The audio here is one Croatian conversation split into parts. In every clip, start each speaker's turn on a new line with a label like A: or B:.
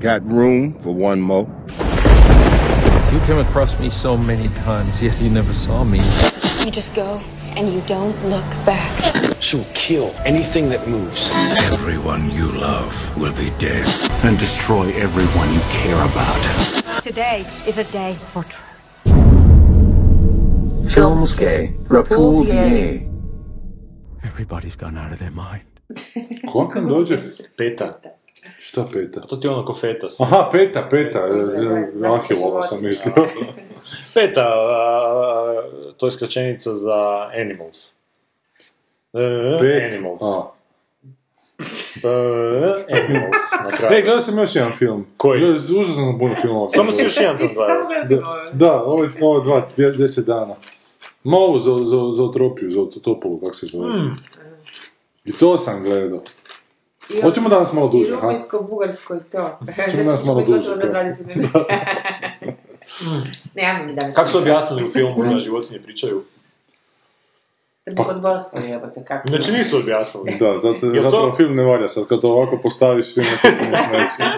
A: Got room for one more?
B: You came across me so many times, yet you never saw me.
C: You just go and you don't look back.
D: She will kill anything that moves.
E: Everyone you love will be dead and destroy everyone you care about.
F: Today is a day for truth.
G: Filmscape Repulsier.
E: Everybody's gone out of their mind.
H: Ko? Dođe?
I: Peta.
H: Šta peta?
I: To ti je ono ko fetas.
H: Aha, peta, peta.
G: zaštita
H: Ahilova sam
G: životinja.
H: mislio.
I: Peta, a, a, to je skraćenica za animals. E,
H: Pet.
I: Animals.
H: A.
I: E, animals, na
H: E,
I: kraju.
H: gledao sam još jedan film.
I: Koji?
H: Gledao- Uzeo sam puno filmova.
I: Samo si još jedan film gledao.
H: Da, da ovo, ovo dva, dje- deset dana. Ma ovu za, za, za otropiju, za otopovu, kako se zove.
I: Hmm.
H: I to sam gledao. Hoćemo danas malo duže, ha?
G: Rumunjsko, bugarsko i to.
H: Čemu nas malo duže,
G: Gotovo za
H: da.
G: 20 minuta. ne, ja mi danas.
I: Kako su objasnili u filmu da životinje pričaju?
G: Trbuhozborstvo jebote, kako.
I: Znači nisu objasnili.
H: Da, zato,
I: Jel to-
H: zapravo film ne valja sad, kad to ovako postaviš svima to puno smeće.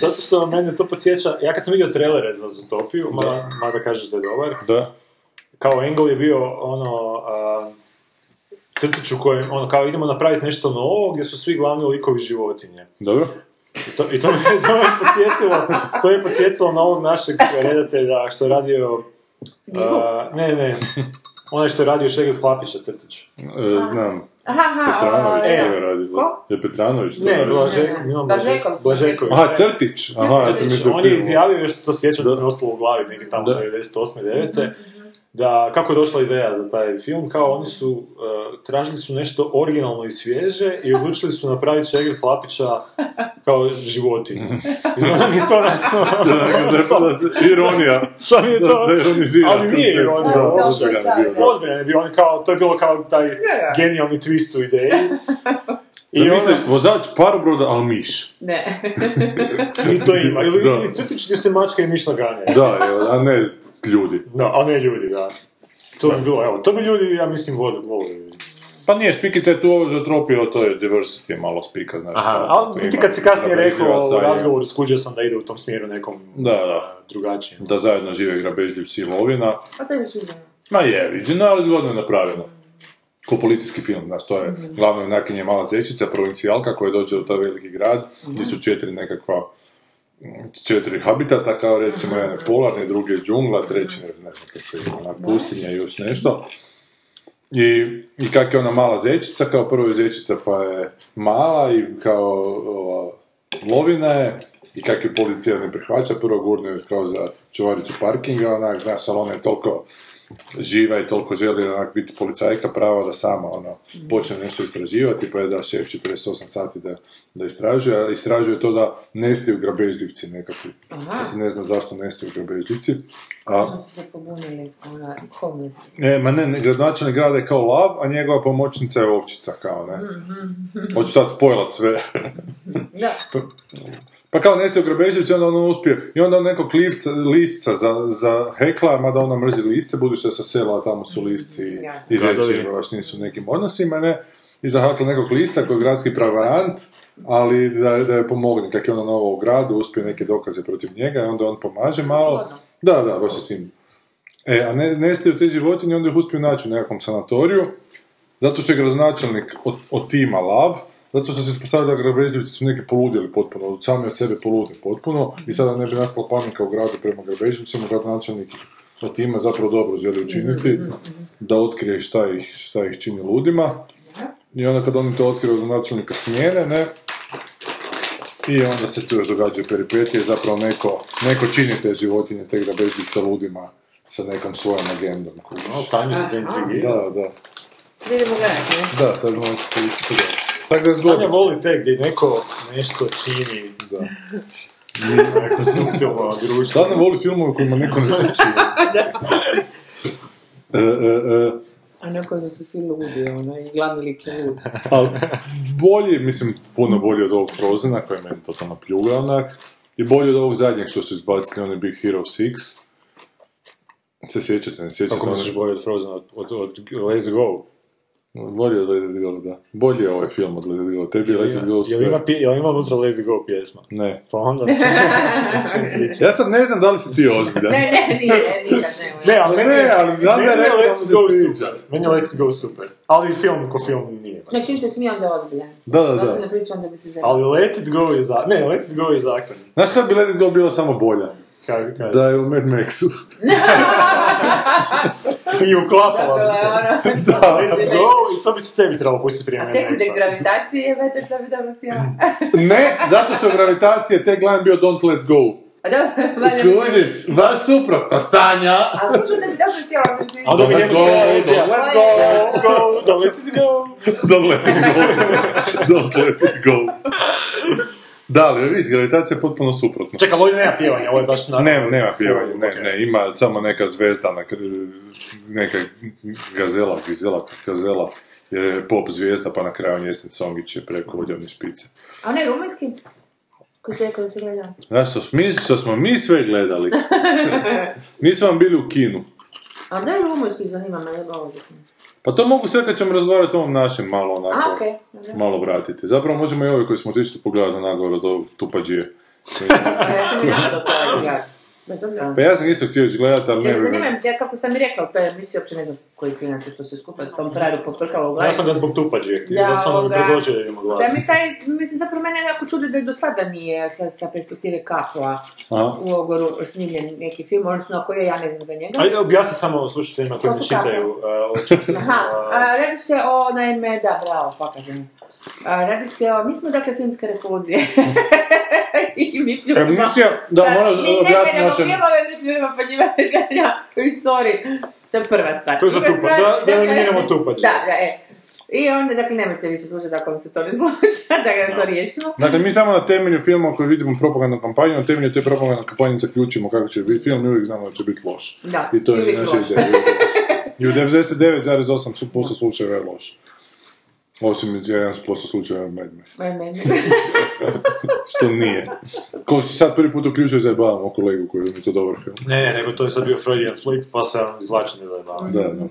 I: Zato što mene to podsjeća, ja kad sam vidio trailere za Zootopiju, ma, mada kažeš da je dobar,
H: Da.
I: kao Engel je bio ono a, crtić u kojem, ono, kao idemo napraviti nešto novo gdje su svi glavni likovi životinje.
H: Dobro?
I: I to, i to, me, to me podsjetilo, to me podsjetilo na ovog našeg redatelja što je radio, a, ne, ne, onaj što je radio Šeged Hlapića crtić.
H: E, znam.
G: Aha, aha, o,
H: Petranović
G: e,
H: je radio.
G: Ko?
H: Je Petranović to
I: Ne,
H: radio?
I: Blaže,
G: Ne, ne.
I: Milan
G: Blažeković.
I: Blažeković. Blažeković.
H: Aha, Crtić. Aha, ja sam
I: Znači,
H: mislio
I: on je
H: film.
I: izjavio, još se to sjećam da
H: Da.
I: mi je ostalo u glavi, neki tamo
H: Da.
I: 98. 9.
G: Mhm,
I: Da, kako je došla ideja za taj film, kao oni su, uh, tražili su nešto originalno i svježe i odlučili su napraviti Šegir Hlapića kao životinju. I znam mi je to onako-
H: Da, zapravo se- ironija.
I: Šta mi je to?
H: Da, da ironizira
I: Ali nije
H: koncept.
I: ironija,
H: Da,
G: ovo
H: ozbiljan je
G: slučaj,
H: bio,
G: da.
H: da.
I: Ozbiljan je bio, on je kao, to je bilo kao taj
G: da.
I: genijalni twist u ideji. I
H: Zamisli,
I: onda-
H: vozač parobroda, ali miš.
G: Ne.
I: I to ima. Ili,
H: Da.
I: ili crtić gdje se mačka i miš naganjaju.
H: Da, evo, a ne ljudi.
I: Da, a ne ljudi, da. To bi bilo, evo, to bi ljudi, ja mislim, volili. volili.
H: Pa nije, Špikica je tu ovo zatropio, to je diversity malo spika, znaš.
I: Aha,
H: kao, kako
I: ali ti
H: ima
I: kad si kasnije rekao
H: grabežljivaca
I: u
H: i-
I: razgovoru, skuđio sam da ide u tom smjeru nekom
H: Da, da.
I: a, drugačijem.
H: Da zajedno žive grabežljivci i lovina.
G: Pa to je još viđeno.
H: Ma je, viđeno, ali zgodno je napravljeno. Ko policijski film, znaš, to je glavna junakinja je mala zečica, provincijalka koja dođe u taj veliki grad, gdje su četiri nekakva mm, četiri habitata, kao recimo jedan je polarni, drugi je džungla, treći ne znam kako se ima, onak, pustinja i još nešto. I, i kak je ona mala zečica, kao prvo je zečica pa je mala i kao ova, lovina je, i kak je policija ne prihvaća, prvo gurne je kao za čuvaricu parkinga, onak, znaš, ali ona je toliko živa i toliko želi onak biti policajka prava da sama ono, počne nešto istraživati, pa je da šef 48 sati da, da istražuje, a istražuje to da nestaju grabežljivci nekakvi. Da se ne zna zašto nestaju grabežljivci. A,
G: Možda su se pobunili, ona, homeless.
H: E, ma ne, ne, gradonačelnik grada je kao lav, a njegova pomoćnica je ovčica, kao ne. Hoću sad spojlat sve.
G: Da.
H: Pa kao Nesio Grabežljević, onda on uspio. I onda neko klivca, lisca za, za hekla, mada ona mrzi lisce, budući da je sa sela, a tamo su lisci i,
G: Ja.
H: i zeči,
I: Gradovi.
H: baš nisu u nekim odnosima, ne. I zahvatila nekog lisca koji je gradski prevarant, ali da, je- da je pomogne, kak je ona nova u gradu, uspio neke dokaze protiv njega, i onda on pomaže malo.
G: Zgodno.
H: Da, da, baš je sin. E, a ne, nestaju te životinje, onda ih uspiju naći u nekakvom sanatoriju, zato što je gradonačelnik od, od tima lav, zato što se ispostavlja da grabežljivci su neki poludjeli potpuno, od- sami od sebe polude potpuno i sada ne bi nastala panika u gradu prema grabežljivcima, gradonačelnik ih od tima zapravo dobro želi učiniti, da otkrije šta ih, šta ih čini ludima. I onda kad oni to otkriju od načelnika smjene, ne, i onda se tu još događaju peripetije, zapravo neko, neko čini te životinje, te grabežljivce ludima sa nekom svojom agendom. kužiš.
I: No, sami su se intrigirali.
H: Da, da.
G: Sad idemo gledat, ne?
H: Da, sad možemo se ispričati. Tako da je
I: Sanja
H: zgodno.
I: voli te gdje neko nešto čini,
H: Da.
I: neko subtilno društvo.
H: Sanja voli filmove u kojima niko nešto čini. E, e, e,
G: A neko da su svi ludi, ono, i glavni lik je lud.
H: ali bolji, mislim, puno bolji od ovog Frozena, koji je meni totalno pljuga onak. I bolji od ovog zadnjeg što su izbacili, onaj Big Hero 6. Se sjećate, ne sjećate?
I: Kako
H: onaj-
I: misliš bolje od Frozen od, od, od Let Go?
H: Bolje od Let It Go, da. Bolje je ovaj film od Let It Go. Tebi je Let It Go
I: Jel
H: sve.
I: ima, pje- jel ima unutra Lady Go pjesma?
H: Ne.
I: Pa onda...
H: Ja sad ne znam da li si ti ozbiljan.
G: Ne, ne, nije, nikad nemoj.
I: ne, ali meni je,
H: Ne, ali znam da je
I: meni
H: rekao da
I: Let
H: mu
I: It
H: se
I: Go
H: sviđa.
I: super. Meni je Let It Go super. Ali film ko film nije. baš.
G: Ne, čim se smije, onda je ozbiljan.
H: Da, da, da.
G: Ozbiljno pričam da bi se zajedno.
I: Ali Let It Go je za... Ne, Let It Go je zakon.
H: Znaš kad bi Let It Go bila samo bolja?
I: Kaj, kaj.
H: Da je u Mad Maxu.
I: I uklapala bi se.
G: Dakle, ono,
H: da.
I: Let It Go i to bi se tebi trebalo pustiti prije
G: a
I: mene.
G: tek u
I: Aleksa.
G: degravitaciji je Better da bi dobro sjela.
H: Ne, zato što u gravitaciji je tag line bio Don't Let Go.
G: A dobro, valja mi se.
H: Kužiš, baš
I: Pa
H: suprotno, sanja.
G: A kuću da bi dobro sjela, onda se
I: A onda bi
H: Don't
I: njemu
H: go,
I: šla
H: don't
I: vizija.
G: let
I: Let
G: go.
I: it go, da let it go.
H: Don't let it go. Don't let it go. Da, ali vidiš, gravitacija je potpuno suprotna.
I: Čekaj, ali ovdje nema pjevanja, ovo je Ovaj, baš na... Ovaj,
H: Ne, nema pjevanja, ne,
I: Ok.
H: ne, ima samo neka zvezda, na kr- neka gazela, gazela, gazela, je pop zvijezda, pa na kraju njezin songić je preko uljavne špice.
G: A onaj rumunjski? Koji se rekao da se gleda?
H: Znaš što, smo mi, što smo mi sve gledali? Nismo vam bili u kinu.
G: A onda je rumunjski zanima me, jeba ovo zanima.
H: Pa to mogu sve kad ćemo razgovarati o ovom našem malo onako,
G: A, okej, dobro.
H: malo vratiti. Zapravo možemo i ove koji smo otišli pogledati nagor od ovog tupađije.
G: A Pa ja sam i nakon do toga gledala. Bez obzira.
H: Pa ja sam isto htio ići gledati, ali ne
G: Jer
H: bi...
G: zanima me, ja kako sam i rekla u toj emisiji, uopće ne znam koji klinac je to sve skupa, tom frajeru potrkala u glavi.
I: Ja sam ga zbog tupađe,
G: Ja,
I: ja, sam mi
G: ovoga.
I: predložio da idemo
G: Da
I: gledati.
G: mi taj, mislim, zapravo mene jako čudi da i do sada nije sa, sa perspektive Kapla
H: Aha.
G: u ogoru snimljen neki film, odnosno ako je, ja ne znam za njega.
I: Ajde, objasni samo slušateljima koji
G: To
I: ne
G: su kako?
I: čitaju. a, ovo čim sam,
G: Aha,
I: a,
G: a, radi se o, naime, da, bravo, fakat ne. A, Radi se o, mi smo dakle filmske repozije. I mi pljujemo.
H: Emisija, da, moraš
G: mi ne
H: objasniti
G: gledamo
H: našem...
G: filmove, mi pljujemo po njima ne zganja. Uj, sorry. To je prva stvar.
I: To je za
G: Druga
I: tupa,
G: stvar,
I: da- da
G: dakle,
I: eliminiramo tupađe.
G: Da, da, e. I onda, dakle, nemojte više slušati ako vam se to ne sluša, da ga to riješimo.
H: Dakle, mi samo na temelju filma koji vidimo propagandnu kampanju, na temelju te propagandne kampanje zaključimo kako će biti film i uvijek znamo da će biti loš.
G: Da,
H: I to
G: i
H: je
G: uvijek
H: naša
G: loš.
H: ideja. uvijek loš. I u 99,8% slučajeva je loš. Osim 1% slučajeva je Mad Men.
G: Ne, ne, ne.
H: Što nije. Ko se sad prvi put uključio, zajebavamo kolegu koji mi to dobar film.
I: Ne, ne, nego to je sad bio Freudian slip, pa sam izlačen da je malo.
H: Da, da.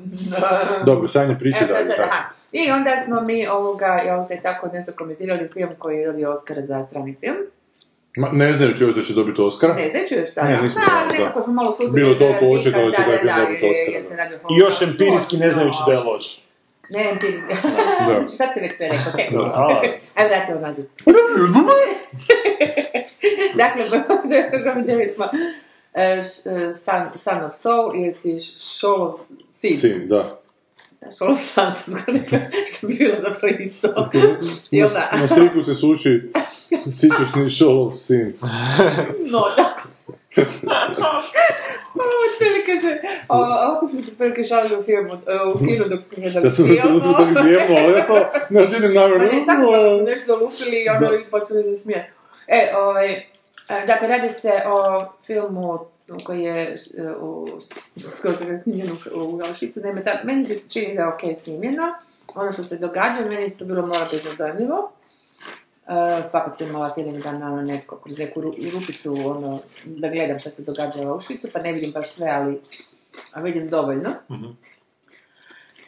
H: Dobro, sanje priče
G: Evo, to je
H: dalje. znači.
G: sad,
H: kači.
G: aha. I onda smo mi ovoga, jel te tako nešto komentirali film koji je dobio Oscara za strani film.
H: Ma, ne znajući još da će dobiti Oscara.
G: Ne, znači još tada.
H: Ne, nismo
G: Da,
H: znali,
G: ali
H: da.
G: nekako smo malo sudili.
H: Bilo
G: da je
H: toliko
G: slika,
H: očigledno da će taj film
G: da,
H: dobiti
G: jer-
H: Oscara,
G: jer se
H: da.
G: radi o
I: I još empirijski ne znajući da je
G: Oscaru.
I: loš.
G: Ne, empirijski.
H: Da.
G: znači sad se već sve rekao, čekaj.
I: Da.
G: Ajde, vratimo nazad. dakle, govorili smo e, š- e, Son, Son of Soul ili ti Shoal of Sin.
H: Sin, da.
G: Shoal of Sansa, što bi bilo zapravo isto. Jel da?
H: Na striku se suši, sićuš ni šolov sin.
G: No, da. Otprilike se, o, ovako smo se otprilike šalili u filmu, e, u kinu dok smo gledali
H: Ja sam na trenutku
G: film.
H: tako zjebno, ali ja to ne učinim namjerno.
G: Pa ne, samo da smo nešto lupili i ono i počeli se smijeti. E, ovaj, e, dakle, radi se o filmu koji je e, u, skoro sam ga snimljen u, u Gaušicu. Naime, ta, meni se čini da je ok snimljeno. Ono što se događa, meni je to bilo morate zadrljivo. Uh, fakat sam imala feeling da me ono netko kroz neku ru, rupicu ono, da gledam što se događa u Auschwitzu, pa ne vidim baš sve, ali a vidim dovoljno.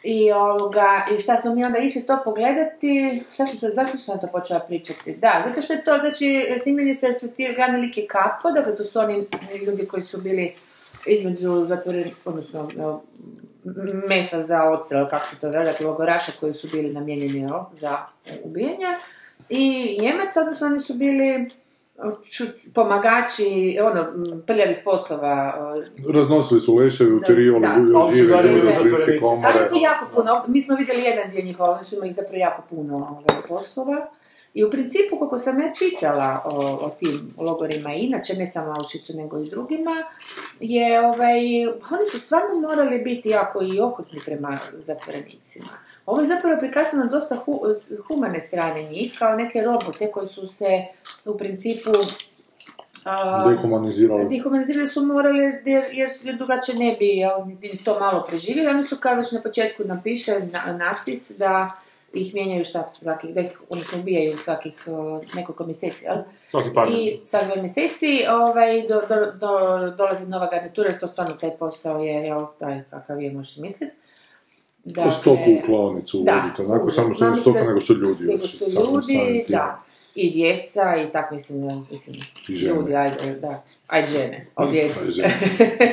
G: I, ovoga, I šta smo mi onda išli to pogledati, šta sam se, zašto sam to počela pričati? Da, zato što je to, znači, snimljeni su reflektirani glavni lik je Kapo, dakle to su oni ljudi koji su bili između zatvoren, odnosno evo, m- mesa za odstrel, kako se to veli, dakle logoraša koji su bili namijenjeni jel, za ubijanja. I Njemac, odnosno oni su bili ču- pomagači, ono, m, prljavih poslova, e,
H: Raznosili su leševi,
G: Da.
H: utjerivali ljudi,
I: Ali su
H: žive
I: dalje
H: ljude
G: bili
H: iz Glinske
I: zatvorenici.
H: komore.
G: Ali su jako puno, mi smo vidjeli jedan dio njihova, oni su imali zapravo jako puno ovaj, poslova. I u principu, koliko sam ja čitala o, o tim logorima, i inače ne samo Auschwitzu nego i drugima, je ovaj, oni su stvarno morali biti jako i okutni prema zatvorenicima. Ovo je zapravo prikazano dosta hu- s humane strane njih, kao neke robote koji su se u principu... a,
H: Dehumanizirali.
G: Dehumanizirali su morali jer, jer su- jer drugačije ne bi jel, niti to malo preživjeli. Oni su kao već na početku napiše na, natpis da ih mijenjaju šta svakih, da ih odnosno ubijaju svakih eh, nekoliko mjeseci, jel?
I: Svaki par
G: I sad dva mjeseci ovaj, do, do, do, dolazi nova garnitura, to stvarno taj posao je, jel, taj kakav je, možeš misliti.
H: Dakle, stoku u klonicu
G: Da.
H: uvodite, onako samo što
G: Znam
H: je stoka,
G: da-
H: nego su ljudi
G: Nego
H: još,
G: su
H: samo
G: ljudi,
H: samim tim.
G: da. I djeca, i tak mislim, da, mislim,
H: I žene. Mm,
G: ljudi, ajde, da, aj žene, o djeci.
H: aj žene.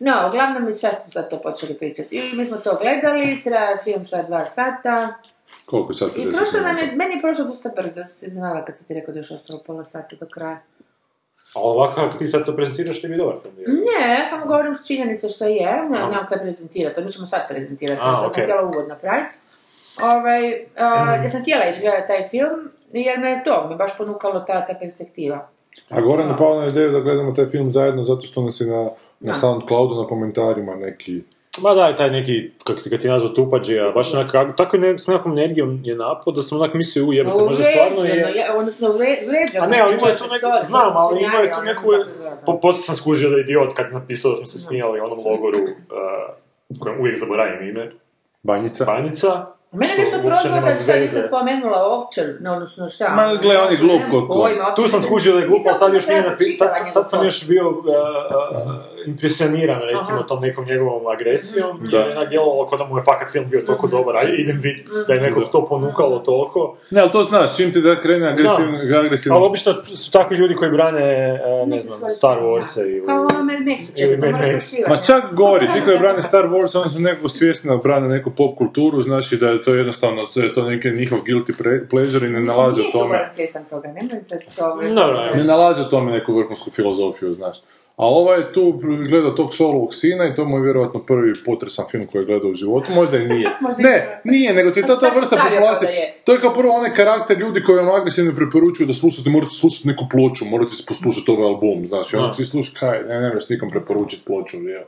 G: no, uglavnom, mi čas smo sad to počeli pričati. I mi smo to gledali, traje film šta dva sata.
H: Koliko je sad 50
G: I prošlo nam je,
H: minuta?
G: meni je prošlo dosta brzo, ja sam se znala kad si ti rekao da je još ostalo pola sata do kraja.
I: Ali ovako kako ti sad to prezentiraš, ne bi dobar film bio.
G: Ne, samo govorim s činjenice što je, ne,
I: Aha.
G: nemam kaj prezentirati, to mi ćemo sad prezentirati,
I: A,
G: sad sam
I: okej.
G: htjela uvod napraviti. Ovaj, a, ja sam htjela ići gledati taj film, jer me je to, me baš ponukalo ta, ta perspektiva.
H: A Goran je pao na ideju da gledamo taj film zajedno zato što nas je na, na
G: Da.
H: Soundcloudu, na komentarima neki...
I: Ma da, je taj neki, kako si ga ti nazvao, tupađija, baš onak, a- tako je ne, s nekom energijom je napao, da sam onak mislio, u jebite,
G: Pa
I: možda stvarno
G: Uvređeno,
I: je...
G: ja, odnosno uvre- uvređeno.
I: A ne, ali ima
G: čovječe,
I: je tu neku,
G: sorry,
I: znam, ali
G: sorry,
I: ima je tu
G: ali
I: neku,
G: ono tako izgleda.
I: po, poslije sam skužio da je idiot kad je napisao da smo se smijali onom logoru, uh, kojem uvijek zaboravim ime,
H: Banjica?
I: Banjica.
G: Mene je
I: što
G: nešto
I: uopće
G: prozvao
I: nema
G: da šta
I: veze.
G: nisam spomenula uopće, no, odnosno šta.
H: Ma,
G: ono,
H: gle, on je glup
G: nemam
H: ko ko.
G: pojma, uopće
I: Tu sam
G: nisam-
I: skužio da je glupo,
G: nisam
I: ali tad još nije
G: uopće
I: napisao,
G: pročitala
I: tad,
G: njegov
I: tad sam
G: post.
I: još bio uh, uh, impresioniran recimo
G: Aha. Mhm.
I: tom nekom njegovom agresijom
H: Da.
I: i onak djelovalo kao da mu je fakat film bio toliko dobar, a idem vidjeti da je
G: Mhm.
I: nekog to ponukalo toliko.
H: Ne, ali to znaš, čim ti da krene agresivno... agresivno-
I: Ali obično tu su takvi ljudi koji brane, uh, ne
G: Neki
I: znam,
G: svoj-
I: Star
G: da.
I: Wars ili...
G: Kao ono Mad Maxu, čekaj,
I: ili
G: to
I: Mad
G: moraš
I: Max.
G: poštivati.
H: Ma čak gori, ti koji brane Star Wars, oni su nekako svjesno brane neku pop kulturu, znači da je to jednostavno, to je to neki njihov guilty pre- pleasure i ne nalaze u
G: Nije to
H: tome,
G: moram svjestan toga, nemoj se to...
I: No, no,
H: ne nalaze u tome neku vrhunsku filozofiju, znaš. A ovaj je tu gledao tog solovog sina i to mu je vjerojatno prvi potresan film koji je gledao u životu, možda i nije.
G: Možda i Pa
H: Ne, nije, nego ti je to ta
G: Stavio
H: vrsta
G: kao da
H: populacije.
G: je.
H: To je kao prvo onaj karakter ljudi koji vam agresivno preporučuju da slušate, morate slušati neku ploču, morate poslušati ovaj album, znači, onda
I: Da.
H: ti slušaš, kaj, ne, ne možeš nikom preporučiti ploču, jel.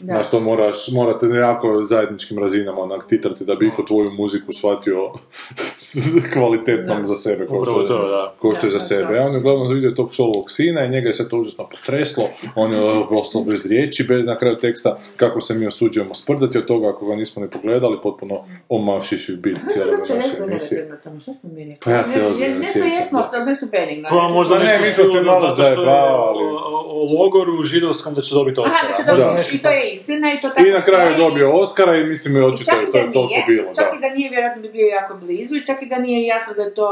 H: Znaš, to moraš, morate na jako zajedničkim razinama onak titrati da bi iko tvoju muziku shvatio kvalitetnom za sebe, kao što
I: Upravo
H: je,
I: to, da.
H: kao što je za
G: Da, da,
H: sebe.
G: da.
H: A on je uglavnom vidio tog solovog sina i njega je se to užasno potreslo, on je eh, ostao bez riječi, bez, na kraju teksta kako se mi osuđujemo sprdati od toga ako ga nismo ne pogledali, potpuno omavšiš i bit cijele
G: Cijelo
H: naše emisije.
G: Što smo mi rekli?
H: Pa ja se ozbiljno ne
G: ne,
H: sjećam.
G: ne, jesmo, ali ne su benigno.
I: Pa možda
H: Ne,
I: nešto
H: mi smo se
I: bilo
H: malo
I: zato što je
H: zajebavali.
I: o, o, o logoru židovskom da će dobiti Oscara.
G: Aha, znači
I: Možda
G: da,
I: nešto
G: i to je istina i to tako
H: I na kraju je
G: stoji.
H: dobio Oscara i mislim je
G: I
H: očito
G: Čak i
H: je to
G: da
H: je toliko
G: nije,
H: bilo.
G: čak
H: da.
G: i da nije, vjerojatno bi bio jako blizu i čak i da nije jasno da je to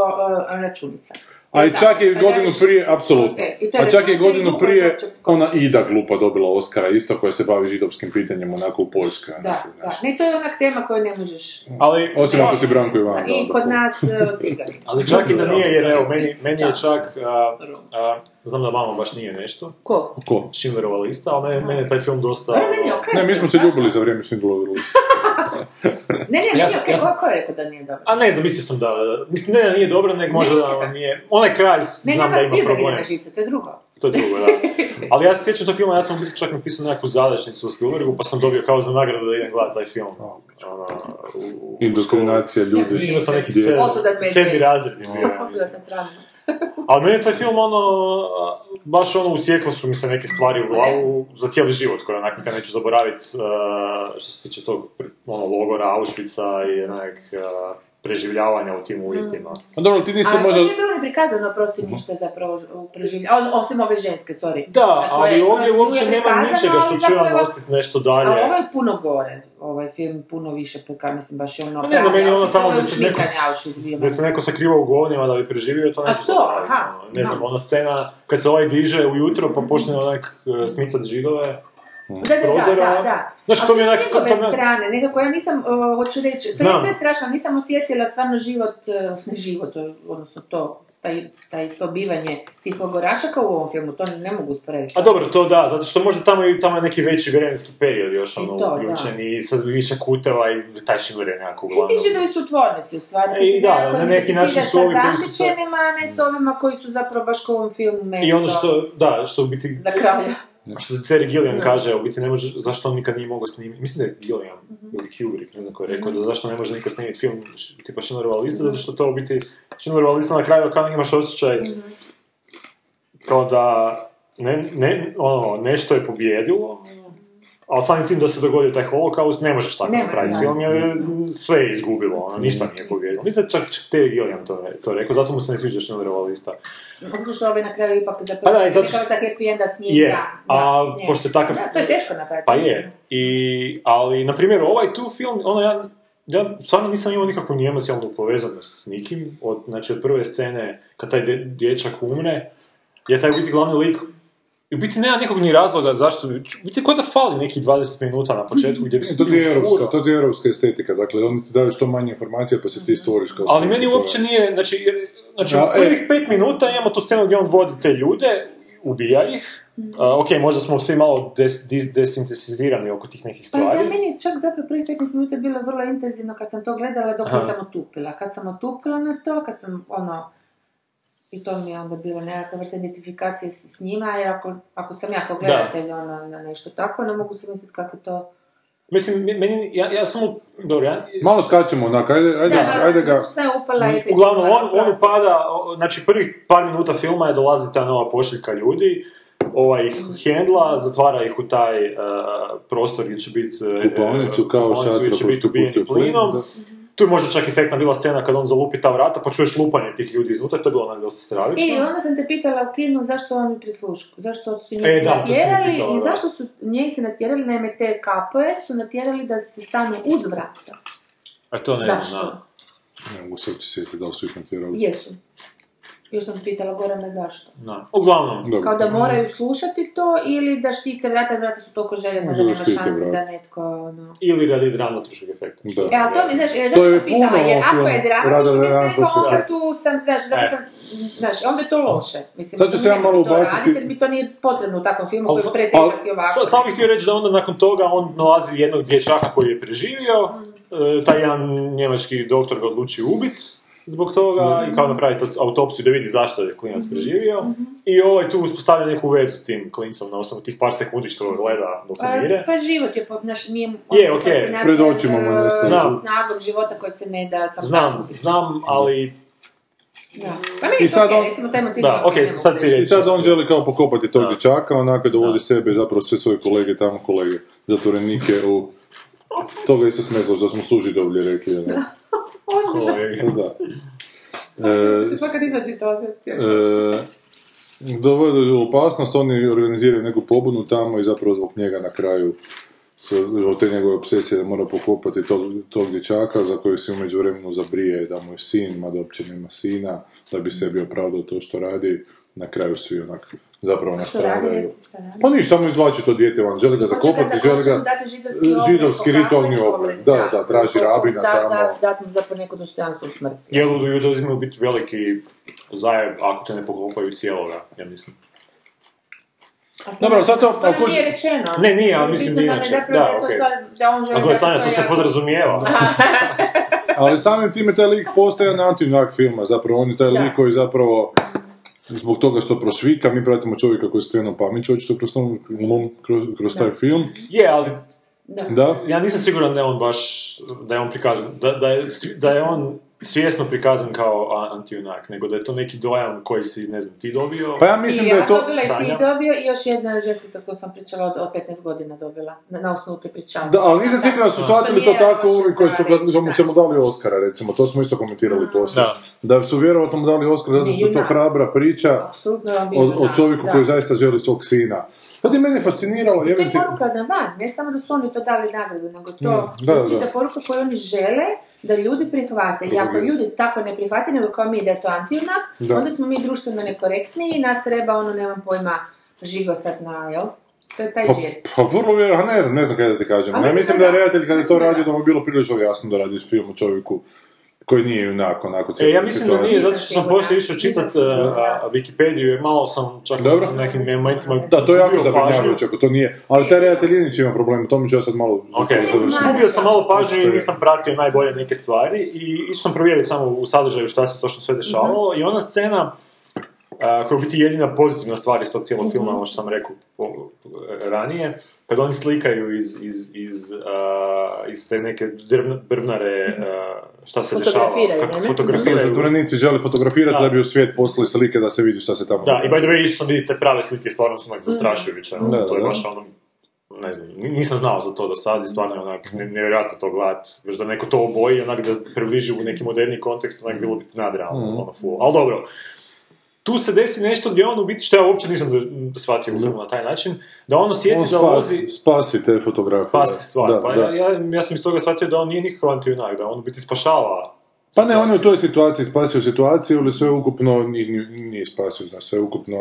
G: uh, računica.
H: A i
G: Da,
H: čak je
G: da
H: godinu
G: više-
H: prije, apsolutno,
G: Ok, i to
H: a čak je
G: recimo
H: godinu
G: glupo,
H: prije
G: znači-
H: ona Ida glupa dobila Oscara isto koja se bavi židovskim pitanjem onako u Poljskoj.
G: Da,
H: onako,
G: da.
H: znaš.
G: Ne, to je onak tema koju ne možeš...
I: Ali,
H: Osim ako si Branko Ivan.
G: I kod nas uh, cigani.
I: ali čak i da nije, jer evo, meni, meni je
G: Da.
I: čak, a, a, znam da vama baš nije nešto,
G: Ko?
H: Ko?
I: Schindlerova lista, ali mene, mene je taj film dosta...
G: Ne, meni je okej.
H: Ne, mi smo se ljubili za vrijeme Schindlerove liste.
G: Ne, ne,
I: Ja
G: meni je
I: sam-
G: okej,
I: ja sam-
G: ko- ko je rekao da nije dobro?
I: A ne znam, mislio sam da, mislim ne da nije dobro, nego možda da vam nije, onaj kraj
G: Ne,
I: znam
G: nema
I: da ima
G: Spielberg ide
I: problem,
G: na živce, to je drugo.
I: to je drugo, da. Ali ja se sjećam tog filma, ja sam u biti čak napisao nekakvu završnicu u Spielbergu, pa sam dobio kao za nagradu da idem gledati taj film. Ono, u- u- u školu.
H: Indokrinacija ljudi.
G: Ja,
I: Imao sam neki
H: Djeca.
I: sedmi,
G: Otuda dve
I: sedmi
G: djece.
I: razred je bio, ja mislim.
G: Otudatna trauma.
I: Ali meni je taj film ono, a, baš ono usjeklo su mi se neke stvari u glavu za cijeli život koje onak nikad neću zaboraviti što se tiče tog ono, logora Auschwitza i onak a, preživljavanja u tim
G: Mm.
I: uvjetima.
H: A dobro, ali ti nisi
G: A
H: možda...
G: to nije bilo ni prikazano, prosti, ništa je zapravo preživljeno, osim ove ženske, sorry.
I: Mhm. Da,
G: Dakle,
I: ali ovdje
G: kroz nju je
I: uopće nema
G: prikazano,
I: ničega što
G: ali
I: ću ja
G: zapravo-
I: nositi nešto dalje.
G: Ali ovo je puno gore, ovaj film puno više puka, mislim baš je ono...
I: Pa ne znam, meni je ono
G: Auschwitz,
I: tamo
G: ovo je
I: gdje se neko,
G: šminkanje Auschwitz bilo.
I: gdje se neko sakriva u govnima da bi preživio, to
G: A
I: neću
G: to,
I: zaboraviti,
G: aha.
I: ono. Ne znam,
G: Da.
I: ona scena kad se ovaj diže ujutro pa počne onak e, smicat židove.
G: Da, da, da,
I: prozora.
G: da, da.
I: Znaš,
G: Ali
I: to mi je onak-
G: s njegove
I: to me-
G: strane, nekako ja nisam, uh, hoću reći, to je
I: Znam.
G: sve strašno, nisam osjetila stvarno život, uh, ne život, odnosno to, taj, taj to bivanje tih logoraša kao u ovom filmu, to ne mogu usporediti.
I: A dobro, to da, zato što možda tamo i tamo je neki veći vremenski period još
G: I
I: ono
G: to, da.
I: uključen i sa više kuteva i taj šiver je nekako
G: I ti
I: uglavnom.
G: židovi su u tvornici, u stvari.
I: E,
G: ti si
I: i da,
G: nekako
I: na neki način
G: identificiraš
I: su ovi koji
G: sa
I: su se-
G: zaštićenima, a ne s ovima koji su zapravo baš kao u ovom filmu meso.
I: I ono što, da, što u biti...
G: Za kralja.
I: Što Znači, Terry Gilliam kaže, u biti ne može, zašto on nikad nije mogao snimiti, mislim da je Gilliam
G: Mhm.
I: ili Kubrick, ne znam ko je rekao, da zašto ne može nikad snimiti film tipa Schindlerova lista,
G: Mhm.
I: zato što to u biti, Schindlerova lista na kraju kao imaš osjećaj
G: Mhm.
I: kao da ne, ne, ono, nešto je pobjedilo, Ali samim tim da se dogodio taj holokaust, ne možeš tako
G: Ne može,
I: napraviti
G: da. Mhm.
I: film, jer je sve je izgubilo, ono, ništa nije pobijedilo. Mislim da čak Terry Gilliam to, re- to rekao, zato mu se ne sviđa Schindlerova lista.
G: Zato što ovaj na kraju ipak
I: Pa
G: zapravo
I: da, i zato
G: završava
I: što-
G: sa happy enda s njim.
I: Je,
G: da, da,
I: a
G: je.
I: pošto je takav-
G: Da, to je teško napraviti.
I: Pa je, i, ali, na primjer, ovaj tu film, ono, ja, ja stvarno nisam imao nikakvu ni emocionalnu povezanost s nikim, od, znači od prve scene, kad taj dje- dječak umre, je taj u biti glavni lik, i u biti nema nekog ni razloga zašto, bi- u biti kod da fali nekih 20 minuta na početku gdje bi se
H: To ti je
I: ti
H: europska,
I: ufurao.
H: to ti je europska estetika, dakle oni ti daju što manje informacija pa
I: Mhm.
H: se ti stvoriš kao
I: Ali
H: sliku
I: meni
H: koja-
I: uopće nije, znači, jer- znači
H: A,
I: u prvih
H: e.
I: pet minuta imamo tu scenu gdje on vodi te ljude, ubija ih,
G: Mhm.
I: A, ok, možda smo svi malo des, dis- desintetizirani oko tih nekih
G: Pa ja
I: stvari.
G: meni je čak zapravo prvih 15 minuta bilo vrlo intenzivno kad sam to gledala dok
I: Aha.
G: nisam otupila. Kad sam otupila na to, kad sam ono... I to mi je onda bilo nekakva vrsta identifikacije s, s njima, jer ako, ako sam ja kao
I: Da.
G: gledatelj ono, na nešto tako, ne mogu se misliti kako to...
I: Mislim, me- meni, ja, ja samo, dobro, ja,
H: Malo skačemo onak, ajde, ajde,
G: malo
H: ajde
G: sam
H: ga...
G: se upala i...
I: uglavnom, on, on pa- upada, o- znači prvih par minuta filma je dolazi ta nova pošiljka ljudi, ovaj ih hendla, zatvara ih u taj e, prostor gdje će biti... e,
H: U plaonicu kao
I: u plaonicu gdje
H: šatra
I: će
H: kroz
I: biti
H: koju
I: ubijeni
H: puštaju plin,
I: plinom.
H: da.
I: Tu je možda čak efektna bila scena kad on zalupi ta vrata, pa čuješ lupanje tih ljudi iznutra, to je bilo onak dosta stravično.
G: I onda sam te pitala u kinu zašto oni prislušku, zašto su njih
I: E, da, to sam
G: natjerali
I: pitala, da.
G: i zašto su njih natjerali, naime te kapoje su natjerali da se stanu uz vrata.
I: A E, to ne
G: Zašto?
I: znam.
H: Ne mogu sad se sjetiti da li su ih natjerali.
G: Jesu. Još sam pitala Gorana zašto.
I: Da. Uglavnom,
H: Dobro.
G: Kao da moraju slušati to ili da štite vrata, vrata su toliko željezna da
H: Možda da
G: nema
H: štite
G: šanse
H: vrata.
G: da netko... Ono...
I: ili radi dramatičnog efekta.
H: Da.
I: što je
G: E, ali to mi, znaš, e, zato
H: je
G: sam pitala,
H: puno
G: jer ako je
H: film
G: dramatično,
H: Rada
G: ti se rekao,
H: Jankovića.
G: onda tu sam, znaš, zato
I: E.
G: sam, znaš, onda je to loše. Mislim,
H: Sad ću se ja
G: nemoj
H: malo
G: to
H: ubaciti-
G: raditi, Jer mi to nije potrebno u takvom filmu koji
I: sa-
G: je pretežak i
I: ali
G: ovako.
I: sa- Samo bih htio reći da onda nakon toga on nalazi jednog dječaka koji je preživio,
G: Mm.
I: e, taj jedan njemački doktor ga odluči ubiti zbog
H: Mm.
I: toga i kao napraviti autopsiju da vidi zašto je
G: Mm.
I: klinac preživio
G: Mm-hmm.
I: i ovaj tu uspostavlja neku vezu s tim klincom na osnovu tih par sekundi što ga gleda dok
G: Pa,
I: umire.
G: pa život je, po- znaš, nije...
I: Je,
G: ono,
I: okej,
G: fascinacija,
H: pred očima mu
G: e,
H: nestaje.
I: Znam.
G: Snagom života koja se ne da sam
I: Znam, znam, ali
G: Da. Pa meni
H: I
G: je to
H: sad
G: okej,
H: on-
G: recimo, taj motiv
I: da,
G: mi je
I: ok,
G: ne mogu
I: sad ti
G: reći.
H: I
I: reći.
H: sad on želi kao pokopati tog
I: Da.
H: dječaka, onako dovodi sebe i zapravo sve svoje kolege tamo, kolege, zatvorenike u... Toga isto smetlo, da smo sužidovlje rekli, ali-
I: Kolege.
H: da. E,
G: Pa kad izađe to osjećaj.
H: e, dovodi u opasnost, oni organiziraju neku pobunu tamo i zapravo zbog njega na kraju se- od te njegove obsesije da mora pokopati tog, tog dječaka za kojeg se u međuvremenu zabrije da mu je sin, mada uopće nema sina, da bi sebi opravdao to što radi, na kraju svi onak zapravo
G: Što radi,
H: nastradaju.
G: recimo, šta radi?
H: Pa ništa, samo izvlači to dijete van, želi ga zakopati, želi
G: Hoće
H: ga...
G: mu dati židovski obred,
H: židovski
G: pokapanje,
H: ritualni obred. Da, da, traži rabina
G: da,
H: tamo.
G: Da, dati mu zapravo neko dostojanstvo u smrti.
I: Jel u judaizmu biti veliki zajeb ako te ne poklopaju cijeloga, ja mislim.
H: Dobro, sad to-
G: Pa nam
H: ako-
G: nije rečeno.
I: Ne, nije, ali mislim
G: Bitno
I: nije
G: nam je
I: rečeno.
G: zapravo
I: Da,
G: je to
I: okej.
G: stvar da on želi
I: A gle,
G: da
I: Sanja, to
G: to
I: se
G: ja-
I: podrazumijeva.
H: Ali samim time taj lik postaje antijunak filma, zapravo on je taj
G: Da.
H: lik koji zapravo zbog toga što prošvika, mi pratimo čovjeka koji je skrenuo pamiću, očito kroz, tom- kroz, kroz taj film,
I: Je, ali
H: da,
I: ja nisam siguran da je on baš, da je on prikazan, da, da, je, svi- da je on svjesno prikazan kao a- antijunak, nego da je to neki dojam koji si, ne znam, ti dobio.
H: pa ja mislim
G: I
H: da
G: ja
H: je to,
G: dobila i ti
I: Sanja.
G: dobio i još jedna ženska sa kojom sam pričala od, od 15 godina dobila, na, na osnovu prepričavanja.
H: da, ali nisam siguran da su shvatili to
G: nije
H: tako
G: loša
H: ovi koji su,
G: stvar,
H: da mu se mu dali Oscara, recimo, to smo isto komentirali poslije,
I: Da.
H: da su vjerojatno mu dali Oscara zato što je to
G: Junak.
H: hrabra priča
G: Apsolutno je on bio
H: o, o
G: junak,
H: čovjeku
G: da.
H: koji zaista želi svog sina. Pa ti mene fasciniralo,
G: To je
H: jebim ti,
G: poruka na van, ne samo da su oni to dali nagradu, nego to
H: Mm, da, da,
G: mislim
H: da.
G: da poruka koju oni žele da ljudi prihvate. I ako
H: Drugi.
G: ljudi tako ne prihvate, nego kao mi da je to antijunak,
H: Da.
G: onda smo mi društveno nekorektni i nas treba, ono, nemam pojma, žigosat na, jel? To je taj
H: Pa,
G: džir.
H: pa vrlo vjerojatno, ne znam, ne znam kaj da ti kažem.
G: A
H: Ja
G: meni
H: mislim
G: da
H: da je
G: da.
H: redatelj kada je to
G: Da.
H: radio da mu je bilo prilično jasno da radi film o čovjeku koji nije junak onako
I: E, ja
H: cijela
I: mislim da nije,
H: situacija.
I: zato što sam poslije išao čitat
G: Nisam sigurna.
I: uh, a, Wikipediju, jer malo sam čak
H: Dobro.
I: na nekim momentima
H: Da, Pa to je jako
I: izgubio pažnju.
H: zabrinjavajuće ako to nije. Ali taj redatelj Linić ima problem, to mi ću ja sad malo
I: Ok,
H: završiti.
I: izgubio sam malo pažnju i
H: Postoje.
I: nisam pratio najbolje neke stvari i išao sam provjeriti samo u sadržaju šta se točno sve dešavalo
G: Mhm.
I: i ona scena a, koja je u biti jedina pozitivna stvar iz tog
G: Mhm.
I: cijelog filma, ovo što sam rekao po- ranije, kad oni slikaju iz, iz, iz, a, iz te neke drvna- brvnare a, šta se dešava,
G: Fotografiraju,
I: kako
G: ne? Mhm.
H: Što
I: fotografiraju.
H: zatvorenici žele fotografirati da
I: Da.
H: bi u svijet poslali slike da se vidi šta se tamo
I: Da, i by
H: događa.
I: the way, išao sam vidjeti te prave slike, stvarno su onak zastrašujuće, ono,
H: Da,
I: to je
H: da.
I: baš ono ne znam, ni- nisam znao za to do sad i stvarno je onak ne- nevjerojatno to gledat. Još da neko to oboji, onak da približi u neki moderni kontekst, onak bilo bi nadrealno,
H: Mhm.
I: ono full. Ali dobro, tu se desi nešto gdje on u biti, što ja uopće nisam do- shvatio u filmu na taj način, da ono on osjeti
H: Mhm. On
I: da
H: spasi,
I: vozi...
H: spasi te fotografije. da.
I: Spasi stvar.
H: Da,
I: pa
H: da.
I: Ja, ja, ja sam iz toga shvatio da on nije nikakav antijunak, da on u biti spašava
H: Pa ne, on je u toj situaciji spasio situaciju, ali sve ukupno nije, nije spasio, znači sve ukupno...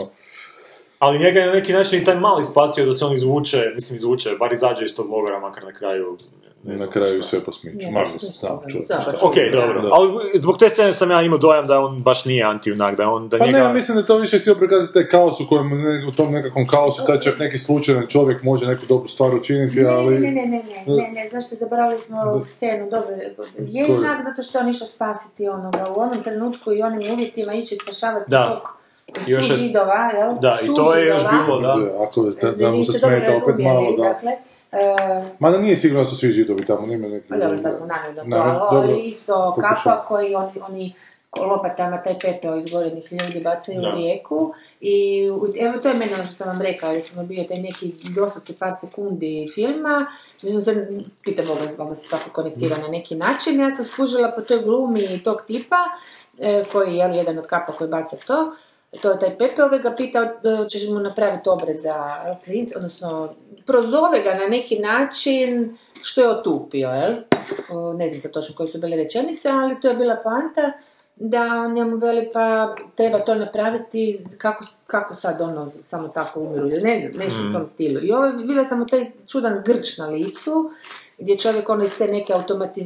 I: Ali njega je na neki način i taj mali spasio da se on izvuče, mislim izvuče, bar izađe iz tog logora, makar na kraju. ne znam
H: na kraju
I: šta.
H: sve posmiću.
G: Ne,
H: Možda
G: to
H: sam
G: su-
H: sam čuo.
G: da,
H: šta.
G: baš-
I: Ok, dobro.
H: Da.
I: Ali zbog te scene sam ja imao dojam da on baš nije antijunak, da on da
H: Pa
I: njega...
H: ne, mislim da je to više htio prikazati taj kaos u kojem, ne- u tom nekakvom kaosu, taj čak neki slučajan čovjek može neku dobru stvar učiniti, pa, ali...
G: Ne, ne, ne, ne, ne, ne, ne, zašto zaboravili smo scenu, dobro, je
H: Koju?
G: jednak zato što je on išao spasiti onoga, u onom trenutku i onim uvjetima ići spašavati
I: Da.
G: svog
I: Još je-
G: sužidova, jel?
I: Da, i to je još
G: Sužidova.
I: bilo, da.
H: Da, Ako da, da mu se
G: Niste dobro
H: smeta opet
G: razumjeli,
H: malo, da.
G: Dakle, e,
H: Mada nije sigurno da su svi židovi tamo, nema neki...
G: Pa dobro, sad smo namjerno to,
H: Ne,
G: ali,
H: dobro.
G: ali isto
H: Pokušaj.
G: kapa koji oni, oni lopatama taj pepeo izgorenih ljudi bacaju
I: Da.
G: u rijeku i u- evo to je meni ono što sam vam rekla, recimo bio taj neki doslovce par sekundi filma, mislim sad, pitam Boga, valjda se svako konektira na neki način, ja sam skužila po toj glumi tog tipa, e, koji je jel, jedan od kapa koji baca to, to je taj Pepe, ovaj ga pita, e, hoćeš mu napraviti obred za klijent, odnosno prozove ga na neki način što je otupio, jel? O, Ne znam sad točno koje su bile rečenice, ali to je bila poanta da on njemu veli pa treba to napraviti, kako, kako sad ono samo tako umiru, ili ne znam, nešto u tom stilu. I ovaj, ovo je bila samo taj čudan grč na licu, gdje čovjek ono iz te neke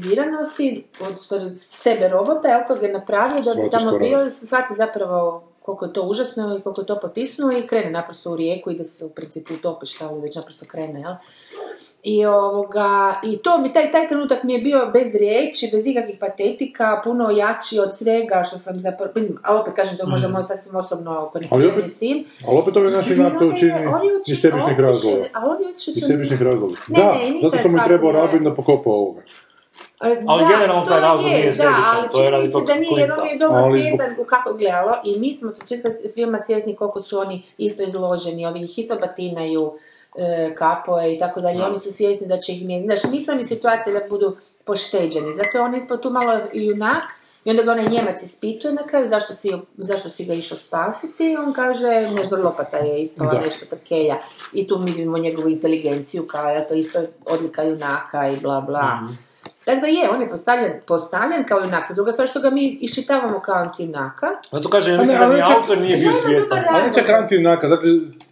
G: automatiziranosti, od sorry, sebe robota, jel, kojeg je napravio, da bi
H: Shvatiš
G: tamo
H: ko radi.
G: bio, i shvati zapravo koliko je to užasno i koliko je to potisnuo i krene naprosto u rijeku i da se u principu utopi šta li već naprosto krene, jel? I, ovoga, i to mi, taj, taj trenutak mi je bio bez riječi, bez ikakvih patetika, puno jači od svega što sam zapravo, mislim, a opet kažem da je možda moje sasvim osobno
H: Mm. Ali
G: konektiranje
H: opet-
G: s tim.
H: Ali opet ovi naši
G: Ali
H: inak to
G: on je-
H: učini
G: on je uči-
H: iz sebičnih
G: otišao-
H: razloga.
G: A on je otišao-
H: Iz sebičnih razloga.
G: Ne,
H: Da,
G: ne, nisam
H: zato što mu je
G: shvatila,
H: trebao
G: ne.
H: rabin da pokopa ovoga.
G: E,
I: Ali
G: da,
I: generalno
G: to
I: taj
G: je,
I: razlog nije
G: da,
I: sebičan,
G: ali
I: to je
G: čini
I: radi
G: mi se
I: tog
G: da nije, jer
I: klinca.
G: on je dobro
H: Ali zbog-
G: svjestan u kako gledalo i mi smo od četka filma svjesni koliko su oni isto izloženi, ovi ih isto batinaju e, kapoe i tako dalje, oni su svjesni da će ih mijeniti, znači nisu oni situacije da budu pošteđeni, zato je on ispod tu malo junak i onda ga onaj Njemac ispituje na kraju zašto si, zašto si ga išao spasiti, on kaže nešto lopata je ispala,
H: Da.
G: nešto trkelja i tu mi vidimo njegovu inteligenciju kao je to je isto odlika junaka i bla bla.
I: Mhm.
G: Tako da je, on je postavljen, postavljen kao junak. Sa druga stvar što ga mi iščitavamo kao antinaka.
I: Zato kažem, ja
H: A ne,
I: mislim da
H: ali
I: ni
H: čak-
I: autor nije
G: Ja
I: bio
G: imam
I: svjestan.
G: dobar
H: Ali čak antinaka, dakle,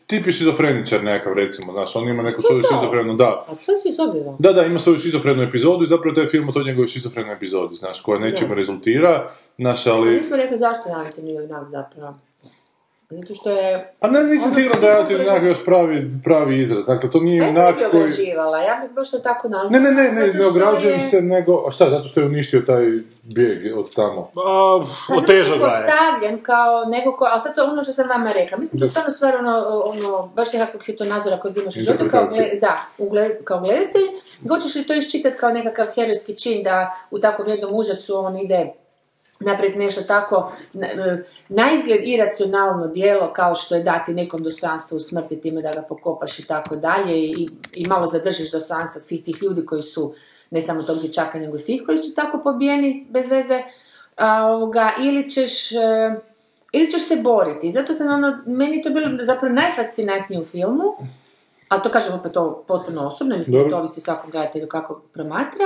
H: tipi šizofreničar nekakav, recimo, znaš, on ima neku svoju
G: to.
H: šizofrenu, da.
G: A to si zobiva.
H: Da, da, ima svoju šizofrenu epizodu i zapravo to je film o toj njegovoj šizofrenoj epizodi, znaš, koja nečemu rezultira, znaš, ali...
G: Nismo rekli zašto je antijunak zapravo. Zato što je...
H: Pa ne, nisam
G: Ono,
H: siguran da je
G: nisam
H: antijunak
G: proživio-
H: još pravi, pravi izraz, dakle, to nije
G: Ja sam ne
H: junak
G: bi
H: koji...
G: ograđivala, ja bih baš to tako nazvala.
H: Ne, ne, ne,
G: zato
H: ne,
G: što
H: ne
G: je-
H: ograđujem se, nego... A šta, zato što je uništio taj bijeg od tamo?
I: A,
G: Pa zato
I: Otežao
G: je
I: ga je.
G: postavljen kao neko ko... Ali sad to je ono što sam vama rekla. Mislim, to je stvarno stvar ono, ono, baš nekakvog si to nazora kojeg imaš u životu. Kao, e,
H: Interpretacija.
G: gle- da, u gle- kao gledatelj. Hoćeš li to iščitati kao nekakav herojski čin da u takvom jednom užasu on ide naprijed nešto tako na, e, na izgled iracionalno dijelo kao što je dati nekom dostojanstvo u smrti time da ga pokopaš i tako dalje i, i malo zadržiš dostojanstva svih tih ljudi koji su ne samo tog dječaka nego svih koji su tako pobijeni bez veze a, ovoga, ili ćeš e, ili ćeš se boriti. Zato sam ono, meni je to bilo zapravo najfascinantnije u filmu, ali to kažem opet ovo potpuno osobno, mislim
H: Dobro.
G: da to ovisi o svakom gledatelju kako promatra,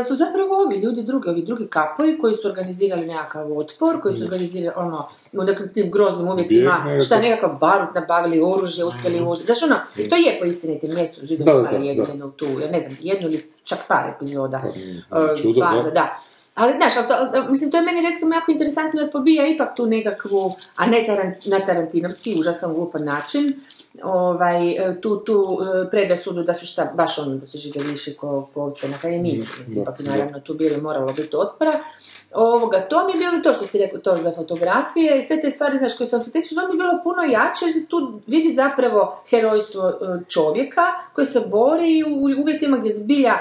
G: e, su zapravo ovi ljudi drugi, ovi drugi kapovi koji su organizirali nekakav otpor, koji su organizirali ono, u nekim tim groznim uvjetima,
H: Bijeg nekakav.
G: šta nekakav barut nabavili, oružje, uspjeli uvožiti. Znaš ono, i to je po istini tim mjestu
H: Da, da,
G: židovima
H: da, da.
G: jedinu tu, ja ne znam, jednu ili čak par epizoda
H: Pa nije,
G: e,
H: nije čudo,
G: faza,
H: da.
G: da. Ali, znaš, ali to, ali, mislim, to je meni recimo jako interesantno jer pobija ipak tu nekakvu, a ne taran, na tarantinovski, užasan glupan način, ovaj, e, tu, tu e, predasudu da su šta, baš ono, da su židovi više ko, ko ovce na kraju nisu, mislim,
H: Mm, da,
G: ipak naravno tu bili moralo biti otpora. Ovoga, to mi je bilo to što si rekao, to za fotografije i sve te stvari, znaš, koje sam ti tekstu, to mi je bilo puno jače, jer se tu vidi zapravo herojstvo e, čovjeka koji se bori u uvjetima gdje zbilja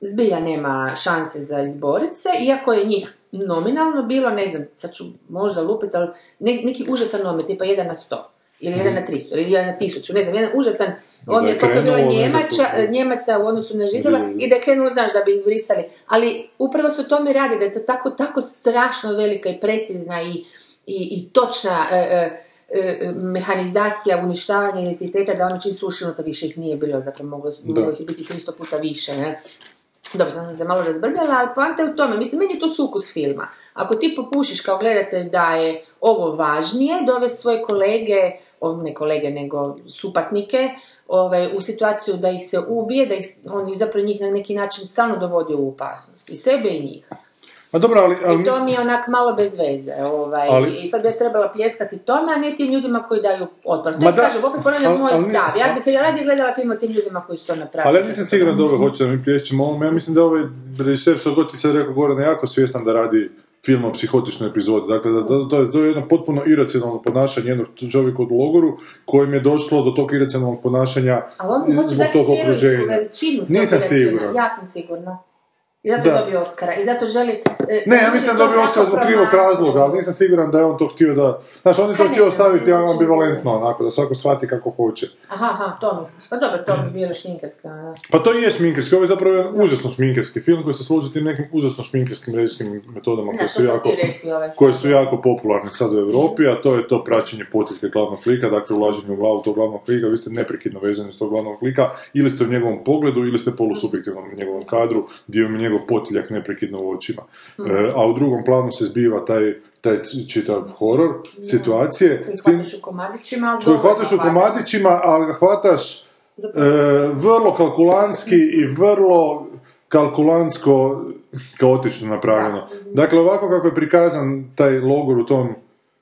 G: zbilja nema šanse za izborit se, iako je njih nominalno bilo, ne znam, sad ću možda lupiti, ali ne- neki užasan nomet, tipa 1 na 100. Ili jedan na 300, ili jedan na 1000, ne znam, jedan užasan. On
H: Mhm. Da je
G: je koliko je bilo
H: krenulo
G: Njemača,
H: nekako-
G: Njemaca u odnosu na Židova
H: Židova.
G: i da je krenulo, znaš, da bi izbrisali. Ali upravo se o tome radi, da je to tako, tako strašno velika i precizna i, i, i točna e, e, e, mehanizacija uništavanja identiteta, da ono čim su ušli, ono to više ih nije bilo, dakle moglo,
H: Da.
G: moglo ih biti 300 puta više, ne? Dobro, sam sam se malo razbrbljala, ali poanta je u tome, mislim, meni je to sukus filma. Ako ti popušiš kao gledatelj da je ovo važnije, dovesti svoje kolege, o, ne kolege, nego supatnike, ovaj, u situaciju da ih se ubije, da ih, on zapravo njih na neki način stalno dovodi u opasnost. I sebe i njih.
H: Ma dobro, ali... ali...
G: I to mi je onak malo bez veze. Ovaj.
H: Ali-
G: I sad bi ja trebala pljeskati tome, a ne tim ljudima koji daju otpor. To
H: Ma da,
G: kažem, opet ponavljam
H: ali-
G: moj
H: ali ne-
G: stav. Ja bih
H: ali-
G: radije gledala film o tim ljudima koji su to napravili.
H: Ali ja nisam siguran da ove hoće da mi plješćemo ovom. Ja mislim da je ovaj režiser, što god ti sad rekao Goran, je jako svjestan da radi film o psihotičnoj epizodi. Dakle, da, da- to, je, to je jedno potpuno iracionalno ponašanje jednog čovjeka u logoru kojem je došlo do tog iracionalnog ponašanja
G: Ali on mu hoće
H: zbog
G: dati
H: tog
G: vjeru u
H: okruženja.
G: veličinu. tog
H: Nisam
G: veličina.
H: siguran.
G: Ja sam sigurna. I zato
H: Da.
G: je dobio Oscara. I zato želi... e,
H: Ne, ja
G: ljudi
H: mislim
G: to
H: da bi
G: tako
H: Oskar zbog krivog
G: promatraju.
H: razloga, ali nisam siguran da je on to htio da... Znaš, on je to
G: Pa ne
H: htio
G: znam,
H: ostaviti
G: nisam čula.
H: ambivalentno, onako, da svako shvati kako hoće.
G: Aha, aha, to misliš. Pa dobro, to bi bilo šminkerska. da.
H: Pa to i je šminkerski, ovo je zapravo jedan užasno šminkerski film koji se služi tim nekim užasno šminkerskim režijskim metodama
G: Ne,
H: koje
G: to
H: su
G: sam
H: jako,
G: ti rekli ovaj
H: koje
G: sad.
H: su jako popularne sad u Europi, a to je to praćenje potiljke glavnog klika, dakle ulaženje u glavu tog glavnog klika, vi ste neprekidno vezani s tog glavnog klika, ili ste u njegovom pogledu, ili ste polusubjektivnom u njegovom kadru, gdje vam je njegov potiljak neprekidno u očima.
G: Hmm.
H: E, a u drugom planu se zbiva taj, taj č- čitav horor situacije,
G: Koji
H: s tim-
G: hvataš u komadićima, ali
H: koji
G: dobro
H: hvataš u
G: ga hvataš.
H: komadićima, ali ga hvataš
G: Zapravo-
H: e, vrlo kalkulantski i vrlo kalkulantsko kaotično napravljeno. Dakle, ovako kako je prikazan taj logor u tom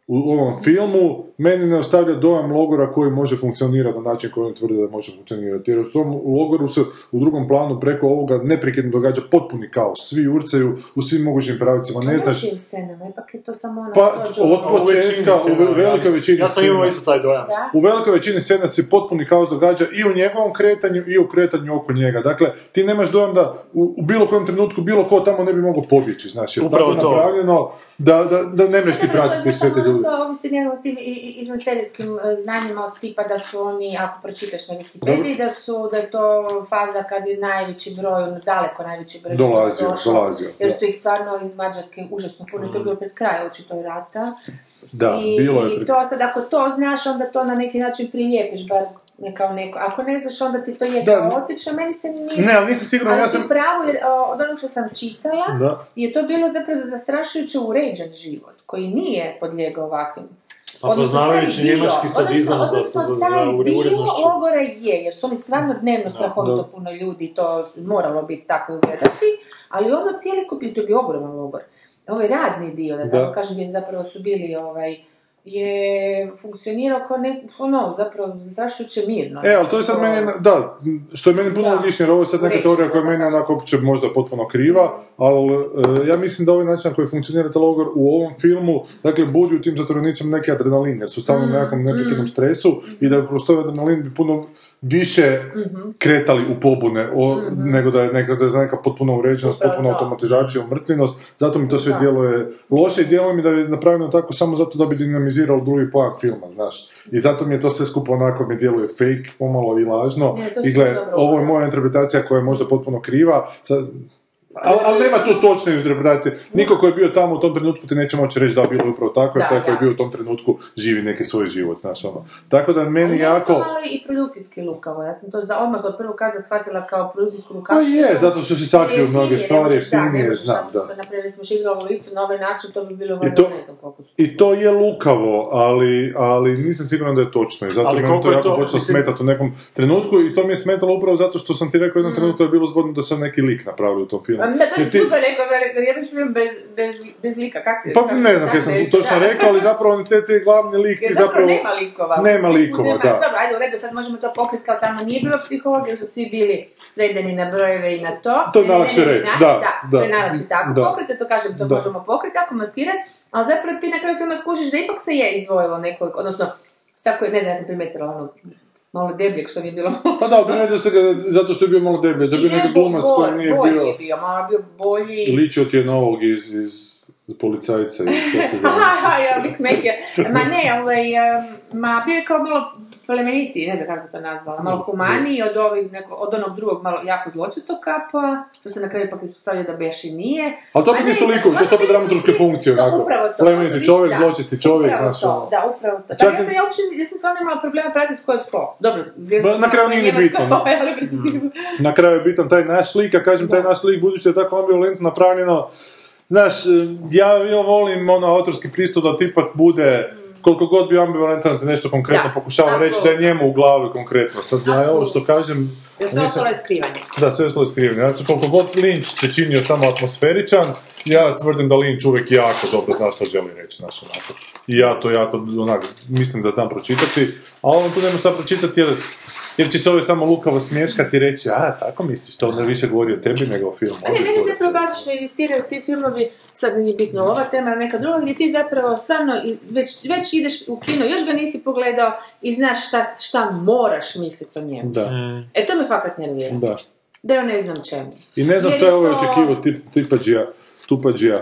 H: u ovom filmu, meni ne ostavlja dojam logora koji može funkcionirati na način koji oni tvrde da može funkcionirati. Jer u tom logoru se u drugom planu preko ovoga neprekidno događa potpuni kaos. Svi urcaju u svim mogućim pravcima. Ne
G: U
H: znaš
G: čijim scenama, ipak je to samo ono...
H: Pa,
G: dođu-
H: od-
I: U većini
H: početka, u
I: scena,
H: velikoj
I: ja.
H: većini
I: Ja sam imao
H: scena.
I: isto taj dojam.
G: Da?
H: u velikoj većini scena se potpuni kaos događa i u njegovom kretanju i u kretanju oko njega. Dakle, ti nemaš dojam da u, u bilo kojem trenutku bilo ko tamo ne bi mogao pobjeći, znači, jer
I: Upravo
H: tako
I: to.
H: napravljeno da, da, da ne mreš ti
G: Dobro, to je
H: pratiti sve
G: zapravo možda
H: te ljude.
G: to ovisi njega o tim i- i- izvanserijskim e, znanjima od tipa da su oni, ako pročitaš na Wikipediji, da su, da je to faza kad je najveći broj, ono, daleko najveći broj židova
H: Dolazio, dolazio,
G: Jer
H: da. Mm.
G: su ih stvarno iz Mađarske užasno puno, to je bilo pred kraj očito rata.
H: Da,
G: I,
H: bilo je
G: i
H: pri-
G: to sad, ako to znaš, onda to na neki način prilijepiš, bar ne kao neko. Ako ne znaš, onda ti to je
H: Da.
G: kaotično, meni se nije...
H: Ne, ali nisam siguran,
G: Ali
H: ja
G: si
H: sam...
G: u pravu, jer, o, od onog što sam čitala,
H: Da.
G: je to bilo zapravo zastrašujuće uređen život, koji nije podlijegao ovakvim.
I: Pa poznavajući
G: taj dio,
I: njemački sadizam
G: odnosno,
I: za-
G: odnosno
I: za- za
G: taj
I: ure-
G: dio
I: urednošću.
G: logora je, jer su oni stvarno dnevno strahovito puno ljudi, to s- moralo biti tako izgledati, ali ono cijeli kupil, to je bio ogroman logor. Ovaj radni dio, da,
H: Da.
G: tako kažem, gdje zapravo su bili ovaj, je funkcionirao kao ne, ono, zapravo zastrašujuće mirno.
H: E, ali to je sad meni, jedna- da, što je meni puno
G: Da.
H: logičnije, jer ovo je sad neka
G: Reći,
H: teorija koja
G: da.
H: meni onako uopće možda potpuno kriva, ali e, ja mislim da ovaj način na koji funkcionira taj logor u ovom filmu, dakle, budi u tim zatvorenicima neki adrenalin, jer su stalno u
G: Mm,
H: nekakvom neprekidnom stresu i da kroz to adrenalin bi puno više
G: Mhm.
H: kretali u pobune, o, nego da je neka, da je neka potpuna uređenost,
G: Upravo
H: potpuna
G: da.
H: automatizacija, umrtvenost, zato mi to sve
G: Da.
H: djeluje loše i djeluje mi da je napravljeno tako samo zato da bi dinamiziralo drugi plan filma, znaš. I zato mi je to sve skupo onako mi djeluje fake, pomalo i lažno.
G: Ne, to
H: Pa, I
G: si
H: gle,
G: dobro
H: ovo je
G: upravo.
H: moja interpretacija koja je možda potpuno kriva, sad, ali, ali nema tu točne interpretacije. Niko ko je bio tamo u tom trenutku ti neće moći reći da bilo je upravo tako, jer
G: Da,
H: taj koji je
G: da.
H: bio u tom trenutku živi neki svoj život, znaš ono. Tako da meni
G: Ali je
H: jako...
G: to malo i produkcijski lukavo, ja sam to za odmah od prvog kada shvatila kao produkcijsku
H: Pa
G: lukavštinu.
H: je, zato što si sakrio mnoge stvari, jeftinije, znam, da.
G: Napravili smo šigalo ovo isto na ovaj način, to bi bilo
H: to-
G: valjda ne znam koliko su.
H: I to je lukavo, ali, ali nisam siguran da je točno. I zato
I: Ali
H: mi
I: koliko
H: to
I: je
H: jako
I: to,
H: počelo
I: mislim-
H: smetati u nekom trenutku i to mi je smetalo upravo zato što sam ti rekao u jednom trenutku da je bilo zgodno da sam neki lik napravio u tom filmu.
G: Mm. Pa da, to
H: Jer
G: je
H: ti-
G: super rekao, veliko, jedan film bez, bez, bez lika, kak se...
H: Pa
G: kako
H: ne
G: se
H: znam kaj sam
G: reći,
H: točno
G: Dakle, da.
H: rekao, ali zapravo on te, te glavni lik
G: Jer
H: ti
G: zapravo
H: zapravo...
G: nema likova. u
H: Nema
G: principu
H: likova,
G: nema-
H: da.
G: Dobro, ajde, u redu, sad možemo to pokriti kao tamo nije bilo psihologa, jer su svi bili svedeni na brojeve i na to.
H: To je
G: Ne, ne,
H: najlakše
G: ne, ne,
H: reći,
G: ne,
H: da, da.
G: to je najlakše tako
H: Da.
G: pokriti, to kažem, to
H: Da.
G: možemo pokriti, ako maskirati, ali zapravo ti na kraju filma skušiš da ipak se je izdvojilo nekoliko, odnosno, tako je, ne znam, ja sam primetila ono, malo debljeg što mi je bilo.
H: Pa da, ali primetio se ga zato što je bio malo deblje, da je bio
G: I
H: neki
G: je bo-
H: glumac koji
G: bo-
H: nije
G: bolji
H: bio...
G: je bio, malo bio bolji.
H: Ličio ti je na ovog iz, iz policajca i što se zove.
G: Aha, ja, Big Mac je. Ma ne, ovaj, em, ma bio je kao malo plemenitiji, ne znam kako bi to nazvala,
H: Mm,
G: malo humaniji od, ovih, neko, od onog drugog malo jako zločistog kapa, što se na kraju ipak ispostavlja da Beši nije.
H: Ali to opet
G: A ne,
H: nisu
G: znam,
H: likovi, to su opet
G: nisu
H: dramaturške
G: svi-
H: funkcije,
G: to,
H: onako.
G: Upravo to.
H: Plemeniti
G: to su
H: čovjek,
G: više-
H: zločisti čovjek,
G: upravo
H: znaš,
G: to,
H: ono.
G: Da, upravo to.
H: Čak
G: Čak, ja
H: i-
G: sam ja uopće, ja sam stvarno imala problema pratiti ko je tko. Dobro,
H: Ba, na kraju nije ni
G: Njemačka,
H: bitno, no.
G: Ali u principu,
H: Na kraju je bitan taj naš lik, a kažem taj naš lik budući da je tako ambivalentno napravljeno. Znaš, eh, ja, ja volim ono autorski pristup da tipak bude koliko god bio ambivalentan da ti nešto konkretno
G: Mm. Da,
H: pokušavam
G: tako.
H: reći da je njemu u glavi konkretno. Sad ja ovo što
G: Apsolutno.
H: kažem,
G: jer sve
H: nisam-
G: ostalo je skrivanje.
H: da sve ostalo je skriveno. Znači koliko god Lynch se činio samo atmosferičan, ja tvrdim da Lynch uvijek jako dobro zna što želi reći, znaš, onako. I ja to jako, onak, mislim da znam pročitati, a on tu nema šta pročitati jer, jer će se ovaj samo lukavo smješkati i reći, a, tako misliš, to onda više govori o tebi nego o filmu.
G: A ne, meni zapravo bazično iritiraju ti filmovi, sad nije bitno ova tema, ali neka druga, gdje ti zapravo stvarno i- već, već ideš u kino, još ga nisi pogledao i znaš šta, šta moraš misliti o njemu.
H: Da,
I: Mm.
G: E to me fakat nervira,
H: da.
G: da ja ne znam čemu.
H: I ne znam
G: Jer
H: što je
G: je
H: ovaj
G: to-
H: očekivao tip, tipađija, tupađija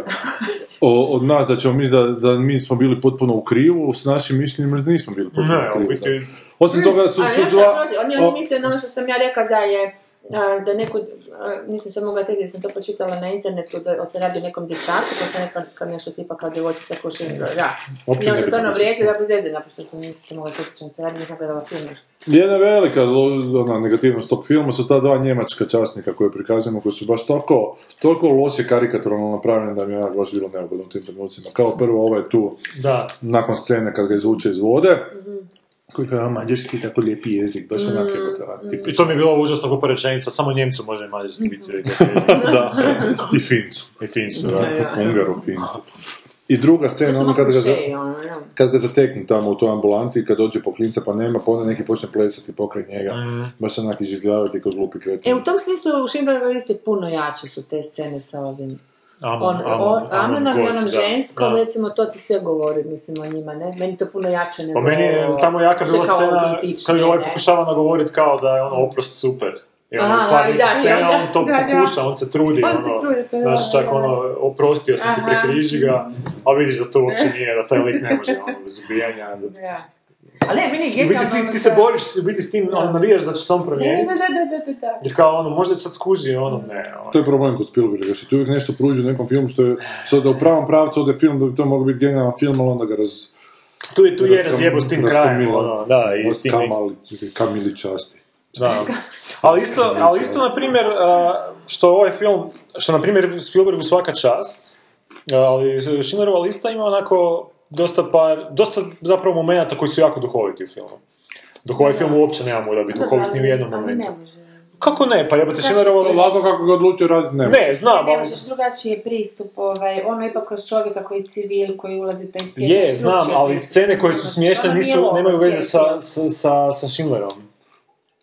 H: o- od nas, da ćemo mi, da, da mi smo bili potpuno u krivu, s našim mišljenjima nismo bili potpuno
I: Ne,
H: u krivu.
I: u biti-
H: Osim toga su,
G: A
H: su
G: znaš šta
H: dva...
G: protiv- Oni,
H: o-
G: oni misle na ono što sam ja rekla da je a, da neko, a, nisam se mogla sjetiti, sam to počitala na internetu, da se radi o nekom dječaku, pa sam rekla kao nešto tipa kao djevojčica kuši, da.
H: Uopće
G: Ne
H: ne bi
G: možda to ja ono
H: bilo.
G: vrijedi, da bez veze, naprosto sam nisam se mogla sjetiti čemu se radi, nisam gledala film još.
H: Jedna velika lo- ona, negativnost tog filma su ta dva njemačka časnika koje prikazujemo, koji su baš toliko, toliko loše karikaturalno napravljeni da mi je onak baš bilo neugodno u tim trenucima. Kao prvo ovaj tu,
I: Da.
H: nakon scene kad ga izvuče iz vode, koji kao, "A, mađarski je tako lijepi jezik, baš
G: Mm,
H: onak je
I: I
H: tipično.
I: to mi je bilo užasno glupa rečenica, samo Njemcu može i mađarski biti.
H: Da, i Fincu, i Fincu, da,
G: da.
H: Ungaru Fincu. I druga
G: To
H: scena,
G: su
H: ono kad
G: malo
H: ga, za-
G: klišeji, ono, ja.
H: kad ga zateknu tamo u toj ambulanti, kad dođe po klinca pa nema, pa onda neki počne plesati pokraj njega, baš se onak iživljavati kod glupi kretan.
G: E, u tom smislu u Schindlerovoj listi puno jače su te scene sa ovim. On, on, Amanom i onom ženskom, recimo, to ti sve govori, mislim, o njima, ne? Meni to puno jače nego...
I: Pa meni je tamo jaka
G: što
I: bila
G: kao
I: scena
G: autentičnije,
I: kad je ovaj
G: ne?
I: pokušava nagovorit kao da je ono oprost super. I ono,
G: Aha,
I: par
G: da,
I: nekih
G: da,
I: scena,
G: da,
I: on to
G: da, da.
I: pokuša, on se trudi,
G: On
I: ono,
G: se trudi, to je
I: znaš,
G: da,
I: čak
G: da.
I: ono, oprostio sam ti,
G: Aha.
I: prekriži ga, a vidiš da to uopće nije, da taj lik ne može, ono, bez ubijanja, da
G: Da. Ali ne, meni je
I: U biti
G: genijalno...
I: ti,
G: ono
I: ti se
G: sa-
I: boriš u biti s tim, ono, navijaš da će se on
G: Da, da,
I: promijeniti,
G: da, da, da, da.
I: jer kao ono, možda sad skuži, ono, ne, ono.
H: To je problem kod Spielberga, što ti uvijek nešto pruži u nekom filmu što je, što da u pravom pravcu ode film, da bi to mogao biti genijalan film, ali onda ga raz...
I: Tu je, tu je
H: raskam-
I: razjebo s tim
H: raskamila-
I: krajem, ono, da, i s tim nekim-
H: raskamali- kamili časti.
I: Da. Ali isto, ali isto na primjer, a, što ovaj film, što na primjer Spielbergu svaka čast, ali Schindlerova lista ima onako dosta par, dosta zapravo momenata koji su jako duhoviti u filmu. Dok ovaj film uopće nema mora biti duhovit ni u jednom
G: Ali
I: momentu.
G: ne može.
I: Kako ne? Pa jebate Schindlerova lista...
H: Ovako kako ga odlučio raditi, ne.
I: Ne, znam,
G: Ne
I: ali...
G: možeš drugačiji pristup, ovaj, ono ipak kroz čovjeka koji je civil, koji ulazi u taj svijet.
I: Je,
G: drugačiji
I: znam, ali
G: pristup.
I: scene koje su
G: Ono,
I: smiješne
G: ono nije
I: nisu,
G: logo,
I: nemaju veze sa,
G: cijeli.
I: sa, sa, sa Schindlerom.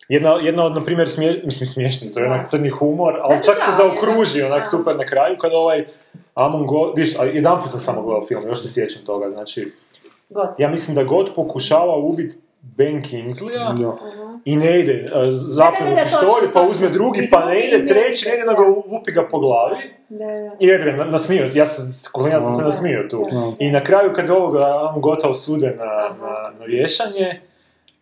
I: Jedna, jedna od, na primjer, smije, mislim smiješni, to je
G: Da.
I: onak crni humor,
G: Da,
I: ali
G: da,
I: čak se
G: da,
I: zaokruži
G: da.
I: onak
G: Da.
I: super na kraju kada ovaj Amon Go... Viš, jedan put sam samo gledao film, još se sjećam toga, znači...
G: Gotovo.
I: Ja mislim da God pokušava ubiti Ben Kingslija
H: Da.
I: i ne ide, e, zapravo
G: Mhm. Da, da, da,
I: pištolj,
G: točno,
I: pa
G: točno.
I: uzme drugi,
G: I
I: pa
G: drugi
I: ne
G: i
I: ide,
G: ne
I: treći,
G: ide,
I: ne ide, nego lupi ga po glavi.
G: Da, da.
I: I evo, na, nasmio, ja sam, kolega sam se nasmio tu. I na kraju kad ovoga on gotovo sude na, na, na vješanje,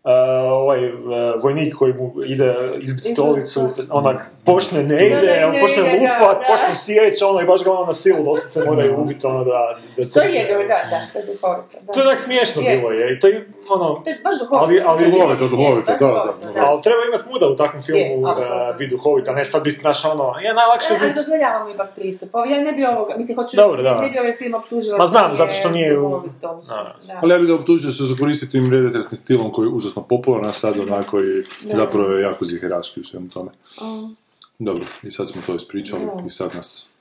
I: uh, ovaj uh, vojnik koji mu ide izbiti
G: Izbit
I: stolicu,
G: stolicu.
I: onak, počne ne
G: Da, da,
I: ide,
G: i
I: on
G: ne
I: počne
G: ide, da,
I: lupat,
G: da.
I: počne sjeći, ono i baš ga ono na silu doslovce moraju ubiti, ono da... da
G: To je, da, da, da, to je duhovito. Da.
I: To je onak smiješno
G: Je.
I: bilo, je, i to je, ono,
G: To je baš duhovito. Znači,
I: Ali- ali-
H: Duhovito, duhovito, da, da.
I: ali treba imati muda u takvom filmu
G: Je,
I: uh,
G: apsolutno. E,
I: biti duhovit, a ne sad biti, naš ono, je najlakše
G: Ali
I: biti
G: dozvoljavamo ipak pristup. Ovo, Ja ne bi ovoga, mislim, hoću
I: Dobro,
G: reći,
I: da.
G: ne bi ovaj film optužila.
I: Ma znam,
G: što
I: zato što nije u-
G: duhovito, u smislu,
I: Da.
G: da.
H: Ali ja bih ga optužio da se zakoristi tim redateljskim stilom koji je užasno popularan a sad onako i zapravo je jako ziheraški u svemu tome. Dobro, i sad smo to ispričali i sad nas...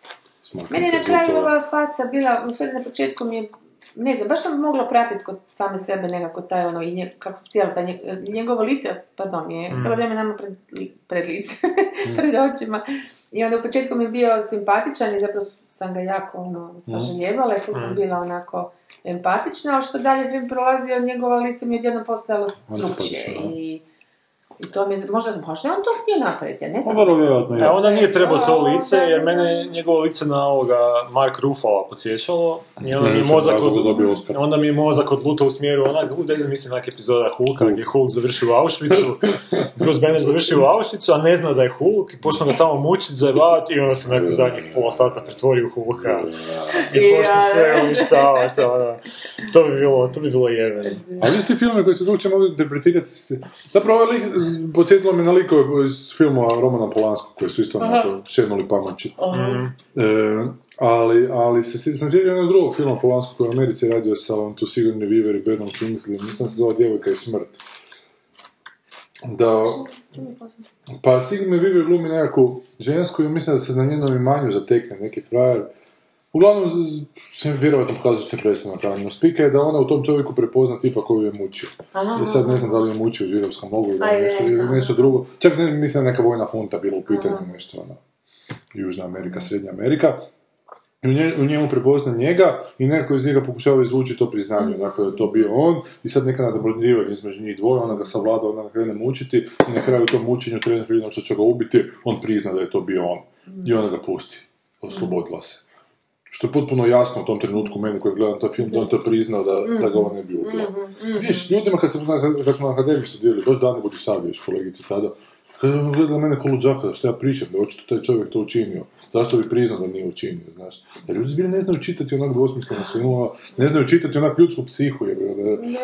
H: smaknite
G: Meni je na kraju
H: zbog toga.
G: ova faca bila, u stvari na početku mi je, ne znam, baš sam mogla pratiti kod same sebe nekako taj ono, i nje, kako cijelo taj nje- njegovo lice, pardon, je cijelo vrijeme nama pred, li- pred lice, pred očima. I onda u početku mi je bio simpatičan i zapravo sam ga jako ono, sažaljevala i tu sam bila onako empatična, ali što dalje bi prolazio, njegovo lice mi je odjedno postajalo drugčije
H: Antipatično, da.
G: i I to mi, je- možda, možda je on to htio napraviti, ja ne znam.
H: Pa Vrlo vjerojatno
I: E,
H: je.
I: onda nije trebao to
G: Da,
I: lice,
G: da,
I: jer
G: da,
I: mene
G: da.
I: je njegovo lice na ovoga Mark Ruffala podsjećalo. I onda
H: Ne,
I: mi je
H: više
I: mozak,
H: razloga
I: od,
H: dobio Oscar.
I: onda mi je mozak odlutao u smjeru onak, u, daj zamislim onak epizoda Hulka gdje Hulk završi u Auschwitzu, Bruce Banner završi u Auschwitzu, a ne zna da je Hulk i počne ga tamo mučiti, zajebavati i onda se nakon zadnjih pola sata pretvori u Hulka i počne sve uništavati. ono. To bi bilo, to bi bilo jeveno.
H: Ali isti filme koji se drugče mogu interpretirati... s- Zapravo, ovaj lik, m, podsjetilo me na likove iz filmova Romana Polanskog, koji su isto onako šenuli pamući.
I: Mhm.
H: E, ali, ali se, sje- sam sjedio jednog drugog filma Polanskog koji je u Americi radio sa on tu Sigourney Weaver i Benom Kingsley, mislim da se zove Djevojka i smrt. Da, pa Sigourney Weaver glumi nekakvu žensku i mislim da se na njenom imanju zatekne neki frajer. Uglavnom, z- z- vjerovatno pokazat ćete predstavno napravljeno. Spika je da ona u tom čovjeku prepozna tipa koju je mučio. Ja sad ne znam da li je mučio u židovskom logoru ili
G: Ajde,
H: nešto,
G: nešto,
H: ili
G: aha.
H: nešto drugo. Čak ne, mislim da je neka vojna hunta bila u pitanju, nešto ona. Južna Amerika, Srednja Amerika. I u, nje- u njemu prepozna njega i neko iz njega pokušava izvući to priznanje, dakle da je to bio on i sad neka nadobrodljivanja između njih dvoje, ona ga savlada, ona ga krene mučiti i na kraju u tom mučenju trener prije nego što će ga ubiti, on prizna da je to bio on i ona ga pusti, oslobodila se. Što je potpuno jasno u tom trenutku meni koji gledam taj film, da on to priznao da, da ga ona ne bi ubila. Viš, ljudima kad, se, kad smo na akademiji studirali, baš Dani Budisavljević, kolegice tada, kad je ona gledala mene ko luđaka, što ja pričam, da je očito taj čovjek to učinio. Zašto bi priznao da nije učinio, znaš? Da ljudi zbilja ne znaju čitati onak dvosmisleno filmova, ne znaju čitati onak ljudsku psihu, je, da,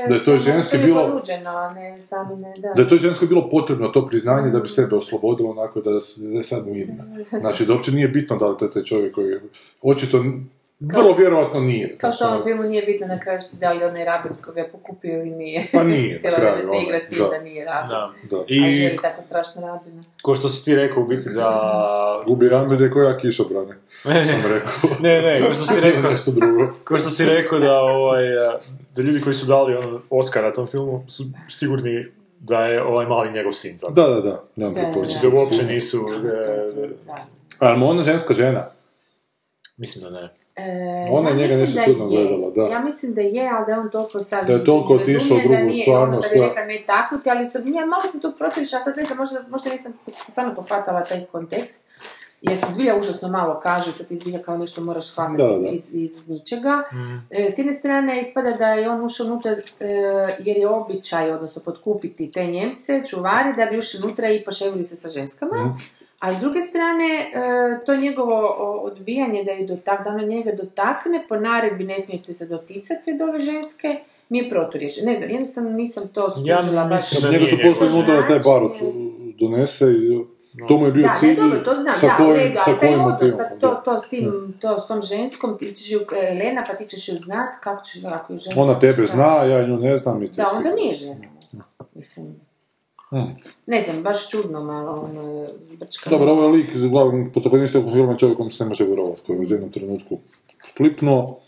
H: da je to ženski bilo...
G: Ponuđeno, a ne sami ne, da.
H: Da je to žensko bilo potrebno to priznanje da bi sebe oslobodilo onako da, s- da je sad mirna. Znači, da uopće nije bitno da li to je taj čovjek koji je, očito, n- vrlo vjerojatno nije.
G: Kao što u
H: Znači,
G: ovom filmu nije bitno na kraju što da li onaj rabin koga je pokupio ili nije.
H: Pa nije, na
G: Cijelo
H: kraju,
G: vrijeme se
H: ono,
G: igra s tim
H: da.
G: da, nije rabin.
I: Da.
H: Da.
G: A
I: I
G: želi tako strašno rabina.
I: ko što si ti rekao u biti da
H: Gubi rambe da je koja kiša brane, sam rekao.
I: Ne, ne, kao što si
H: Rekao
I: rekao,
H: nešto drugo.
I: kao što si rekao da, ovaj, eh, da ljudi koji su dali on, Oscara tom filmu su sigurni da je ovaj mali njegov sin zapravo.
H: Da, da, da, nemam
G: Da,
H: preporučiti.
I: Znači da uopće nisu, eh,
G: Da.
H: Ali mu ona ženska žena.
I: mislim da ne.
G: E,
H: Ona je
G: ja
H: njega
G: mislim
H: nešto
G: da
H: čudno
G: je.
H: gledala, da.
G: Ja mislim da je, ali da je on toliko sad...
H: Da je toliko
G: izrazumljen
H: otišao u
G: da
H: drugu
G: nije,
H: stvarnost,
G: Ono, da
H: da.
G: bi rekla ne taknuti, ali sad ja malo sam tu protiviš, a sad ne znam, možda, možda nisam stvarno popatala taj kontekst. Jer se zbilja užasno malo kaže, sad ti zbilja kao nešto moraš hvatati
H: Da, da.
G: Iz, iz, iz ničega. E, s jedne strane ispada da je on ušao unutra e, jer je običaj, odnosno potkupiti te Njemce, čuvari, da bi ušli unutra i poševili se sa ženskama.
H: Mm.
G: A s druge strane, e, to njegovo o, odbijanje da, ju dotak, da ona njega dotakne, po naredbi ne smijete se doticati od ove ženske, mi je proturječen. Ne znam, jednostavno nisam to skužila baš.
I: mislim Da
H: Njega
I: nije
H: su
I: njegov.
H: poslali unutra da taj bar od- donese i to mu je bio
G: Da, ne,
H: cilj.
G: dobro, to znam,
H: sa
G: da, u
H: kojim-
G: redu,
H: sa
G: ali taj
H: kojim
G: odnos,
H: motivom,
G: sad
H: da.
G: to, to, s tim, to s tom ženskom, ti ćeš ju, e, Lena, pa ti ćeš ju znat, kako ćeš, ako ju žena...
H: Ona tebe zna, ja nju ne znam i ti
G: Da,
H: svi.
G: onda nije žena. Mislim,
H: Hm.
G: ne znam, baš čudno malo, ono, zbrčkano.
H: Dobro, ovaj lik, uglavnom, protagonista ovog filma je čovjek kojem se ne može vjerovati, koji je u jednom trenutku flipnuo.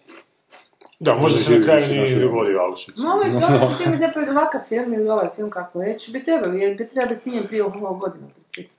I: Da, možda se na
H: Živi
I: kraju
H: više
I: nije
H: naš
I: ni
H: film.
I: dogodio Auschwitz.
G: Ma Ovo je dobro, film je zapravo ovakav film ili ovaj film kako reći, bi trebao, jer bi trebao biti snimljen prije ovog godina. u principu.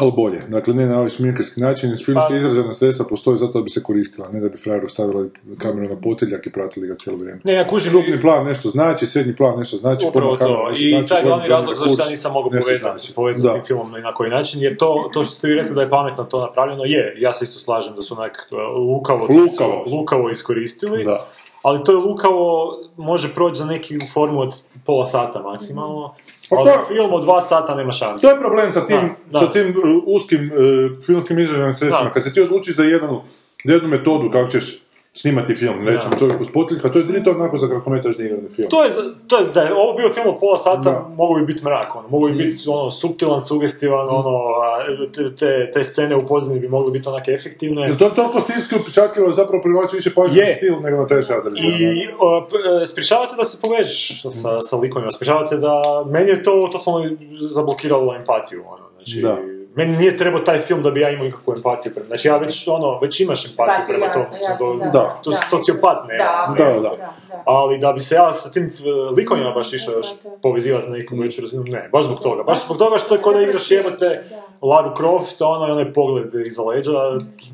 H: Ali bolje, dakle ne na ovaj smirkarski način, filmske
I: Pa-
H: izražena sredstva postoje zato da bi se koristila, ne da bi frajeru stavila kameru na poteljak i pratili ga cijelo vrijeme.
I: Ne, ja kužim,
H: Krupni plan nešto znači, srednji plan nešto znači,
I: upravo
H: porno kamera
I: to.
H: nešto
I: I
H: znači,
I: taj glavni
H: porno
I: razlog zašto
H: kurs
I: ja nisam mogao
H: nešto
I: povezati,
H: znači.
I: povezati
H: Da.
I: s tim filmom ni na koji način, jer to, to što ste vi rekli da je pametno to napravljeno, je, ja se isto slažem da su onak eh, lukavo,
H: Lukavo.
I: lukavo iskoristili.
H: Da.
I: Ali to je lukavo, može proći za neki formu od pola sata maksimalno.
H: Pa
I: Ali
H: to-
I: za film od dva sata nema šanse.
H: To je problem sa tim,
I: Da, da.
H: sa tim uh, uskim uh, filmskim izraženim sredstvima.
I: Da.
H: Kad se ti odlučiš za jednu, za jednu metodu kako ćeš snimati film, recimo
I: Da.
H: čovjek uz potiljka, to je nije to onako za krakometražni igrani film.
I: To je, za- to je, da je ovo bio film od pola sata,
H: Da.
I: mogao bi biti mrak, ono, mogao bi biti ono, suptilan, sugestivan, ono, a, te- te, te scene u pozadini bi mogle biti onake efektivne.
H: Jer to je toliko stilski upečatljivo, zapravo privlači više pažnje
I: Je.
H: na stil nego na taj sadržaj. ono.
I: I o, p- e, sprječavate da se povežeš sa, sa likovima, sprječavate da... Meni je to totalno zablokiralo empatiju, ono, znači...
H: Da.
I: Meni nije trebao taj film da bi ja imao ikakvu empatiju prema... Znači ja već, ono, već imaš empatiju
G: Empatiju,
I: prema
G: jasno,
I: tom.
G: jasno,
I: to,
G: da.
H: Da.
I: to sociopat ne. ono,
G: Da,
H: Da,
G: da,
H: da.
G: da. da.
I: Ali da bi se ja sa tim e, likovima baš išao još
G: Da, da.
I: povezivati na neku veću razinu, ne, baš zbog toga. Baš zbog toga što je kod da igraš jebate Laru Croft, ono i onaj pogled iza leđa,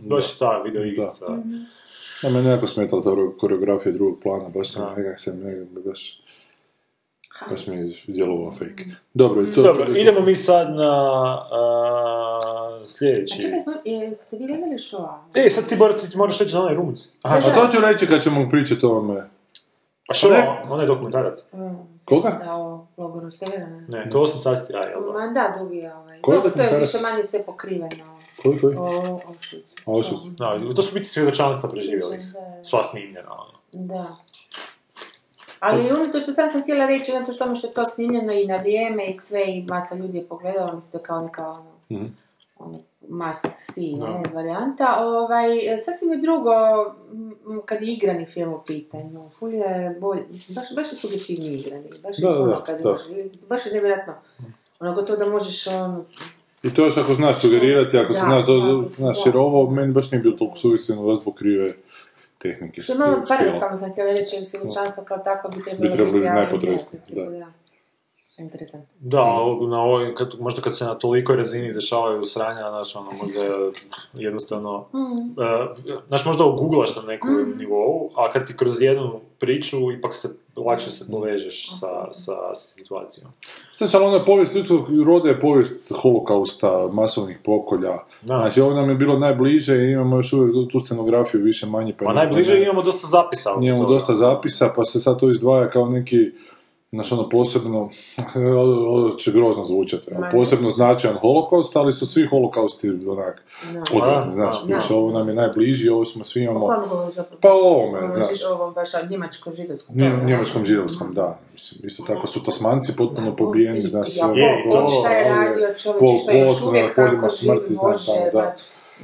I: baš ta video igrica.
H: Da, me nekako smetala ta koreografija drugog plana, baš sam nekak se nekak baš... baš mi je djelovao fake. Dobro, i to...
I: Dobro,
H: to-
I: idemo mi sad na a, sljedeći.
G: A čekaj, smo, e, jeste vi gledali šoa?
I: E, sad ti, mora, ti moraš reći za onaj rumunci.
H: A pa to ću reći kad ćemo pričati o ovome.
I: A pa što?
H: Ne.
I: Onaj dokumentarac.
G: Mm.
H: Koga?
G: Da, o logoru ste gledali?
I: Ne, to 8 sati traje, jel da?
G: Ma da, dugi je ovaj.
H: Koji
G: Dobro, to je
H: dokumentarac?
G: više manje sve pokriveno.
H: Koji, koji?
G: O, o Švicu.
H: Ovo su...
I: Da, to su biti svjedočanstva preživjelih.
G: Da.
I: Sva snimljena, ono.
G: Da. Ali ono to što sam sam htjela reći, zato što ono što je to snimljeno i na vrijeme i sve, i masa ljudi je pogledala, mislim da je kao neka ono,
H: Mhm.
G: ono must see, ne, varijanta. Ovaj, e, sasvim je drugo m, m, kad je igrani film u pitanju. Hulja je bolje, mislim, baš, baš je subjektivni igrani. Baš je
H: Da, da,
G: ono
H: da,
G: kad
H: da.
G: imaš- baš je nevjerojatno. Ono gotovo da možeš ono,
H: I to još ako znaš sugerirati, ako se
G: Da,
H: znaš, do,
G: da,
H: znaš,
G: da.
H: jer ovo meni baš nije bilo toliko suvisljeno vas zbog krive tehnike.
G: Što je malo
H: stila.
G: paradoksalno sam htjela reći, jer svjedočanstvo kao tako bi trebalo
H: Bi trebalo
G: biti
H: biti
G: ali
H: najpotresnije,
G: ne,
H: da.
G: Interesantno.
H: Mm.
I: Da, ovo- na ovoj, kad, možda kad se na tolikoj razini dešavaju sranja, znaš, ono, možda je jednostavno... e, znaš, možda oguglaš na nekom nivou, a kad ti kroz jednu priču ipak se lakše se povežeš sa, sa situacijom.
H: Znači, ali ona povijest ljudskog roda je povijest holokausta, masovnih pokolja. Znači, ovo nam je bilo najbliže i imamo još uvijek tu- tu scenografiju više manje. Pa
I: Pa
H: nije-
I: najbliže imamo dosta zapisa. od
H: Imamo
I: toga.
H: dosta zapisa, pa se sad to izdvaja kao neki, znaš ono posebno, ovo- ovo će grozno zvučati, ali
G: Ma ne.
H: posebno značajan holokaust, ali su svi holokausti onak odvratni,
I: Pa Da,
H: znaš,
I: da.
H: više ovo nam je najbliži, ovo smo svi
G: O
H: imamo,
G: kom govorim zapravo?
H: pa o ovome,
G: Ovo
H: znaš,
G: ži- Ovo Ono baš njemačko-židovsko.
H: nje- njemačkom židovskom, da, mislim, isto tako su tasmanci potpuno pobijeni, znaš,
G: Ja,
H: ono,
I: Je,
G: to
H: ovo-
G: šta je
H: ovo
G: radio
H: Pol
G: čovječ, što je još
H: Pot
G: uvijek
H: na
G: tako
H: poljima
G: živi,
H: smrti, znaš,
G: može, pa,
H: da, da.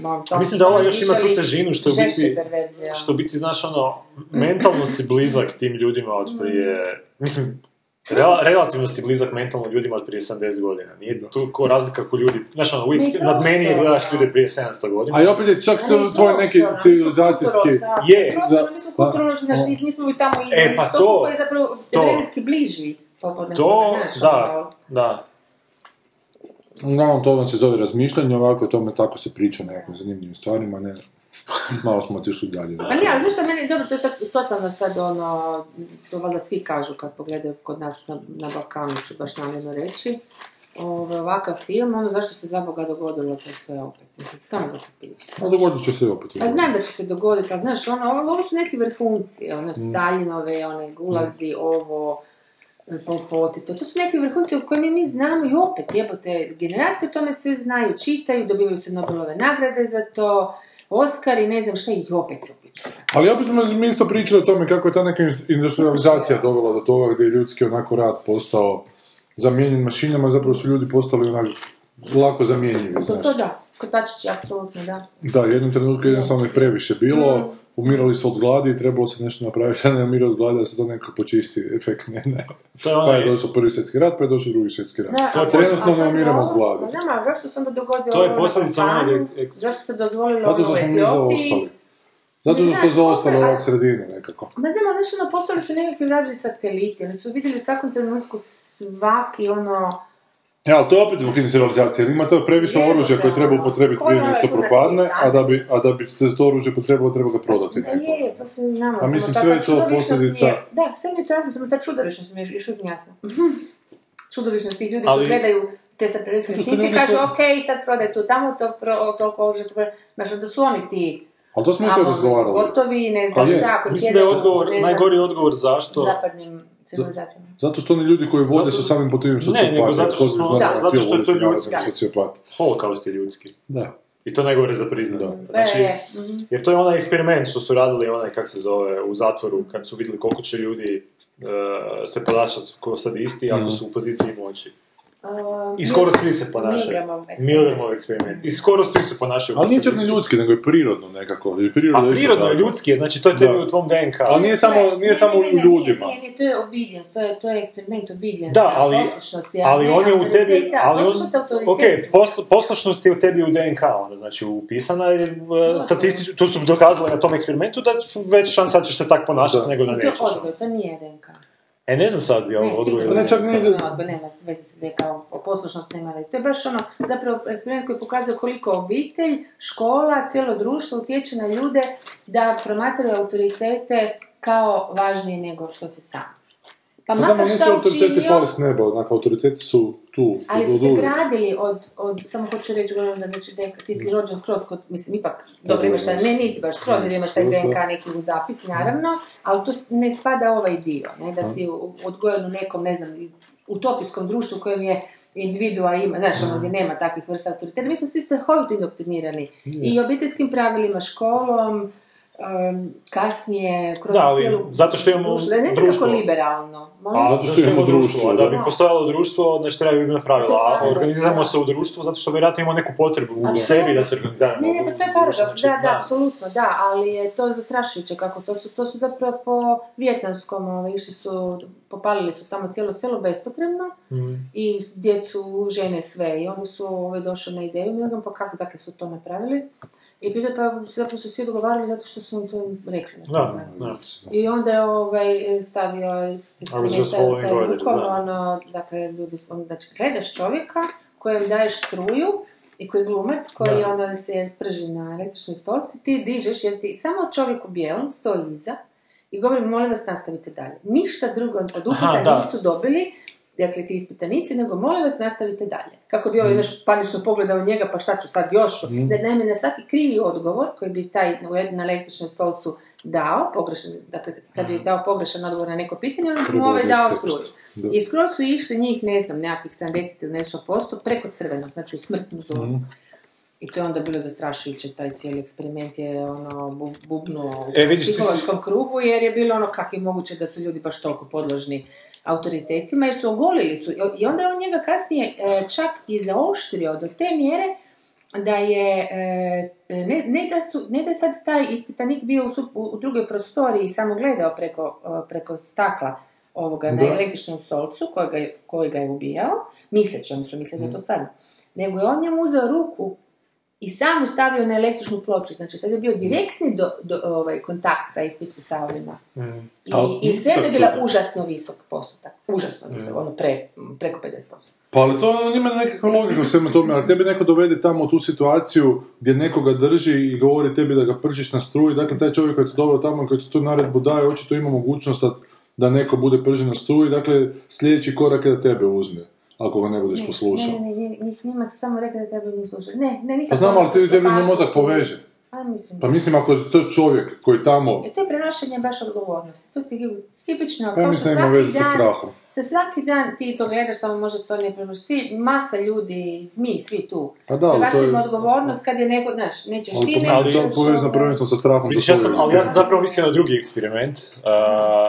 G: ma,
I: A
G: tamo
I: Mislim
G: su
I: da ova još ima tu
G: razmišljali
I: težinu što je u
G: žešće
I: biti,
G: perverzije,
I: što u biti, znaš, ono, mentalno si blizak tim ljudima od prije, mislim, rela- relativno si blizak mentalno ljudima od prije 70 godina. Nije toliko razlika ko ljudi, znaš, ono, uvijek
G: Ne,
I: nad meni
G: prostor,
I: gledaš
G: da.
I: ljude prije 700 godina.
H: A i opet je čak
G: Ali
H: to- tvoj
G: to,
H: neki
G: stvarno, mi smo
H: civilizacijski...
G: kulturno, da,
I: Je,
G: stvarno,
H: da. Pa,
G: Mi smo kulturno, znaš, nis- nismo mi tamo i
I: E, pa
G: istoku
I: to,
G: koji je zapravo
I: to.
G: vremenski bliži. poput nekog,
I: To,
G: znaš,
I: da,
G: ono,
I: da.
H: Uglavnom, to vam se zove razmišljanje, ovako tome tako se priča o nekim zanimljivim stvarima, ne... Malo smo otišli dalje.
G: Pa ne, ali zašto meni, dobro, to je sad totalno sad ono, to valjda svi kažu kad pogledaju kod nas na, na Balkanu, ću baš namjerno reći, ovaj, ovakav film, ono zašto se za Boga dogodilo to sve opet, mislim, samo za to piće.
H: A dogodit će se opet.
G: Pa znam da će se dogoditi, ali znaš, ono, ovo, ovo su neki vrhunci, ono, Staljinove, one, gulazi, ovo, e, Pol Pot i to, to su neki vrhunci o kojima mi znamo i opet, jebote, generacije o tome sve znaju, čitaju, dobivaju se Nobelove nagrade za to, Oskar i ne znam šta, i opet se upiču.
H: Ali opet smo mi isto pričali o tome kako je ta neka industrializacija dovela do toga gdje je ljudski onako rad postao zamijenjen mašinama, zapravo su ljudi postali onako lako zamjenjivi,
G: To,
H: znaš.
G: to da, kotačići, apsolutno da.
H: Da, u jednom trenutku jednostavno je previše bilo, umirali su od gladi i trebalo se nešto napraviti, a ne umire od gladi da se to nekako počisti, efekt ne, ne.
I: To je ono-
H: Pa je
I: onaj,
H: došao prvi svjetski rat, pa je došao drugi svjetski rat.
G: Da,
I: To je
G: a-
H: trenutno
G: a-
H: ne
G: a-
H: umiramo
G: a-
H: od gladi.
G: Pa nama, zašto se onda dogodilo
I: To je
G: ovo na
I: posljedica
G: Balkanu?
I: onog ek- eks-
G: Zašto se
I: pa
G: dozvolilo
H: Zato
G: ono
H: što
G: u
H: smo mi zaostali.
G: Etiopiji?
H: Zato što
G: Znaš,
H: smo zaostali
G: to se-
H: ovak sredine nekako.
G: Ma znam, ali znaš, ono, postali su nekakvi različiti sateliti, oni su vidjeli u svakom trenutku svaki, ono...
H: Ja, E, ali to je opet zbog industrializacije, jer ima to previše
G: Jebote,
H: oružja koje treba
G: ono.
H: upotrebiti
G: Ko je
H: prije nego što
G: ovaj
H: propadne,
G: nacista?
H: a da bi, a da bi se to oružje potrebalo, treba ga prodati
G: Da, E, je,
H: nekome.
G: je, to svi znamo.
H: A
G: samo
H: mislim,
G: ta-
H: sve
G: ta
H: je to
G: čudovišnost
H: posljedica-
G: je- Da, sve mi je to jasno, samo ta čudovišnost mi je još- još uvijek jasna. čudovišnost tih ljudi
I: Ali-
G: koji gledaju te satelitske
H: Zato što
G: snimke i
H: ljudi
G: kažu,
H: to-
G: ok, sad prodaj tu tamo, to pro, toliko oružja, to pro- Znaš, da su oni ti
H: Ali to smo isto
G: tamo
H: razgovarali.
G: gotovi, ne
H: Pa
G: znam
H: je,
G: šta, koji
I: mislim da je odgovor,
G: ne znam,
I: najgori odgovor zašto,
G: zapadnim civilizacijama.
H: Zato što oni ljudi koji vode
I: Zato-
H: su samim potivnim
I: Ne,
H: sociopati.
I: nego zato što
H: to bi ono
I: smo-
H: naravno
I: da, zato
H: htio
I: što je to
H: voditi narod
I: ljudski.
H: na sociopati.
I: holokaust je ljudski.
H: Da.
I: I to najgore za priznat.
G: Znači,
I: Znači, Jer to je onaj eksperiment što su radili, onaj, kak se zove, u zatvoru, kad su vidjeli koliko će ljudi e, se ponašati ko sadisti,
H: Mhm.
I: ako su u poziciji moći. I skoro svi se ponašaju.
G: Milgramov eksperiment.
I: Milgramov eksperiment. I skoro svi se ponašaju
H: Ali
I: kao
H: nije čak ni
I: sadisti.
H: ljudski, nego je prirodno nekako. I priroda
I: A
H: isto
I: prirodno je
H: tako.
I: ljudski, je, znači to je tebi
H: Da.
I: u tvom DNK.
H: Ali nije samo, nije samo u ljudima.
G: Ne, ne, to je obidjens, to je, to je eksperiment obidjens.
I: Da, ali, ali on je u tebi, ali on, ok, posl- poslušnost je u tebi u DNK, onda, znači upisana je statistički, tu su dokazali na tom eksperimentu da su veća šansa da ćeš se tak ponašati
H: Da.
I: nego da
G: To je
I: nećeš. ono.
G: odgoj, to nije RNK.
I: E, ne znam sad, jel,
G: Ne,
I: odgovor
G: sigurno,
I: je-
H: Ne, čak nije-
G: sigurno odgoj, nema veze se da je kao poslušnost nema veze. To je baš ono, zapravo eksperiment koji pokazuje koliko obitelj, škola, cijelo društvo utječe na ljude da promatraju autoritete kao važnije nego što si sam. Pa
H: Pa znamo,
G: makar
H: nisu
G: šta
H: autoriteti
G: učinio,
H: pali s neba, onak, autoriteti su tu.
G: ali su
H: od
G: te
H: uvijek.
G: gradili od, od samo hoću reći, govorim da znači DNK, ti si rođen skroz kod, mislim, ipak, dobro
H: Dobro,
G: imaš taj,
H: jasno.
G: ne, nisi baš skroz, jer imaš taj
H: Skroz, da.
G: DNK neki u zapis, naravno, ali to s- ne spada ovaj dio, ne, da si u- odgojen u nekom, ne znam, utopijskom društvu u kojem je individua ima, znaš, ono gdje nema takvih vrsta autoriteta. Mi smo svi strahovito indoktrinirani. I obiteljskim pravilima, školom, em, kasnije, kroz
I: Da, ali
G: cijelu
I: zato što imamo
G: društvo. Da, ne znam
I: društvo.
G: kako liberalno. molim?
I: A,
H: Zato što imamo društvo,
I: a da bi
G: da.
I: postojalo društvo, znači trebaju biti
G: To je
I: pravila. A
G: paradoks,
I: organiziramo
G: da.
I: se u društvu zato što vjerojatno imamo neku potrebu u
G: Apsolutno.
I: sebi da se organiziramo.
G: Ne, ne, pa to je paradoks, da,
I: Znači,
G: da, apsolutno, da, ali je to zastrašujuće kako to su, to su zapravo po vjetnamskom, ovaj, išli su, popalili su tamo cijelo selo bespotrebno
I: Mhm.
G: i djecu, žene, sve, i oni su ovaj, došli na ideju, ne znam pa kako, zakaj su to napravili, i pitao pa zapravo su svi dogovarali zato što su im to rekli. na
I: Da,
G: primjer.
I: da.
G: I onda je ovaj, stavio
I: was just
G: sa
I: following
G: sa
I: orders,
G: rukom,
I: da.
G: ono, dakle, ljudi, su- znači, gledaš čovjeka kojem daješ struju i koji je glumac, koji
I: Da.
G: ono se prži na električnoj stolci, ti dižeš jer ti samo čovjek u bijelom stoji iza i govori, molim vas, nastavite dalje. Ništa drugo od upita
I: Aha, da.
G: nisu dobili, dakle, ti ispitanici, nego molim vas, nastavite dalje. Kako bi ovaj još panično pogledao njega, pa šta ću sad još? Da, naime, na svaki krivi odgovor koji bi taj na električnom stolcu dao, pogrešan, dakle, kad bi dao pogrešan odgovor na neko pitanje, onda bi mu
H: Trebalo
G: ovaj
H: bi
G: dao
H: istresti.
G: struju.
H: Da.
G: I skroz su išli njih, ne znam, nekakvih 70 ili nešto posto, preko crvenog, znači u smrtnu zonu.
H: Mm.
G: I to je onda bilo zastrašujuće, taj cijeli eksperiment je ono, bu- bubnuo
I: E,
G: u
I: vidiš, ti si-
G: psihološkom krugu, jer je bilo ono kako je moguće da su ljudi baš toliko podložni autoritetima, jer su ogolili su. I onda je on njega kasnije e, čak i zaoštrio do te mjere da je, e, ne, ne da su, ne da je sad taj ispitanik bio u, sup- u- u drugoj prostoriji i samo gledao preko, e, preko stakla ovoga na
H: Da.
G: električnom stolcu koji ga, je- koji ga je ubijao, misleći, oni su mislili da je
I: Mm.
G: to stvarno, nego je on njemu uzeo ruku i sam mu stavio na električnu ploču, znači sad je bio direktni do, do- ovaj, kontakt sa ispit sa ovima. I,
H: Ali
G: i sve je
H: ništa
G: bila
H: čudno.
G: užasno visok postotak, užasno visok, ono pre, preko 50%.
H: Pa ali to ono, ima nekakva logika u svemu tome, ali tebe neko dovede tamo u tu situaciju gdje nekoga drži i govori tebi da ga pržiš na struji, dakle taj čovjek koji je to doveo tamo i koji ti tu naredbu daje, očito ima mogućnost da, da neko bude pržen na struji, dakle sljedeći korak je da tebe uzme, ako ga ne budeš poslušao.
G: Ne, ne, ne, ne, njih njima su samo rekli da tebe nije slušali. Ne, ne, nikako.
H: Pa znam, ali tebi, tebi
G: Opasnost
H: mozak
G: je.
H: poveže.
G: A, mislim.
H: Pa mislim, ako je to čovjek koji tamo...
G: E, to je prenošenje baš odgovornosti. To ti je tipično,
H: Pa
G: kao što
H: mislim da ima
G: svaki
H: veze sa
G: dan,
H: strahom.
G: se svaki dan ti to gledaš, samo možda to ne prenoš. Svi, masa ljudi, mi svi tu.
H: Pa da, ali to je-
G: Prebacujemo odgovornost kad je neko, znaš, nećeš
H: Ali
G: ti,
H: to-
G: nećeš...
H: ali to je povezano
G: ono.
H: prvenstveno sa strahom.
I: Vidiš,
H: za
I: ja sam,
H: svoju
I: ali ja sam
H: egzistenciju.
I: zapravo mislio na drugi eksperiment, uh,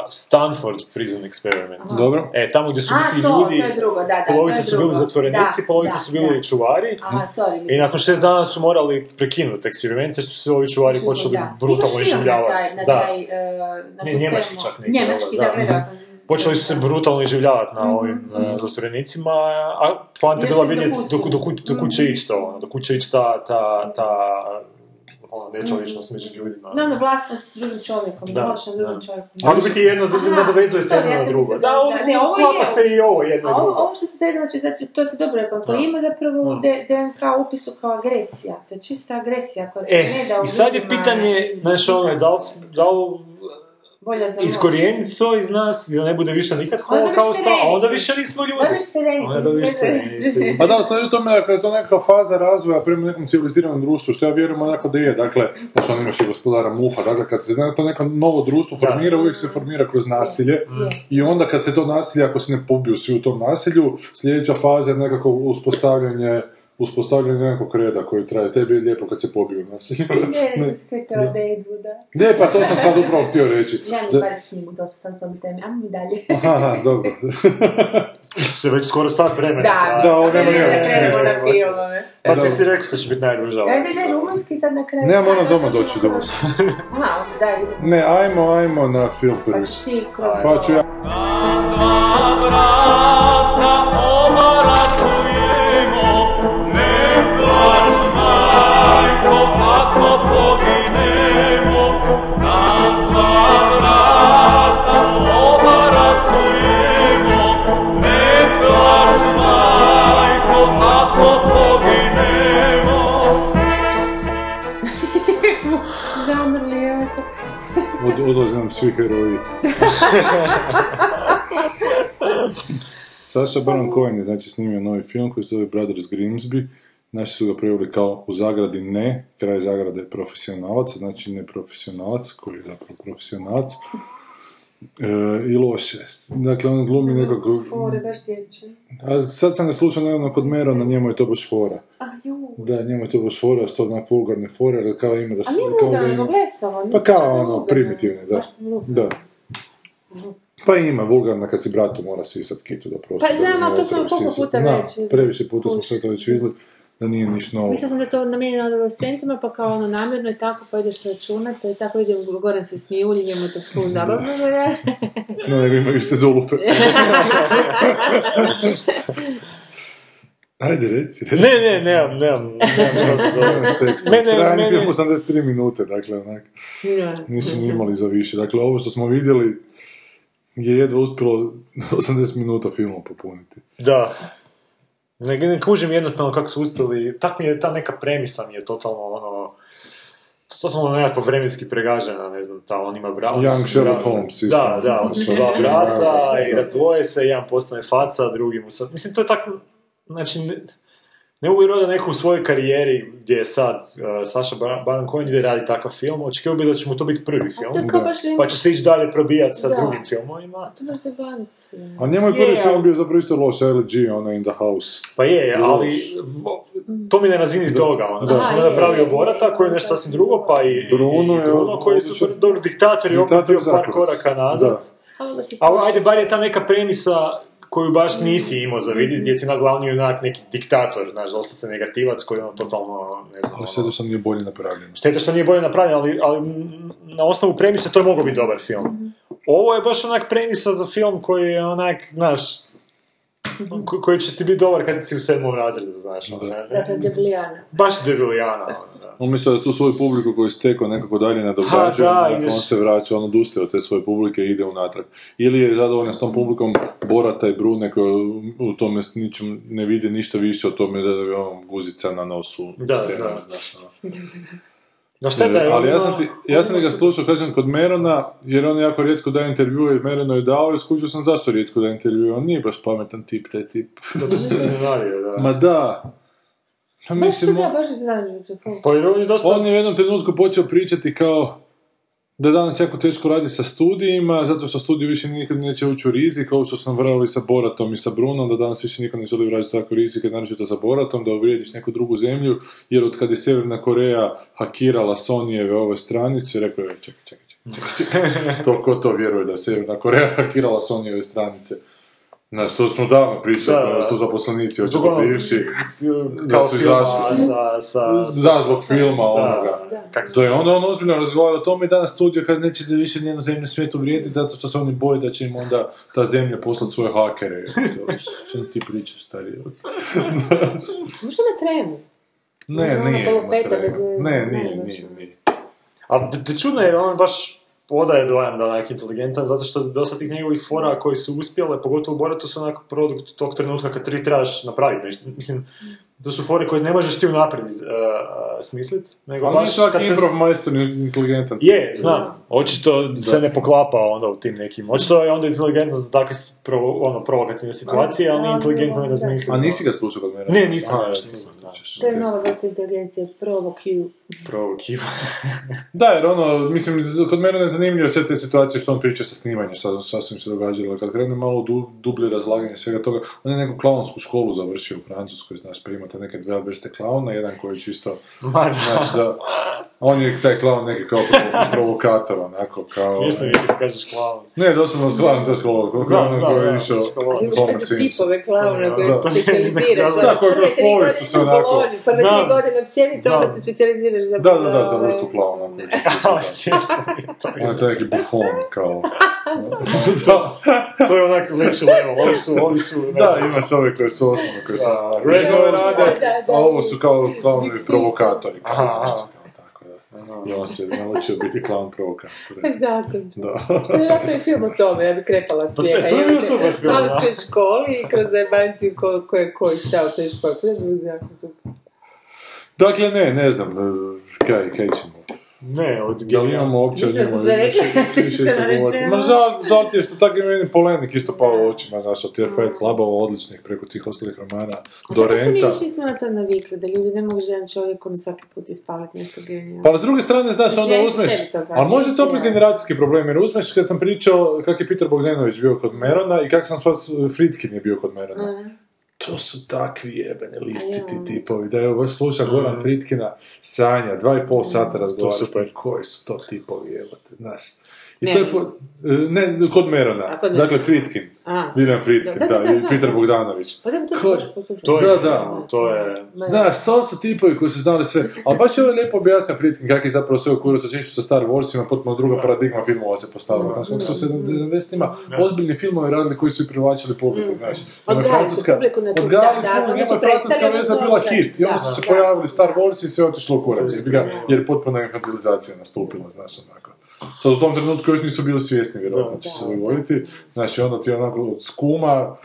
I: Stanford Prison Experiment.
H: Dobro.
I: E, tamo gdje su
G: A,
I: ti
G: to,
I: ljudi,
G: to je drugo, da, da, to je
I: polovica su bili
G: drugo.
I: zatvorenici,
G: Da,
I: polovica
G: da,
I: su bili
G: da.
I: čuvari.
G: Aha, sorry,
I: I
G: mislim.
I: nakon šest dana su morali prekinuti eksperiment jer su se ovi čuvari
G: Čudno,
I: počeli
G: da.
I: brutalno
G: Imaš film na taj-
I: iživljavati.
G: na
I: Da.
G: taj, e, na
I: Ne,
G: tu
I: njemački
G: temu.
I: čak neki,
G: Njemački,
I: da,
G: da,
I: da.
G: gledala sam.
I: Počeli su se
G: Da.
I: brutalno iživljavati na ovim e, zatvorenicima, a poanta je
G: Jer
I: bila
G: su ih
I: vidjeti do,
G: dopustili. Mhm.
I: do, kud- do kud će ići to, ono, do kud će ići ta, ta, ta ono, nečovječnost među ljudima.
G: Mhm. Da, ono, vlast nad drugim čovjekom,
I: Da,
G: moć nad drugim
I: da.
G: čovjekom.
I: Ali u biti jedno
G: Aha,
I: nadovezuje se
G: sorry,
I: jedno
G: ja
I: na
G: sam
I: drugo.
G: mislila
I: Da,
G: da-
I: ovo
G: da, ne, ovo
I: klapa
G: je-
I: se i ovo jedno i
G: A ovo,
I: drugo.
G: ovo što se sad, znači, znači, to si dobro rekao, to
I: Da.
G: ima zapravo u
H: Mm.
I: Da.
G: D- DNK upisu kao agresija. To je čista agresija koja se
I: E,
G: ne da
I: i sad je
G: oblicima
I: pitanje,
G: iz-
I: znaš, ono, da li, da li
G: bolja za moć.
I: iskorijeniti to iz nas i da ne bude više nikad
G: Onda bi se
I: holokausta, a onda
G: rediti.
I: više nismo ljudi.
G: Dobiš se rejting.
I: Onda dobiš se rediti.
H: Pa da, sad je u tome ako je to neka faza razvoja prema nekom civiliziranom društvu, što ja vjerujem onako da je, dakle, znači on imaš i gospodara muha, dakle, kad se ne- to neko novo društvo
I: Da.
H: formira, uvijek se formira kroz nasilje, i onda kad se to nasilje, ako se ne pobiju svi u tom nasilju, sljedeća faza je nekako uspostavljanje uspostavljanje nekog reda koji traje. Tebi je lijepo kad se pobiju nasilje.
G: Ne,
H: Ne.
G: ne, se kao da idu, da.
H: Ne, pa to sam sad upravo htio reći.
G: Ja mi bar knjigu dosta sam tom temi, ajmo mi dalje.
H: Aha, dobro.
I: Se već skoro sat vremena. traje.
H: da, ovo
G: ne,
H: nema nikakvog
G: ne,
H: smisla.
G: ne, ne, filmove.
I: Pa
H: E,
I: ti si
H: dobro.
I: rekao da će biti najduža. ova
G: Ajde, ne,
I: epizoda.
G: rumunski sad na kraju.
H: Nemam
G: A,
H: ona
G: to
H: doma
G: ćemo
H: doći do
G: kroz-
H: vas.
G: Aha, onda daj,
H: Ne, ajmo, ajmo na film
G: pa
H: prvi.
G: ćeš ti kroz...
H: Pa ću ja
G: smo zamrli, evo.
H: Od, odlaze nam svi heroji. Saša Baron Cohen je znači snimio novi film koji se zove Brothers Grimsby. Naši su ga preveli kao u zagradi ne, kraj zagrade je profesionalac, znači ne profesionalac, koji je zapravo profesionalac. E, I loše. Dakle, on glumi nekog...
G: Fore, baš dječje.
H: A sad sam ga slušao nedavno kod Mero, na njemu je to baš fora.
G: A ju.
H: Da, njemu je to baš fora, sto onak vulgarne fore, ali kao ima da
G: A
H: se...
G: nije
H: kao da
G: vulgarno,
H: ima-
G: nego blesavo.
H: Pa
G: nije
H: kao
G: čak
H: ono,
G: vulgarno.
H: primitivne, da.
G: Baš vulgarno.
H: Da. Pa ima, vulgarna kad si bratu mora sisat kitu da prosi.
G: Pa
H: da
G: znam,
H: ne
G: ali to
H: mora
G: smo koliko
H: prosisat.
G: puta
H: Znam,
G: već.
H: Previše puta smo sve to već vidjeli, da nije niš novo.
G: Mislila sam da je to namijenjeno adolescentima, pa kao ono namjerno i tako, pa ideš računat, i tako ide, Goran se smijulji, njemu je to ful zabavno, da.
H: No, nego imaju iste zolufe. Ajde, reci, reci.
I: Ne, ne, nemam, nemam, nemam šta se
H: Nemaš teksta.
I: Mene-
H: Trajni
I: mene-
H: film 83 minute, dakle, onak. Nisu
G: Mhm.
H: ni imali za više. Dakle, ovo što smo vidjeli je jedva uspjelo 80 minuta filma popuniti.
I: Da. Ne, ne kužim jednostavno kako su uspjeli, tak mi je ta neka premisa mi je totalno ono, totalno nekako vremenski pregažena, ne znam, ta on ima bra...
H: Young Sherlock Holmes, isto.
I: Da, da, oni su dva
H: Mhm.
I: brata i
H: Da.
I: razdvoje se, jedan postane faca, drugi mu sad... Mislim, to je tako, znači, ne, ne mogu vjerovati da neko u svojoj karijeri gdje je sad uh, Saša Baron Cohen ide radi takav film, očekio bi da će mu to biti prvi
G: A to je
I: film,
G: kao baš lim...
I: pa će se ići dalje probijati sa
G: Da.
I: drugim filmovima.
G: To baš zebanc.
H: A njemu je prvi
I: Je,
H: film
I: ali-
H: bio zapravo isto loš, LG, ono In the House.
I: Pa je, ali vo- to mi je na razini toga, ono, znaš,
G: Aha,
I: on je
G: je,
I: napravio
G: je,
I: Borata koji je nešto sasvim drugo, pa i, i-
H: Bruno
I: i
H: je
I: Bruno koji su,
H: odličan.
I: dobro, diktator je opet
H: Diktator
I: bio par
H: Zakorac.
I: koraka nazad.
H: Da.
G: Hvala da si
I: Ali ajde, bar je ta neka premisa koju baš nisi imao za vidjeti, gdje ti na glavni junak neki diktator, znaš, dosta se negativac koji je ono totalno, ne znam,
H: Ali
I: ono,
H: sve što nije bolje napravljeno.
I: Šteta što nije bolje napravljen, ali, ali m, na osnovu premise to je mogao biti dobar
H: Mhm.
I: film. Ovo je baš onak premisa za film koji je onak, znaš, ko- koji će ti biti dobar kad si u sedmom razredu, znaš. ono, ne- ne-
G: Dakle, Deblijana.
I: baš debilijana, ono, da.
H: On mislio da tu svoju publiku koju je stekao nekako dalje nadograđuje,
I: Pa da,
H: onako
I: ideš-
H: on se vraća, on odustaje od te svoje publike i ide unatrag. Ili je zadovoljan s tom publikom Borata i Brune koji u tome s ničim ne vidi ništa više o tome da je on guzica na nosu.
I: Da,
H: scena,
I: da.
H: znaš, ono.
I: No šteta
H: E,
I: je,
H: ali ja
I: ono,
H: sam, ti, ja sam ga slušao, kažem, kod Merona, jer on jako rijetko daje intervjue, jer Merono je dao i skužio sam zašto rijetko daje intervjue, on nije baš pametan tip, taj tip.
I: Da, to se iznenadio, da.
H: Ma da, Pa
G: Baš se
H: mislim,
G: da, baš iznenađujuće.
I: Pa jer on je dosta...
H: on je u jednom trenutku počeo pričati kao da danas jako teško radi sa studijima, zato što studij više nikad neće ući u rizik, ovo što sam vrali sa Boratom i sa Brunom, da danas više nikad ne želi raditi tako rizike, naročito sa Boratom, da uvrijediš neku drugu zemlju, jer od kad je Sjeverna Koreja hakirala Sonyjeve ove stranice, rekao je, čekaj, čekaj, čekaj, čekaj, čekaj, to ko to vjeruje da je Sjeverna Koreja hakirala Sonyjeve stranice. Znaš, to smo davno pričali,
I: Da,
H: da,
I: da.
H: to zaposlenici,
I: Zbog
H: očito
I: onog-
H: bivši,
I: kao
H: su
I: filma
H: izašli.
I: sa... sa, sa
H: zazvog filma onoga.
I: da, kak
H: To je onda on ozbiljno razgovara o tome i danas studio kad neće da više nijednu zemlju svijetu vrijedi zato što se oni boje da će im onda ta zemlja poslati svoje hakere. To je, Što ti pričaš, stari?
G: Možda na tremu.
H: Ne,
G: Ono
H: nije.
G: polupeta
H: matrena.
G: bez- ne,
H: Ne, nije,
G: baš.
H: nije, nije.
I: A d- d- čudno je, jer on baš odaje dojam da je onak inteligentan, zato što dosta tih njegovih fora koji su uspjele, pogotovo u Boratu, su onako produkt tog trenutka kad ti trebaš napraviti nešto. Mislim, to su fore koje ne možeš ti unaprijed iz- e, e, smislit, nego
H: Ali Pa
I: baš
H: baš čak
I: kad se...
H: improv majstor je inteligentan.
I: Je, znam. Očito se ne poklapa onda u tim nekim. Očito je onda inteligentan za takve s- provo- ono, provokativne situacije, ali nije inteligentan
G: Da.
I: razmisliti.
H: A nisi ga slušao kod mene?
I: Ne, nisam,
H: A,
I: još
H: eto,
I: nisam, da.
H: ćeš,
G: To je
H: ok.
G: nova vrsta inteligencije, provo Q.
I: Provokiva.
H: Da, jer ono, mislim, kod mene je zanimljivo sve te situacije što on priča sa snimanjem, šta, šta su im se događalo. Kad krene malo u du, dublje razlaganje svega toga, on je neku klaonsku školu završio u Francuskoj, znaš, pa imate neke dve vrste klauna, jedan koji je čisto,
I: Ma da,
H: znaš, da, on je taj klaun neki kao provo- provokator, onako, kao...
I: smiješno mi je kad kažeš klaun.
H: Ne, doslovno klaun za školu,
I: Znam,
H: klaun
I: znam,
H: koji je
I: da,
H: išao...
I: školovac.
H: s Homer Simpson.
G: tipove klauna koje
H: Da.
G: se specijaliziraš.
H: Da, koji kroz povijest su onako-
G: Prve
I: Znam.
G: tri godine općenice, onda
I: Znam.
G: se specijaliziraš za...
H: Da, da, da, za
G: ovaj,
H: vrstu klauna koji će...
I: Ali smiješno mi je to.
H: On je taj neki bufon, kao...
I: to, to je onak veći level, ovi su, ovi su, ne
H: Da,
I: znam,
H: imaš ove koje su osnovne, koje su...
I: Da,
H: Redove
I: Red
H: rade,
G: Nose.
H: a ovo su kao klaunovi provokatori. Kao
I: Aha,
H: nešto, kao tako, da. I on se naučio biti klaun provokator. eto.
G: Zakon.
H: Da.
G: Sad je napravio film o tome, ja bi krepala od
I: Pa to je-
G: smijeha.
I: to je bio
G: jebote.
I: super film, da.
G: Klaunskoj školi i kroz zajebanciju ko, ko je koji šta u toj školi. Pa je bilo jako super.
H: Dakle, ne, ne znam, e, kaj, kaj ćemo.
I: Ne, od
H: Da li imamo uopće o
G: Mislim da
H: njemu
G: su se
H: više,
G: rekli,
H: više
G: da
H: što
G: rečemo.
H: govoriti? Ma žal, žal ti je što tako ima meni polenik isto pao u očima, znaš, od tih Fight Clubova odličnih preko tih ostalih romana
G: Mm.
H: do
G: Zato se mi
H: Renta.
G: više nismo na to navikli, da ljudi ne mogu žen čovjek on svaki put ispaliti nešto genijalno.
H: Pa s druge strane, znaš, onda
G: Ja i
H: uzmeš,
G: sebi to kažem,
H: ali možda je to opet
G: ja.
H: generacijski problem, jer uzmeš kad sam pričao kak je Peter Bogdanović bio kod Merona i kak sam svoj Fritkin je bio kod Merona.
G: Mm.
H: To su takvi jebeni listi ti tipovi, da evo, baš
I: Mm.
H: slušam Goran Fritkina, Sanja, dva
G: Mm.
H: i pol sata razgovara s njim, koji su to tipovi, jebote, znaš. I to je po, ne, kod Merona,
G: A, kod Merona.
H: dakle Fritkin,
G: A.
H: William Fritkin, da,
G: Da, da, da,
H: i
G: znam.
H: Peter Bogdanović.
G: Pa da bi to
H: Ko-
G: baš poslušala.
H: to je- Da, da.
I: To je...
H: Znaš, to su tipovi koji su znali sve. Ali bač je ovo lijepo objasnio Fritkin kak je zapravo sve u kuracu otišao sa Star Warsima, potpuno druga paradigma filmova se postavila. Znaš, kako su se u 70-ima ozbiljni filmovi radili koji su i privlačili publiku, znaš. Ono
G: Mm. Odgajali
H: je
G: su
H: Francuska-
G: publiku na tu-
H: odgajali
G: da, da,
H: publiku,
G: onda
H: njima
G: su
H: je francuska
G: predstavljali
H: veza
G: to,
H: bila
G: da,
H: hit. I onda
G: da,
H: su se
G: da.
H: pojavili Star Wars i sve je otišlo u kurac,
I: Sve
H: jebi ga, jer potpuna infantilizacija nastupila, znaš, onako. Što u tom trenutku još nisu bili svjesni, vjerojatno će se dogoditi. Znači, onda ti onako od skuma,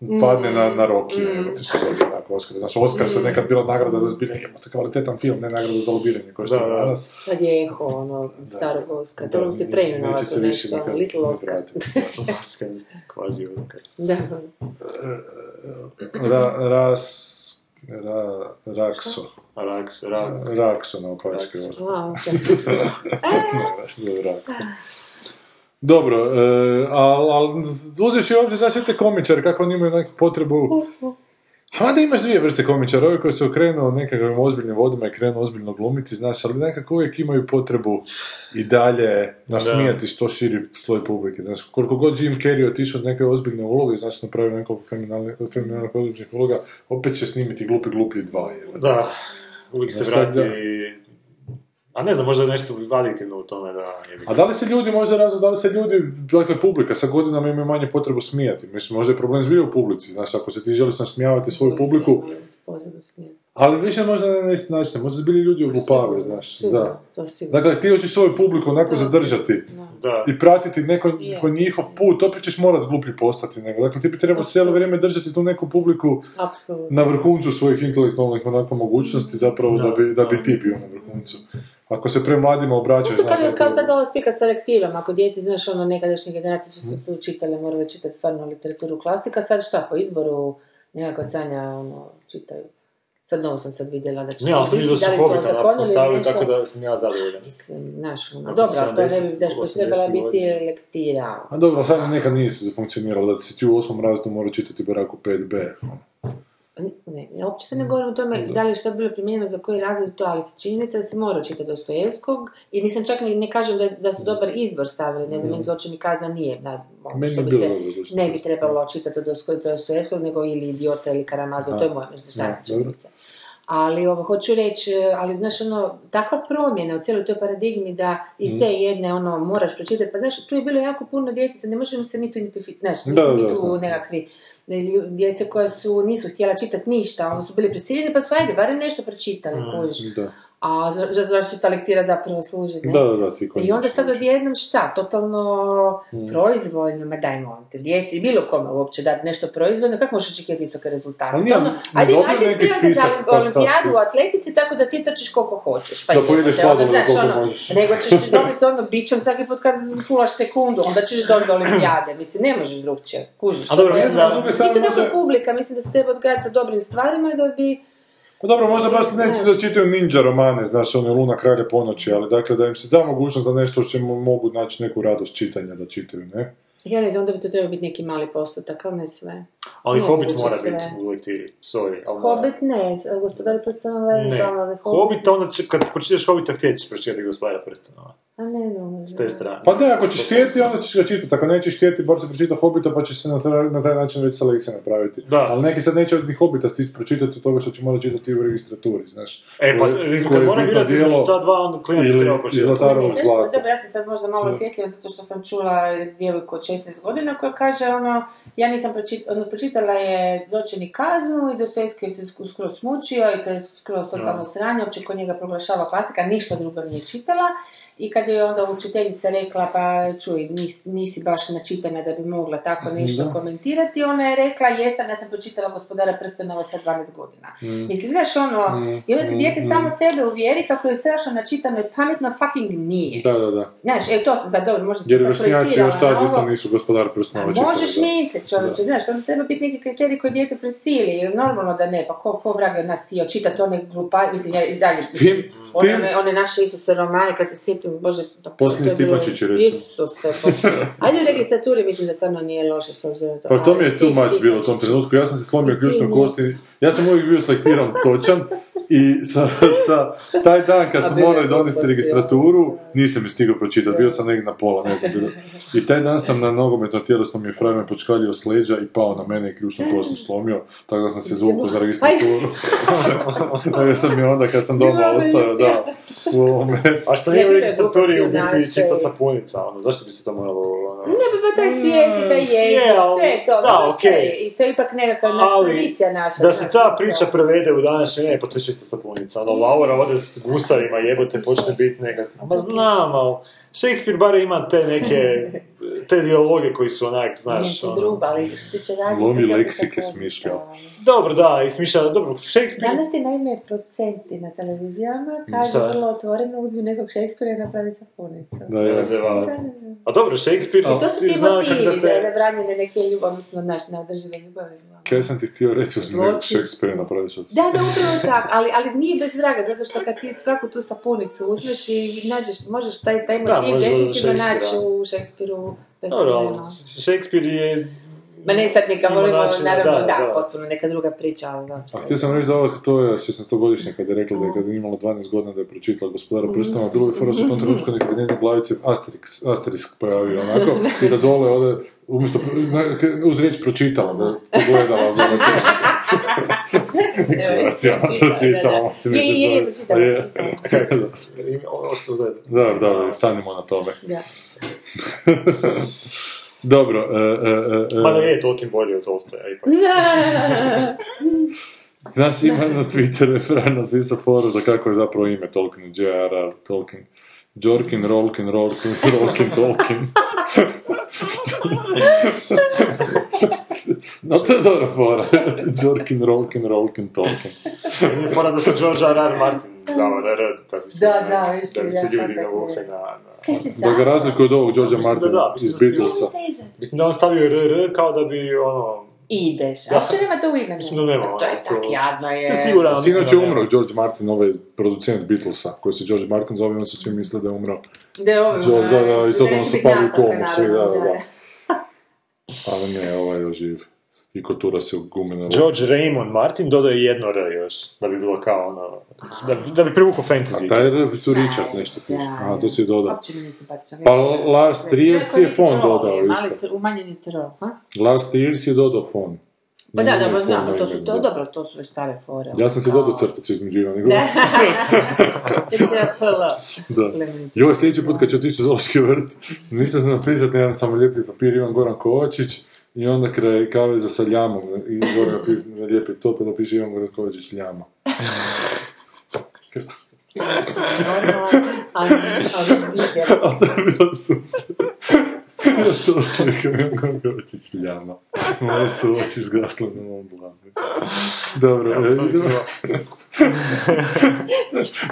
G: Mm.
H: padne na, na Rocky, mm. što dobije onako Oscar. Znači, Oscar
G: Mm.
H: se nekad bila nagrada za zbiranje, jebote, kvalitetan film, ne nagrada za lobiranje, koje što je
I: Da, da.
H: danas.
G: Sad je eho, ono, starog Oskara.
H: Da,
G: Trebamo se
H: ne-
G: preimenovati
H: neće se
G: u
H: više
G: nešto, ono,
H: nikad
G: Little
H: ne
G: Oscar.
H: vratiti.
I: Oskar, kvazi Oskar.
G: Da.
H: Ra, ras, ra, rakso.
I: Raks, rak.
H: Rakso na opačke
I: Rakso.
H: Oscar.
G: A, okej.
H: Ne, se zove Rakso. Dobro, e, ali al, uzeš i ovdje, znaš, sve te komičare, kako oni imaju neku potrebu A mada imaš dvije vrste komičara, ove koji se okrenuo nekakvim ozbiljnim vodama i krenuo ozbiljno glumiti, znaš, ali nekako uvijek imaju potrebu i dalje nasmijati što širi sloj publike, znaš, koliko god Jim Carrey otišao od neke ozbiljne uloge, znaš, napravio nekoliko kriminalnih kriminalnih ozbiljnih uloga, opet će snimiti glupi glupi dva, jebote.
I: Da, uvijek se
H: Znaš šta,
I: vrati...
H: da.
I: A ne znam, možda je nešto aditivno u tome da...
H: A da li se ljudi, možda razlog, da li se ljudi, dakle publika sa godinama imaju manje potrebu smijati, mislim, možda je problem zbio u publici, znaš, ako se ti želiš nasmijavati svoju publiku, ali više možda ne na isti način, možda su bili ljudi oglupavi, znaš, da.
G: To sigurno.
H: Dakle, ti hoćeš svoju publiku onako zadržati
I: Da,
H: i pratiti neko, neko njihov put, opet ćeš morat gluplji postati nego. Dakle, ti bi trebao cijelo vrijeme držati tu neku publiku
G: Apsolutno.
H: na vrhuncu svojih intelektualnih onako mogućnosti zapravo da,
I: Da,
H: bi, da
I: da.
H: bi ti bio na vrhuncu. Ako se premladima obraćaš,
G: Pa To kažem
H: zapravo-
G: kao sad ova spika sa lektirom, ako djeci, znaš, ono, nekadašnje generacije su se
I: Mhm.
G: su čitale, morali čitati stvarno literaturu klasika, sad šta, po izboru nekako sanja, ono, čitaju. Sad novo sam sad vidjela da će...
I: Ne, ali sam vidio da su
G: Da li
I: Hobita
G: ozakonili
I: napostavili,
G: nešto?
I: tako da sam ja zadovoljan.
G: Mislim, znaš, ono,
I: Nakon
G: dobro, ali to ne
I: 70,
G: bi, daš, bi
I: 80
G: trebala biti
I: godina. Pa-
G: lektira.
H: A Pa dobro, sad nekad nisi funkcioniralo da si ti u osmom razredu morao čitati baraku 5b.
G: Pa Ne, ne, uopće
I: Mhm.
G: se ne govorim o tome da li je šta bilo primijenjeno za koji razred to, ali se činjenica da se mora čitati Dostojevskog i nisam čak ni ne kažem da, da su
I: Mhm.
G: dobar izbor stavili, ne znam, meni zločin i kazna nije, na, ono
H: Meni
G: što
H: je
G: bi
H: bilo
G: se
H: dobro Zločin i
G: ne bi
H: kazna.
G: trebalo čitati Dosko- Dostojevskog, nego ili Idiota ili Karamazov, to je moja
H: da,
G: međunarodna
H: dobro.
G: činjenica. Ali ovo, hoću reći, ali znaš ono, takva promjena u cijeloj toj paradigmi da
H: Mm.
G: iz te jedne ono moraš pročitati, pa znaš, tu je bilo jako puno djece, sad ne možemo se mi tu identificirati, znaš,
H: Da,
G: nismo mi
H: da,
G: tu
H: znam.
G: nekakvi e, lju- djece koja su, nisu htjela čitati ništa, oni su bili prisiljeni, pa su ajde, barem nešto pročitali, kužiš.
H: Da.
G: A za, za, zašto ta lektira zapravo služi, ne?
H: mm. Da, da, da, ti koji
G: I onda
H: imaš
G: sad
H: uopće.
G: odjednom šta, totalno
H: Hmm.
G: proizvoljno, ma daj molim te, djeci i bilo kome uopće dati nešto proizvoljno, kako možeš očekivati visoke rezultate?
H: Ali Pa nije,
G: Ono,
H: ne
G: ajde,
H: dobiju
G: ajde
H: neki
G: ispirate za
H: spisak, pa sad
G: olimpijadu u
H: spisak.
G: atletici tako da ti trčiš koliko hoćeš. Pa
H: Da
G: jebote,
H: pojedeš
G: onda,
H: sladoled
G: znaš,
H: koliko
G: ono,
H: možeš.
G: Nego ćeš dobiti ono bićem svaki put kad fulaš sekundu, onda ćeš doći do olimpijade, mislim, ne možeš drugčije, kužiš.
I: A dobro,
G: To je-
I: mislim da- s druge
H: strane
G: Mislim da
H: možda-
G: smo publika, mislim da se treba odgajati sa dobrim stvarima i da bi...
H: Pa dobro, možda baš neće da čitaju ninja romane, znaš, ono Luna kralja ponoći, ali dakle da im se da mogućnost da nešto što im mogu naći neku radost čitanja da čitaju, ne?
G: Ja ne znam, onda bi to trebao biti neki mali postotak, ali ne sve.
I: Ali
G: Ne,
I: Hobbit
G: uopće
I: mora
G: sve.
I: biti u lektiri, sorry. Ali mora.
G: Hobbit ne, s- gospodari prstanova je
I: Ne,
G: izvan, ali Hobbit...
I: Hobbita, onda će, kad pročitaš Hobbita, htjet ćeš pročitati gospodara prstenova.
G: A ne, no,
I: S te strane.
H: Pa da, ako ćeš htjeti, onda ćeš ga čitati, ako nećeš htjeti, bar se pročita Hobita pa će se na, tra- na taj način već selekcija napraviti.
I: Da.
H: Ali neki sad neće od ni Hobita stići pročitati od toga što će morati čitati u registraturi, znaš.
I: E, pa,
H: Koje-
I: mislim,
H: koje
I: kad
H: je
I: moram
H: bitno
I: birati između
H: djelo
I: ta dva, onda klinac bi
H: ili
I: trebao
H: iz
I: pročitati.
H: Lazarovog
G: Znaš,
H: zlata.
G: Dobro, ja sam sad možda malo osjetljena zato što sam čula djevojku od 16 godina koja kaže ono, ja nisam pročitala, ono, pročitala je Zločin i kaznu i Dostojevski joj se sku- skroz smučio i to je skroz totalno sranje, uopće kod njega proglašava klasika, ništa drugo nije čitala. I kad kad je onda učiteljica rekla, pa čuj, nis- nisi baš načitana da bi mogla tako nešto komentirati, ona je rekla, jesam, ja sam pročitala gospodara prstenova sa 12 godina. Mislim, znaš, ono, i onda ti dijete samo sebe uvjeri kako je strašno načitano i pametno, fucking nije.
H: Da, da, da.
G: Znaš, e, to sam sad dobro, možda sam
H: Jer
G: sad
H: vršnjaci
G: projicirala
H: još tad
G: na
H: isto
G: ovo. Pa
H: nisu gospodar prstnova čitali.
G: Možeš
H: da.
G: mislit čovječe, znaš, onda treba biti neki kriterij koji djete presili, jer normalno da ne, pa ko, ko vrag je od nas htio čitati one glupa, mislim, ja i dalje
H: S tim, s
G: one,
H: tim,
G: one, one naše Isuse romane, kad se sjetim, bože... Da,
H: Posljednji Stipančić je, recimo.
G: Isuse, Bože. Ajde u legislaturi mislim da stvarno nije loše, s obzirom na to.
H: Pa to mi
G: Ali
H: je tu
G: ti
H: mač bilo u tom
G: Stipančić.
H: trenutku, ja sam se slomio
G: Ti
H: ključnu
G: ne.
H: kosti, ja sam uvijek bio selektiran točan i sa, sa taj dan kad
G: A
H: sam
G: bilo je
H: morao donesti
G: gluposti,
H: registraturu, nisam je stigao pročitati, bio sam negdje na pola, ne znam bilo. I taj dan sam na nogometno tjelesno mi je frajer me počkalio s leđa i pao na mene i ključnu kostu slomio, tako da sam se zvukao za registraturu. Tako da sam i onda kad sam doma
G: Bilo mi je
H: ostao, da, u ovome.
I: A što
G: Ne,
I: nije u
G: bilo je
I: registratoriji u
G: gluposti u
I: biti čista
G: našoj.
I: sapunica, ono, zašto bi se to moralo... ono?
G: Ne, pa, pa taj svijet i taj
H: Mm,
G: jezik,
I: je, ali-
G: sve je to,
I: da,
G: to je
I: okej.
G: okej. I to je ipak nekakva
I: Ali,
G: tradicija naša.
I: Da se
G: znaš, ono,
I: ta
G: to.
I: priča prevede u današnje vrijeme, pa to je čista sapunica. Ono, Laura ode s gusarima, jebote, počne biti negativna. Ma znam, ali Shakespeare bar ima te neke, te dialoge koji su onak, znaš,
G: Nije to
I: ono-
G: drugo, ali što se tiče raditi...
H: Lomi
G: kako se
H: leksike
G: to-
H: smišljao.
I: Dobro, da, i smišljala, dobro, Shakespeare...
G: Danas ti naime producenti na televizijama kažu
I: Šta?
G: vrlo otvoreno uzmi nekog Shakespearea i napravi sapunicu.
H: Da, ja.
I: Razjebala. A dobro, Shakespeare...
G: To su
I: ti
G: ti
I: zna kad
G: motivi
I: da
G: za
I: te-
G: branjene neke ljubav, odnosno naš neodržive ljubavi.
H: Kaj sam ti htio reći, uzmi nekog
G: Zločin.
H: Shakespearea napraviš od
G: Da, da, upravo tako, ali, ali nije bez vraga, zato što kad ti svaku tu sapunicu uzmeš i nađeš, možeš taj, taj
I: Da,
G: motiv
I: možeš od
G: definitivno
I: Shakespearea.
G: naći u Shakespeareu bez
I: Dobro, ali
G: problema.
I: Shakespeare je...
G: Ma ne, sad ne
I: ima
G: govorimo,
I: načina,
G: naravno, da, potpuno neka druga priča, ali dobro.
H: A htio sam reći da ova, to je 16-godišnja kada je rekla da je kada je imala 12 godina da je pročitala gospodara
G: Mhm.
H: prstama, bilo bi fora se u tom trenutku neka bi njene glavice Asterix, Asterisk pojavio onako i da dole ode, umjesto, na- k- uz riječ pročitala, da pogledala dole
G: Evo,
H: Racijala, pročitala,
G: da,
H: mislim,
G: da. ja, Je, je, je,
H: neće zove.
G: pročitala,
H: Je.
G: pročitala.
I: Ostalo ono da je...
H: Da, da, stanimo na tome.
G: Da.
H: Dobro, e, e, e, e,
I: Mada je Tolkien bolje od Tolstoja, ipak.
G: Mm.
H: nas ima na Twitteru, Fran napisao foru da kako je zapravo ime Tolkien, J.R.R. Tolkien. Jorkin, Rolkin, Rolkin, Rolkin, Tolkien. No to je dobra fora. Jorkin, Rolkin, Rolkin, Tolkien.
I: Meni je fora da se George R. R. Martin dao na red, da bi se,
G: Da, da, vidiš
I: da bi
G: ti,
I: se
G: da,
I: ljudi
G: tako je.
I: navukli na, na...
G: Kaj si
H: Da ga
G: sam?
H: razliku od ovog Georgea
I: Mislim da
H: Martina
I: da, mislim
H: iz
I: da si-
H: Beatlesa.
I: Mislim da je on stavio RR kao da bi, ono...
G: Ideš, a uopće nema to u imenu.
I: Mislim da nema,
G: To je
I: ono,
G: tak
I: to-
G: jadno je.
I: Sam siguran, ali mislim
H: Sinoć je
I: da nema.
H: umro George Martin, ovaj producent Beatlesa, koji se George Martin zove, onda su svi mislili da je umro.
G: Da je ovo,
H: George, Znači, da, da, i to ono
G: neće
H: da nam su
G: biti
H: pali u
G: nastavka,
H: komu, svi, da, da,
G: naravno,
H: da. Ali ne, ovaj je još živ. I kotura se u gumenu.
I: George Raymond Martin dodaje jedno R još, da bi bilo kao ono... Da, bi- da bi privukao fantasy.
H: Taj je tu Richard nešto piše.
G: Da.
H: A, to si dodao.
G: Uopće mi nije simpatičan.
H: Pa Lars Trier si je
G: Veliki
H: fon
G: troll je,
H: dodao
G: mali
H: isto.
G: tr- Umanjen je troll, ha?
H: Lars Trier si je dodao fon.
G: Pa
H: Ne,
G: da,
H: ne,
G: dobro,
H: fon na
G: znamo, to su,
H: imenu,
G: to,
H: da.
G: dobro, to su već stare fore.
H: Ja sam si dodao crticu između Ivana i Gorana. Da.
G: Plemeniti.
H: Joj, sljedeći put kad ću otići u Zološki vrt, nisam se napisati na jedan samoljepljiv papir Ivan Goran Kovačić i onda kraj kave za sa ljamom i gore napis- nalijepi to pa napiše Ivan Goran Kovačić ljama. A to je bilo super. Ja to slikam Ivan Goran Kovačić ljama. Moje su oči zgasle na mom glavu. Dobro, e,
I: Ja To
H: idemo.
I: bi bilo-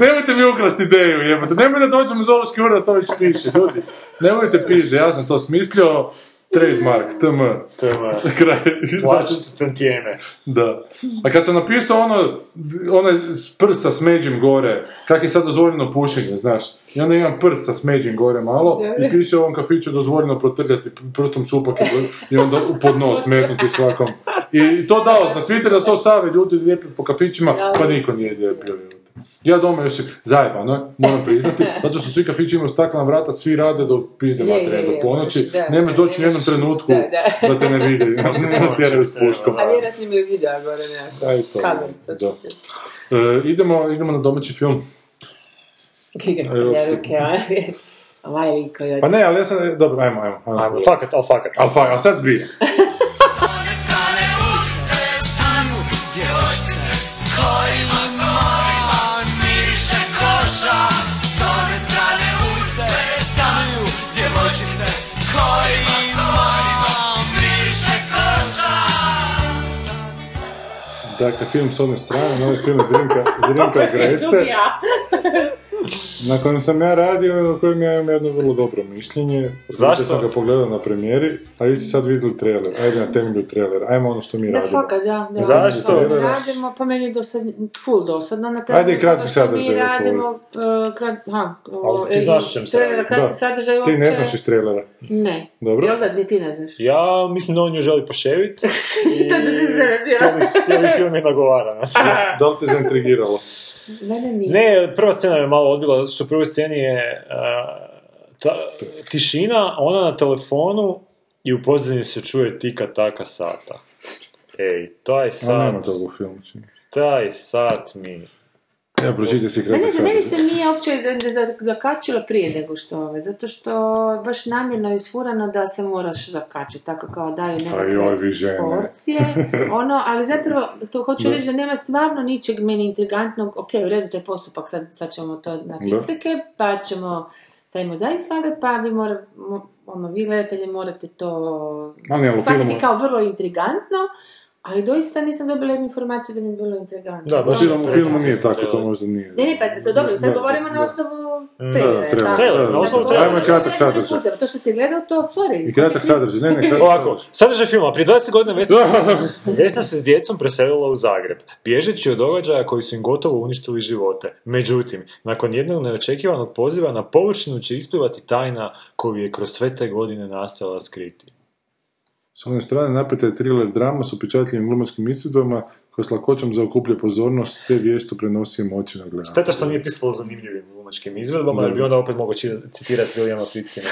H: Nemojte ja mi ja ukrasti ideju, jebate. Nemoj da dođem u Zološki vrt, da to već piše, ljudi. Nemojte pizde, ja sam to smislio. Trademark, TM.
I: To je ono...
H: Kraj.
I: Plaćice tantijeme.
H: Da. A kad sam napisao ono, onaj prst sa smeđim gore, kak je sad dozvoljeno pušenje, znaš. I onda imam prst sa smeđim gore malo i piše u ovom kafiću dozvoljeno protrljati prstom šupak i, i onda u pod nos metnuti svakom. I to dao na Twitter da to stave ljudi lijepi po kafićima, pa niko nije lijepio. jebote. Ja doma još je- zajebano, je, moram priznati, zato što svi kafići imaju staklena vrata, svi rade do pizde
G: Je, je,
H: materija, do
G: je,
H: ponoći,
G: da,
H: ne možeš
G: da,
H: doći u jednom trenutku
G: Da, da.
H: da te ne vide, da te ne natjeraju s puškom.
G: A vjerojatno mi je video gore nekako.
H: Aj, to,
G: Kamer, to
H: da.
G: ću ti.
H: E, idemo, idemo na domaći film.
G: Kikam
H: Evo,
G: ja ruke, ali- ovaj liko je...
H: Pa ne, ali ja sam... Dobro, ajmo, ajmo. ajmo.
I: Ajmo, fuck it, oh fuck it.
H: Ali faj, ali sad zbilja.
J: Kojima miriše koža S one strane ulice
H: Dakle, film s one strane, novi film Zrinka, Zrinka Greste,
G: E, Ja.
H: na kojem sam ja radio i na kojem ja imam jedno vrlo dobro mišljenje.
I: Zašto?
H: Zašto? sam ga pogledao na premijeri, a vi ste sad vidjeli trailer. Ajde na temelju trailera, ajmo ono što mi
G: Da,
H: radimo.
G: fakat, da. da.
I: Zašto?
G: Pa mi radimo, pa meni je dosad, full dosadno na temelju.
H: Ajde i kratki
G: toga što
H: sadržaj
G: Mi
H: otvori.
G: radimo, uh, krat, ha,
I: Ali
G: E,
I: ti znaš o čem se radi.
G: Kratki sadržaj
H: Ti ne
G: uopće-
H: znaš iz trailera.
G: Ne.
H: Dobro.
G: Jel da, ni ti ne znaš?
I: Ja mislim da on nju želi poševiti. i
G: To da će se razvijati.
I: cijeli, cijeli film je nagovara. Znači.
H: Da li te zaintrigiralo?
G: Mene nije.
I: Ne, prva scena je malo odbila, zato što u prvoj sceni je a, ta- tišina, ona na telefonu i u pozadini se čuje tika taka sata. Ej, taj
H: A nema
I: sat,
H: toga u filmu. čini.
I: taj sat mi...
H: Ja, pročitaj si kratki
G: Meni, se- meni
H: sadržaj.
G: se nije uopće da- da- za- zakačilo prije nego što ove, zato što baš namjerno je isfurano da se moraš zakačiti, tako kao daju nekakve
H: Pa joj, vi žene.
G: porcije, ono, ali zapravo, to hoću reći da nema stvarno ničeg meni intrigantnog, ok, u redu, to je postupak, sad, sad ćemo to na pislike, pa ćemo taj mozaik slagati, pa vi mora, mo- ono, vi gledatelji morate to
H: Ali, ali u
G: shvatiti
H: filmu-
G: kao vrlo intrigantno, ali doista nisam dobila jednu informaciju da mi je bilo intrigantno.
I: Da,
H: U
I: baš
H: filmu, u filmu nije
I: prekrasno
H: tako, to
I: izgledalo.
H: možda nije.
G: Ne, ne, pa sad dobro, sad
H: Da,
G: govorimo
H: da.
G: na osnovu
H: Da, da, treba.
I: Trailer,
H: da,
I: na
H: da,
I: osnovu
H: da.
I: trailera.
H: Ajmo i kratak sadržaj.
G: To što ti gledao, to sorry.
H: I kratak sadržaj, ne, ne, kratak
I: Ovako,
H: sadržaj.
I: sadržaj filma. Prije 20 godina Vesna, Vesna se s djecom preselila u Zagreb, bježeći od događaja koji su im gotovo uništili živote. Međutim, nakon jednog neočekivanog poziva na površinu će isplivati tajna koju je kroz sve te godine nastojala skriti.
H: S one strane napeta je thriller drama s upečatljivim glumačkim istudbama koja s lakoćom zaokuplja pozornost te vješto prenosi moći na gledanje.
I: Šteta što nije pisalo o zanimljivim glumačkim izvedbama, jer bi onda opet mogao či- citirati Williama Fritkina.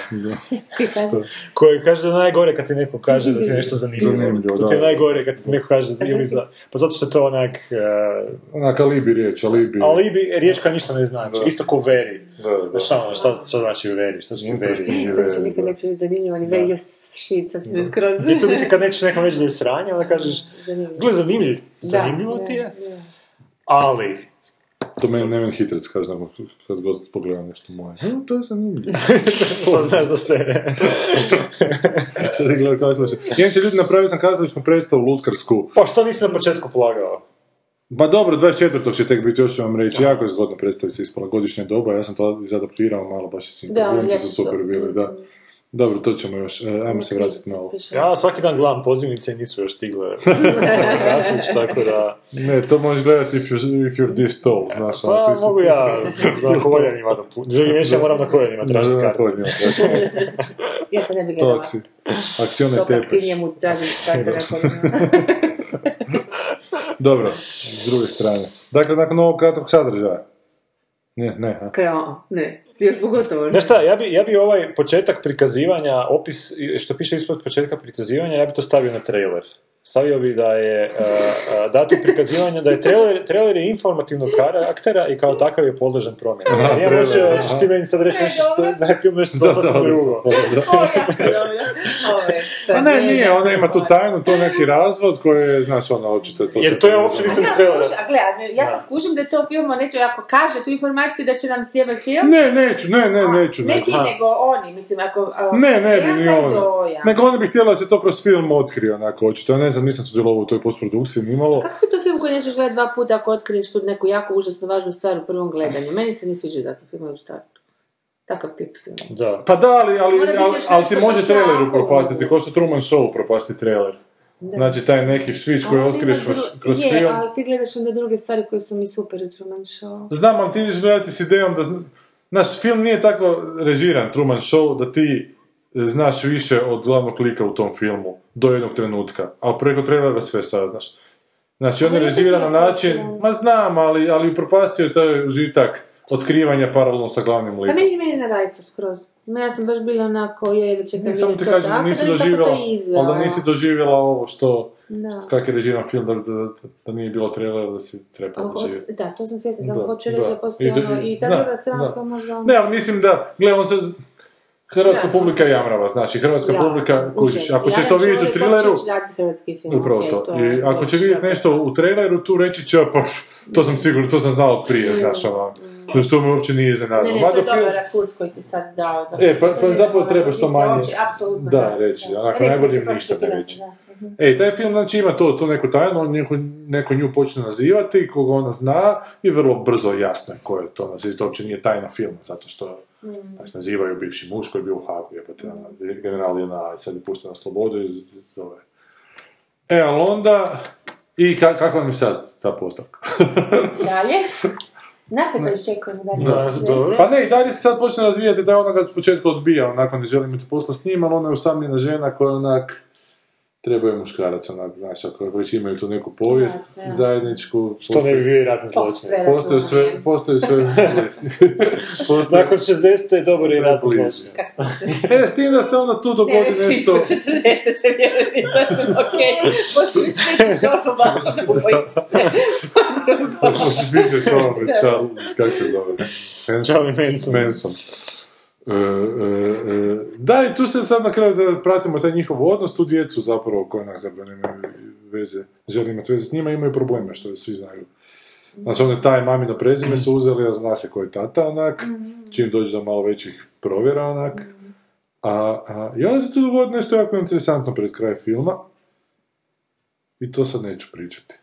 G: Ti kaži,
I: Koji kaže da je najgore kad ti neko kaže da ti je nešto zanimljivo.
H: Zanimljivo,
I: To ti je
H: da.
I: najgore kad ti neko kaže da ili za... Pa zato što je to onak... eh,
H: Onak alibi riječ, alibi.
I: Ali bi riječ koja ništa ne znači. Isto ko veri.
H: Da, da.
I: Znaš ono, šta, šta znači veri? Šta znači veri?
H: Interesting.
G: sad više nikad neće biti zanimljivo, ni veljo shit, sad si me skroz
I: I to biti kad nećeš nekom reći da je sranje, onda kažeš,
G: zanimljivo.
I: gle, zanimljiv. Zanimljivo
G: Da,
I: ti je,
G: da, da.
I: ali...
H: To meni Neven Hitrec kaže znamo, kad god pogledam nešto moje. Hm, to je zanimljivo.
I: Sad znaš za sebe.
H: Sad je gledao kazalište. Jedan će ljudi napravio sam kazališnu predstavu lutkarsku.
I: Pa što nisi na početku polagao?
H: Ma dobro, 24. će tek biti, još ću vam reći, jako je zgodna predstavica ispala godišnja doba, ja sam to izadaptirao malo, baš je
G: Da,
H: simpatično, glumci
G: lijepi
H: su
G: su.
H: super bili, da. Dobro, to ćemo još, e, ajmo se vratiti na ovo.
G: Piše.
I: Ja svaki dan gledam pozivnice i nisu još stigle. Kasnić, tako da...
H: Ne, to možeš gledati if you're, if you're this tall, znaš, ono,
I: Pa
H: ti si-
I: mogu ja na koljenima da pu... Želim reći, ja moram na koljenima
H: Da, da,
I: tražiti
H: da,
I: kartu.
H: koljena, da, da,
G: Ja to ne bi
H: to
G: gledala.
H: aksi, aksione
G: Dok
H: tepeš.
G: aktivnije mu tražim sad
H: Dobro, s druge strane. Dakle, nakon ovog kratkog sadržaja. Ne, ne, a.
G: Kao, ne, još pogotovo. ne.
I: Znaš šta, ja bi, ja bi ovaj početak prikazivanja, opis i- što piše ispod početka prikazivanja, ja bi to stavio na trailer. Stavio bi da je uh, uh, datum prikazivanja, da je trailer, trailer je informativnog karaktera i kao takav je podložen promjenama. Ja
H: trailer,
I: možda
H: aha.
I: ćeš ti meni sad reći nešto, što- da je film nešto
H: Da,
I: sasvim
H: da,
I: drugo.
H: da.
G: O, jako dobro. Ovo je sad
H: A ne, nije,
G: jedan.
H: ona ima tu tajnu, to neki razvod koji je, znaš, ona očito je to...
I: Jer
H: sve
I: to ja uopće nisam-
G: Sad
I: iz trailera.
G: kužim, a gle, a ne, ja sad kužim da je to film, a neću, ako kaže tu informaciju da će nam sjever film,
H: Ne, neću, ne, ne, neću.
G: ne ti
H: neću.
G: nego oni, mislim, ako... a-
H: Ne, ne
G: ja
H: bi ni
G: taj
H: ono.
G: dojam.
H: Nego ona bi htjela da se to kroz film otkrio, onako, očito. Ja ne znam, nisam sudjelovao u toj postprodukciji, nimalo.
G: Kako je to film koji nećeš gledati dva puta ako otkriješ tu neku jako užasno važnu stvar u prvom gledanju? Meni se ne sviđa da film u startu. Takav tip filma.
I: Da.
H: Pa da, ali, ali,
G: Mora biti
H: ali,
G: još
H: ali ti
G: nešto
H: može
G: po
H: trailer
G: članku.
H: upropastiti, kao što Truman Show upropasti trailer. Znači, taj neki switch koji
G: Ali
H: otkriješ
G: ima
H: kroz-
G: dru-
H: kroz
G: je,
H: film.
G: ali ti gledaš onda druge stvari koje su mi super u Truman Show.
H: Znam, ali ti ideš gledati s idejom da... zna- Znaš, film nije tako režiran, Truman Show, da ti e, znaš više od glavnog lika u tom filmu, do jednog trenutka, a preko trailera sve saznaš. Znači, on je
G: Ali ja sam
H: režiran na
G: gledala
H: način,
G: film.
H: ma znam, ali, ali upropastio je taj užitak otkrivanja paralelno sa glavnim
G: Pa
H: likom.
G: meni meni je na rajcu skroz. Ma ja sam baš bila onako, je da čekam
H: Ne, samo
G: je
H: ti
G: to
H: kažem da
G: tako,
H: nisi
G: bi tako to
H: doživjela, ali da
G: izvela.
H: nisi doživjela ovo što,
G: Da.
H: kak je režiran film, da, da, da, da nije bilo trailera, da si
G: Ali
H: trebalo
G: ho-
H: doživjeti.
G: Da, to sam svjesna, samo
H: Da,
G: hoću reći
H: da.
G: da postoji
H: I do-
G: ono, i ta
H: znam,
G: druga strana
H: da.
G: koja možda... ono-
H: Ne, ali mislim da, gle, on se, hrvatska
G: Da.
H: publika jamrava, znači, hrvatska
G: Ja,
H: publika, kužiš,
G: užas.
H: ako će
G: Ja
H: to
G: neću
H: vidjeti u
G: uvijek
H: trileru,
G: hoću raditi hrvatski film,
H: upravo
G: okej,
H: to,
G: je
H: i ako će
G: logično.
H: vidjeti nešto u traileru, tu reći će, pa, to sam sigurno, to sam znao od prije, znaš, ono, znači, to me uopće nije
G: Ne,
H: iznenadilo.
G: ne, to je
H: Mada film,
G: dobar rakurs koji si sad dao. za-
H: E, pa-
G: to
H: pa
G: je
H: zapravo
G: zapravo
H: treba što
G: pozicija
H: manje-
G: uopće, apsolutno,
H: da, reći, onako, najbolje
G: Reci,
H: ništa ne
G: pročitaj,
H: reći.
G: da.
H: E, taj film znači ima to, to neku tajnu, on neko, neko nju počne nazivati, koga ona zna i vrlo brzo jasno je ko je to naziv, to uopće nije tajna filma, zato što znači, nazivaju bivši muž koji je bio u Hagu, jebote, ona, general je na, sad je pušten na slobodu i z- z- zove. E, ali onda, i ka, kakva vam je sad ta postavka?
G: Dalje. Napeto iščekujemo dalje.
I: Da, dobro.
H: Pa ne, i dalje se sad počne razvijati da je ona ga od početka odbija, onako ne želi imati posla s njim, ali ona je usamljena žena koja onak trebaju muškarac, onak, znaš, ako već imaju tu neku povijest
G: Jasno, ja.
H: zajedničku,
I: Što ne bi bio i ratni
G: To
I: zločin.
G: sve
H: postaju sve,
G: razumijem.
H: postaju sve postaju,
I: Nakon 60. je dobar i
H: Sve
I: ratni
H: bliže.
I: zločin.
G: Kad smo se-
H: E, s tim da se onda tu
G: Ne,
H: dogodi
G: već i
H: nešto...
G: po 40. vjerujem, je sasvim okej. Možeš više reći šoru vasom ubojice. To je drugo.
H: Možeš biti s ovom, Charles, kako se zove?
I: Charlie Manson.
H: Manson. E, e, e, da, i tu se sad na kraju da pratimo taj njihov odnos, tu djecu zapravo koja onak zapravo nemaju veze, žele imati veze s njima, imaju probleme, što svi znaju. Znači, one taj mamino prezime su uzeli, a zna se ko je tata, onak, čim dođe do malo većih provjera, onak. A, a, I onda se tu dogodi nešto jako interesantno pred kraj filma, i to sad neću pričati.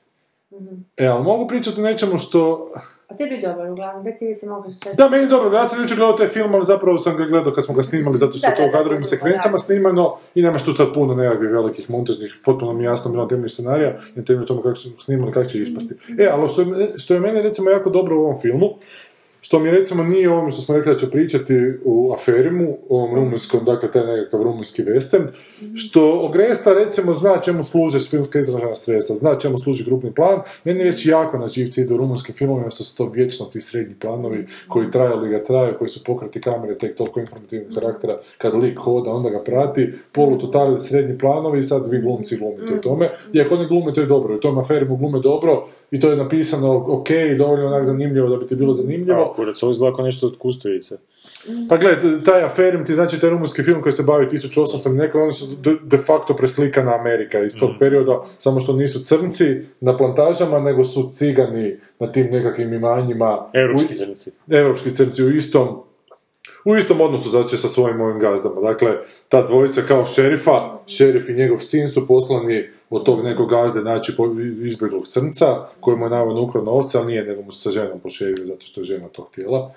H: E, ali mogu pričati o nečemu što...
G: A tebi je dobar, uglavnom, da ti vidice mogu se
H: Da, meni je dobro, ja sam jučer gledao taj film, ali zapravo sam ga gledao kad smo ga snimali, zato što
G: Da,
H: je to
G: da,
H: u
G: da,
H: kadrovim
G: da,
H: sekvencama
G: da.
H: snimano i nemaš tu sad puno nekakvih velikih montažnih, potpuno mi je jasno bilo na temelju scenarija i na temelju tome kako su snimali, kako će ispasti.
G: Mhm.
H: E, ali što je, što je meni recimo jako dobro u ovom filmu, što mi recimo nije ovome što smo rekli da ću pričati u aferimu, ovom rumunskom, dakle taj nekakav rumunski western, što Ogresta recimo zna čemu služe filmska izražena sredstva, zna čemu služi grupni plan, meni već jako na živci ide u rumunskim filmovima što su to vječno ti srednji planovi koji traju ili ga traju, koji su pokreti kamere tek toliko informativnog karaktera, kad lik hoda onda ga prati, polutotalni srednji planovi i sad vi glumci glumite u tome, iako oni glume to je dobro, i u tom aferimu glume dobro i to je napisano ok, dovoljno onak zanimljivo da bi ti bilo zanimljivo,
I: A, kurac, ovo izgleda kao nešto od Kustovice.
H: pa gledaj, taj Aferim, ti znači taj rumunski film koji se bavi 1800 i neko, oni su de, de facto preslikana Amerika iz tog perioda, samo što nisu crnci na plantažama, nego su cigani na tim nekakvim imanjima.
I: Europski
H: U-
I: zrnici.
H: europski crnci u istom u istom odnosu znači sa svojim ovim gazdama. Dakle, ta dvojica kao šerifa, šerif i njegov sin su poslani od tog nekog gazde naći po- izbjeglog crnca, kojemu je navodno ukrao novca, ali nije, nego mu se sa ženom pošerio, zato što je žena to htjela.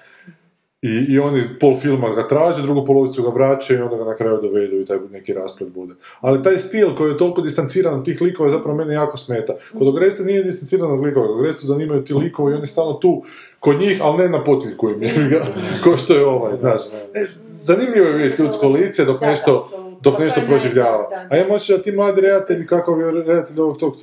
H: I, I oni pol filma ga traže, drugu polovicu ga vraćaju i onda ga na kraju dovedu i taj neki rasplet bude. Ali taj stil koji je toliko distanciran od tih likova zapravo mene jako smeta. Kod Ogreste nije distanciran od likova, kod Ogreste zanimaju ti likovi i oni stalno tu kod njih, ali ne na potiljku im, jebi ga, ko što je ovaj, znaš. E, zanimljivo je vidjeti ljudsko lice dok
G: Da,
H: nešto,
G: apsolutno.
H: dok
G: To
H: nešto
G: je naj-
H: proživljava.
G: da, da.
H: A ja moći da ti mladi redatelji, kako je redatelj ovog tog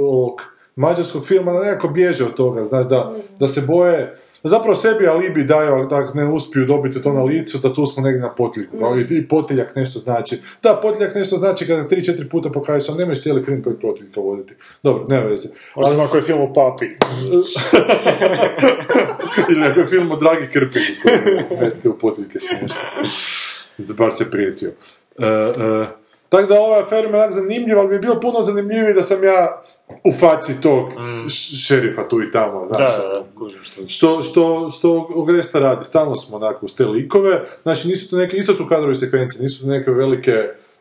H: ovog mađarskog filma, da nekako bježe od toga, znaš, da, da se boje, da zapravo sebi alibi daju, da ne uspiju dobiti to na licu, da tu smo negdje na potiljku. kao i- I potiljak nešto znači. Da, potiljak nešto znači kada tri, četiri puta pokažeš, ali nemaš cijeli film preko potiljka voditi. Dobro, nema veze.
I: Osim ako je film o papi.
H: Ili ako je film o Dragi Krpiku koji metke u potiljke smiješka. Bar se prijetio. E, e, tako da ova afera me onak zanimljiva, ali bi bilo puno zanimljiviji da sam ja u faci tog š- šerifa tu i tamo,
I: Mm. Da,
H: znaš. ono,
I: da, da. kužim što je.
H: Što, što, što Ogresta radi, stalno smo onako uz te likove, znači nisu to neke, isto su kadrovi sekvencije, nisu to neke velike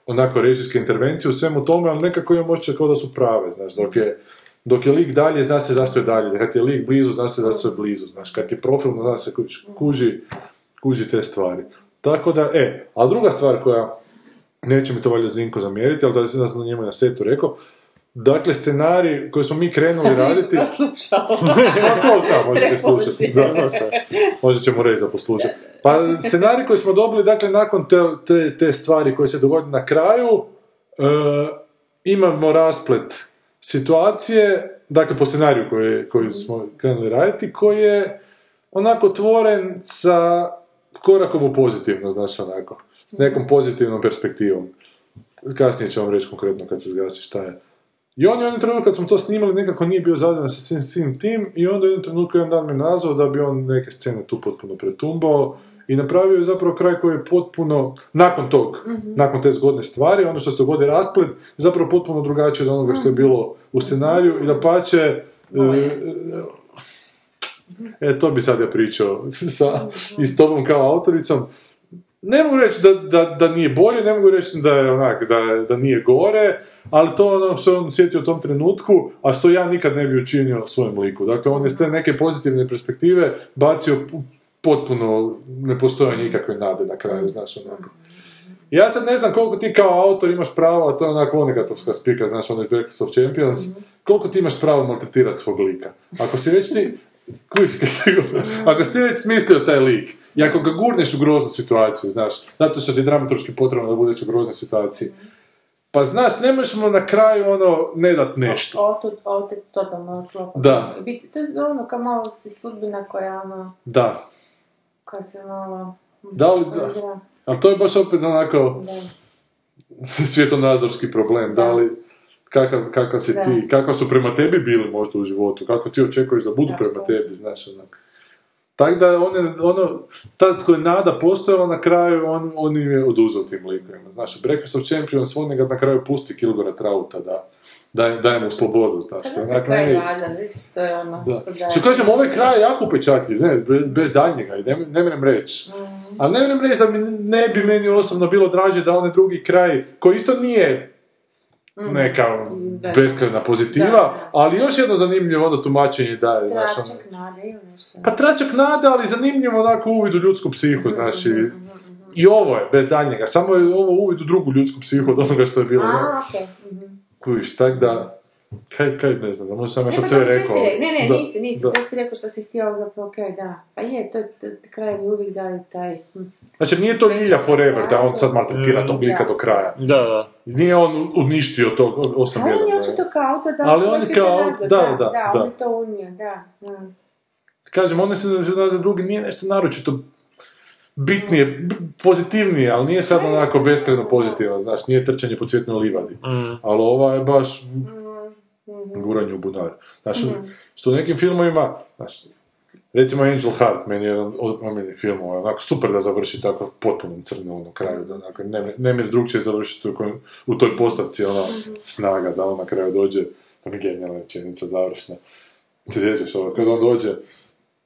H: onako režijske intervencije u svemu tome, ali nekako imam osjećaj kao da su prave, znaš, dok je, dok je lik dalje, zna se zašto je dalje, kad je lik blizu, zna se zašto je blizu, znaš, kad je profilno, zna se kuži, kuži, kuži te stvari. Tako da, e, a druga stvar koja, neće mi to valjda Zlinko zamjeriti, ali da sam na njemu na setu rekao, dakle, scenarij koji smo mi krenuli raditi...
G: Da slušao.
H: Pa ko zna, možda će
G: Preporučujem.
H: slušati. Da, zna se. Možda ćemo reći da posluša. Pa scenarij koji smo dobili, dakle, nakon te, te, te stvari koje se dogode na kraju, e, imamo rasplet situacije, dakle, po scenariju koji, koji smo krenuli raditi, koji je onako tvoren sa korakom u pozitivno, znaš, onako, s nekom pozitivnom perspektivom. Kasnije ću vam reći konkretno kad se zgasi šta je. I on je u jednom trenutku kad smo to snimali nekako nije bio zadovoljan sa svim, svim tim i onda u jednom trenutku jedan dan me nazvao da bi on neke scene tu potpuno pretumbao i napravio je zapravo kraj koji je potpuno, nakon tog, nakon te zgodne stvari, ono što se dogodi rasplet, zapravo potpuno drugačije od onoga što je bilo u scenariju i da pače, e, to bi sad ja pričao sa, i s tobom kao autoricom, ne mogu reći da, da, da nije bolje, ne mogu reći da je onak, da, je- da nije gore, ali to je ono što je on sjetio u tom trenutku, a što ja nikad ne bi učinio svojem liku. Dakle, on je s te neke pozitivne perspektive bacio pu- potpuno ne postoje nikakve nade na kraju, znaš, ono. onako. Ja sad ne znam koliko ti kao autor imaš pravo, a to je onako onegatovska spika, znaš, ono iz Breakfast of Champions, koliko ti imaš pravo maltretirati svog lika. Ako si već ti, kužiš kad ti govorim, ako si ti već smislio taj lik, i ako ga gurneš u groznu situaciju, znaš, zato što ti je dramaturški potrebno da budeš u groznoj situaciji, pa znaš, ne možeš mu na kraju ono ne dat nešto.
G: Otud, otud, totalno otlopno.
H: Da.
G: I biti, to je ono, kao malo si sudbina koja, ono,
H: Da.
G: koja se malo...
H: Da li da?
G: igra.
H: Ali to je baš opet onako
G: Da.
H: svjetonazorski problem, da li kakav, kakav si
G: Da.
H: ti, kakav su prema tebi bili možda u životu, kako ti očekuješ da budu prema
G: Apsolutno.
H: tebi, znaš, onak. Tako da one, ono, tad koja je nada postojala na kraju, on, on im je oduzeo tim likovima. Znaš, u Breakfast of Champions, on ga na kraju pusti Kilgora Trauta da, da, daje mu slobodu, znaš, što je
G: Kako
H: onak
G: ti kraj
H: meni-
G: važan, viš, to je ono
H: Da.
G: što daje.
H: Što kažem, ovaj kraj je jako pečatljiv, ne, be- bez daljnjega, i ne, ne mrem reći.
G: Mhm.
H: Ali ne mrem reći da mi ne bi meni osobno bilo draže da onaj drugi kraj, koji isto nije neka
G: Mhm.
H: ono,
G: Da.
H: beskrajna pozitiva,
G: Da, da.
H: ali još jedno zanimljivo onda tumačenje daje, znaš, ono-
G: Tračak nade ili nešto.
H: pa tračak nada, ali zanimljivo onako uvid u ljudsku
G: Mhm,
H: psihu, znaš, i, i ovo je, bez daljnjega, samo je ovo uvid u drugu ljudsku psihu od onoga što je bilo,
G: A,
H: znaš.
G: okej. mhm.
H: kuviš, tak da, kaj, kaj, ne znam, možda sam ja
G: E,
H: sad
G: pa
H: sve
G: dobro,
H: rekao.
G: si rekao. Ne, ne,
H: Da,
G: nisi, nisi,
H: da.
G: sve si rekao što si htio, ali zapravo okej, da. Pa je, to, to, to krajevi uvijek daju taj... hm.
H: Znači, nije to Ljilja forever, da on sad maltretira tog lika do kraja.
I: Da, da.
H: Nije on uništio tog
G: A
H: 8
G: on je očito kao autor dao
H: Ali
G: svoj
H: on je kao-
G: svjetonazor,
H: da,
G: da,
H: da,
G: da,
H: da.
G: on je to unio, da. da.
H: Kažem, one se za za drugi nije nešto naročito bitnije, b- pozitivnije, ali nije sad onako beskreno pozitivan, znaš, nije trčanje po cvjetnoj livadi.
I: Mm.
H: Ali ova je baš guranje u bunar. Znaš, što u nekim filmovima, znaš, recimo Angel Heart, meni je jedan od omiljenih filmova, onako super da završi tako potpuno crno na kraju, da onako Nemir, Nemir drug će završiti u, kojem- u toj postavci, ona snaga, da on na kraju dođe, to mi je genijalna rečenica završna. Se sjećaš ovo, kad on dođe,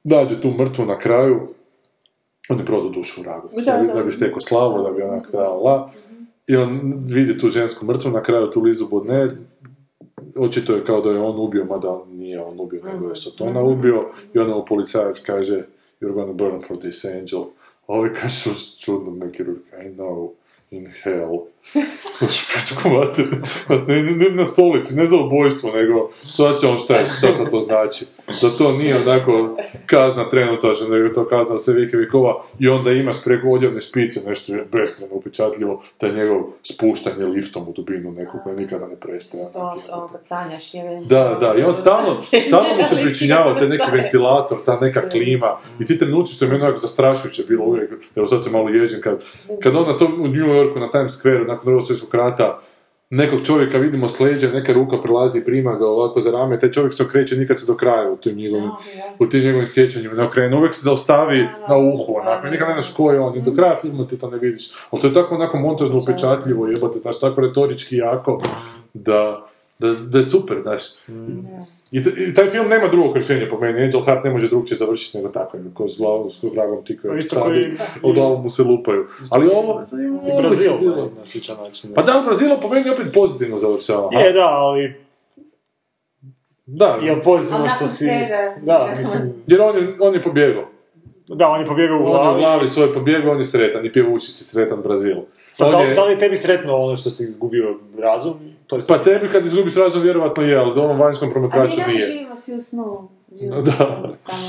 H: dađe tu mrtvu na kraju, on je prodao dušu vragu, da,
G: Da,
H: bi-
G: da.
H: da bi stekao slavu, da bi onak trala, i on vidi tu žensku mrtvu, na kraju tu Lizu Bodner, očito je kao da je on ubio, mada on nije on ubio, nego je Satona ubio, i onda mu policajac kaže, you're gonna burn for this angel, a ovaj kaže, "Sus, čudno, neki ruk, I know, in hell. Znaš, pičku mater, Pa ne, ne, ne na stolici, ne za ubojstvo, nego šta će on šta, je, šta sad to znači. Da to nije onako kazna trenutačna, nego je to kazna sve vike vikova i onda imaš preko odjavne špice nešto je beskreno upečatljivo, taj njegov spuštanje liftom u dubinu neku koja nikada ne prestaje.
G: To ono kad sanjaš, je već-
H: Da, da, i on stalno, stalno mu se pričinjava taj neki
G: Staje.
H: ventilator, ta neka klima i ti trenuci što je meni onako zastrašujuće bilo uvijek, evo sad se malo ježim, kad, kad on na tom u New Yorku, na Times Square, nakon drugog svjetskog rata, nekog čovjeka vidimo s leđa, neka ruka prelazi i prima ga ovako za rame, taj čovjek se okreće nikad se do kraja u tim njegovim, u tim njegovim sjećanjima ne okrene, uvijek se zaustavi na uhu, onako, i nikad ne znaš ko je on, i do kraja filma ti to ne vidiš, ali to je tako onako montažno upečatljivo, jebate, znaš, tako retorički jako, da, da, da je super, znaš. I, t- i taj film nema drugog rješenja po meni, Angel Heart ne može drugčije završiti nego tako, jer ko s glavom, s vragom ti koji
I: Pa Isto koji-
H: u glavu mu se lupaju. Ali ovo...
I: I Brazil pa
H: moguće bilo.
I: na sličan način.
H: Pa da, u Brazilu po meni opet pozitivno završava.
I: Je, da, ali
H: Da,
I: je pozitivno
G: Ali
I: što
G: nakon
I: si...
G: svega-
I: Da, mislim,
H: jer on je, on je pobjegao.
I: da, on je pobjegao u
H: On je u
I: glavi.
H: glavi svoj pobjegao, on je sretan i pjevući si sretan Brazil.
I: Sad, Pa da,
H: On
I: li,
H: je-
I: da li je tebi sretno ono što si izgubio razum? To je
H: Pa tebi kad izgubiš razum vjerovatno je, ali onom vanjskom
G: A mi
H: promatraču
G: ne
H: nije.
G: živimo svi u snu.
H: Da,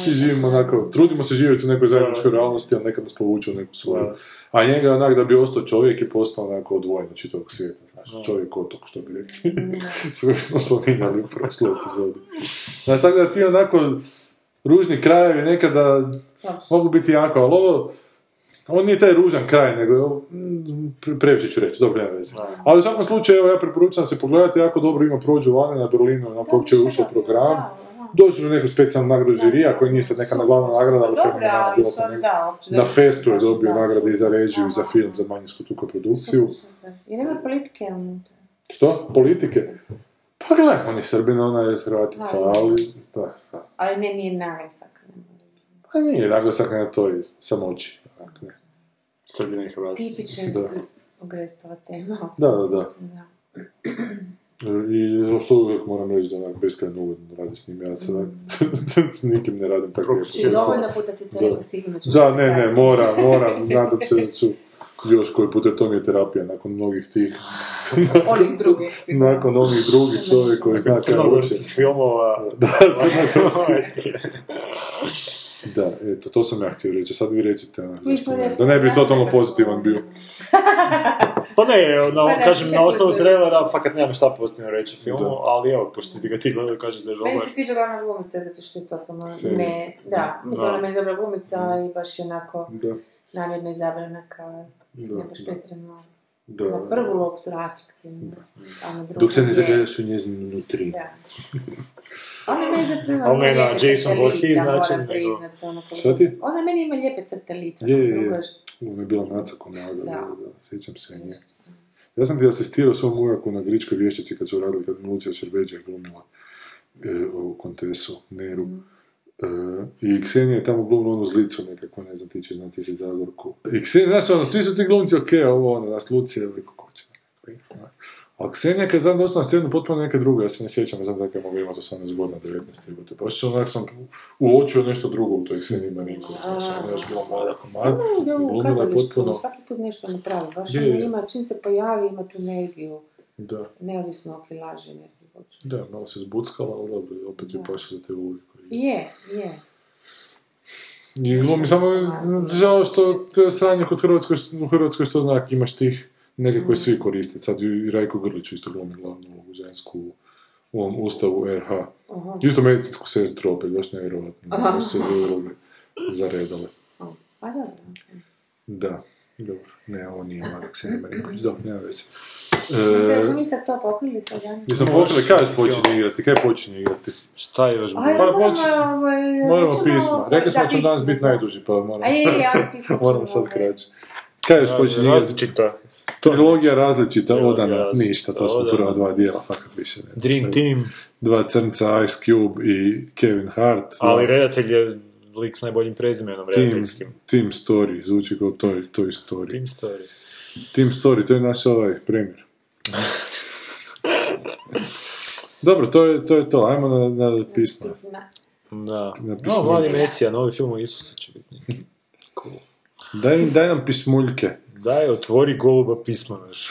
G: Živimo
H: i živimo onako, trudimo se živjeti u nekoj zajedničkoj realnosti, ali nekad nas povuče u neku svoju. A njega je onak da bi ostao čovjek i postao onako odvojen od čitavog svijeta. Znači, čovjek otok, što bi rekli. Što ga smo spominjali u prošloj epizodi. Znači, tako da ti onako ružni krajevi nekada mogu biti jako, ali ovo, on nije taj ružan kraj, nego je ovo, mm, pre- previše ću reći, dobro, nema veze. Ali u svakom slučaju, evo, ja preporučam se pogledati, jako dobro ima prođu vani na Berlinu, onako uopće je
G: да,
H: ušao u program. Dođu na neku specijalnu nagradu žirija, koja nije sad neka glavna nagrada, ali
G: Dobra,
H: fenomenalna
G: ali
H: bila
G: sad
H: to
G: da,
H: neka.
G: uopće da
H: Na
G: je-
H: festu je
G: baš
H: dobio
G: da,
H: nagrade i za
G: super.
H: režiju i za
G: Aha.
H: film, za manjinsku tu koprodukciju.
G: I nema politike unutra.
H: Što? Politike? Pa gledaj, on je Srbin, ona je Hrvatica,
G: Da.
H: ali... Da, da.
G: Ali ne, nije naglasak.
H: Pa nije naglasak na toj samoći. dakle, onak, ne.
I: Srbina i Hrvatska.
G: Да. Tipična
H: Da.
G: Да, Ogrestova tema.
H: Da, da, da. I što uvijek moram reći da onak beskrajno ugodno radi s njim, ja se
G: Mm.
H: onak s nikim ne radim tako lijepo.
G: I dovoljno puta si to
H: Da.
G: rekao sigurno ćeš
H: Da, ne, ne,
G: raditi.
H: moram, moram, nadam se da su još koji put, jer to mi je terapija nakon mnogih tih,
G: Onih drugih.
H: nakon onih drugih čovjek koji zna kako uče.
I: Crnogorskih filmova.
H: Znači, ono- Da,
I: Ovaj,
H: crnogorski. Da, eto, to sam ja htio reći, sad vi recite onak,
G: Mi
H: zašto
G: smo
H: ne.
G: rekli,
H: Da ne bi
G: ja
H: totalno
G: sam rekla.
H: pozitivan bio.
I: Pa ne, na,
G: Pa ne,
I: kažem, na
G: čekaj,
I: osnovu
G: sve.
I: trailera fakat nemam šta pozitivno reći o filmu,
H: Da.
I: ali evo, pošto ti ga ti gledao kažeš da je dobar.
G: Meni se sviđa glavna glumica, zato što je totalno...
H: Sjajno.
G: Ne, da, mislim,
I: Da.
G: ona je meni dobra glumica i baš je onako
H: Da,
G: namjerno izabrana kao
H: da,
G: ne baš
H: da,
G: pretjerano.
H: da.
G: Na prvu loptu atraktivna, a na drugu
H: Dok se ne
G: je-
H: zagledaš u njezinu nutrinu.
G: Da. Ona meni zapravo
I: Ali ne
G: ima
I: na
G: lijepe
I: Jason
G: crte
I: Voorhees
G: lica,
I: način,
G: moram
I: nego-
G: priznat, ono koliko-
H: Šta ti?
G: Ona meni ima lijepe crte lica,
H: Je, je, je.
G: drugo je što-
H: Ona je bila nacako mlada, da,
G: Da.
H: da, sjećam se nje. Ja sam ti asistirao svom ujaku na gričkoj vješćici kad su radili, kad Lucija Šerbeđa glumila e, u kontesu, Neru.
G: Mm.
H: E, I Ksenija je tamo glumila onu zlicu nekako, ne znam ti će znati si Zagorku. I Ksenija, znaš ono, svi su ti glumci okej, ovo ono, nas Lucija, veliko koče. A Ksenija kad je tamo došla na scenu potpuno neka druga, ja se ne sjećam, ne znam da je mogla imati 18 godina, 19 jebote. Baš onak sam uočio nešto drugo u toj Kseniji Marinković, znaš, ona je još bila mlada komad.
G: Ona je ovo u
H: Glumila je potpuno-
G: kazalištu, ono svaki put nešto napravi, baš
H: Je,
G: ono
H: je.
G: ima, čim se pojavi ima tu energiju,
H: Da.
G: neovisno o kilaži nekog hoću.
H: Da, malo se zbuckala, ali dobro, opet je pašla za te uliku.
G: Je, je.
H: I bilo mi samo žao što to je sranje kod Hrvatskoj, u Hrvatskoj što onak imaš tih neke
G: Mm.
H: koje svi koriste. Sad i Rajko Grlić isto glumi glavnu ulogu žensku u- u ovom ustavu RH.
G: Aha.
H: Isto medicinsku sestru opet, baš nevjerojatno.
G: Aha.
H: Aha. se dvije uloge zaredale.
G: A Pa dobro.
H: Da, dobro. Ne, ovo nije Marek Senja Marinković, dobro, nema veze.
G: E...
H: E,
G: Mi sad to pokrili sa dan.
H: Jesmo počeli, kada počinje igrati, kada počinje igrati?
I: Šta je još
G: Aj,
H: Pa,
G: moramo,
H: počni.
G: ovaj,
H: Moramo
G: ćemo-
H: pisma. Rekli smo da će
G: pismo.
H: danas biti najduži, pa moramo.
G: A je, je, ali pismo ćemo,
H: Moramo sad
G: ovaj.
H: kraći. Kaj još počinje igrati?
I: Različita.
H: Trilogija različita,
I: Trilogija
H: odana,
I: različita,
H: ništa, to su
I: odana.
H: prva dva dijela, fakat više ne.
I: Dream Team,
H: Dva crnca, Ice Cube i Kevin Hart.
I: ali
H: Dva-
I: redatelj je lik s najboljim prezimenom
H: Team,
I: redateljskim.
H: Team Story, zvuči kao Toy, Toy
I: Team
H: Story.
I: Story.
H: Team Story, to je naš ovaj primjer. Dobro, to je to. Je to. Ajmo na, na pisma.
G: Pisma.
I: Da.
H: Napismo-
I: No, Vladi Mesija, novi film o Isusu će biti. neki.
H: Daj, daj nam pismuljke.
I: Daj, otvori goluba pisma naš.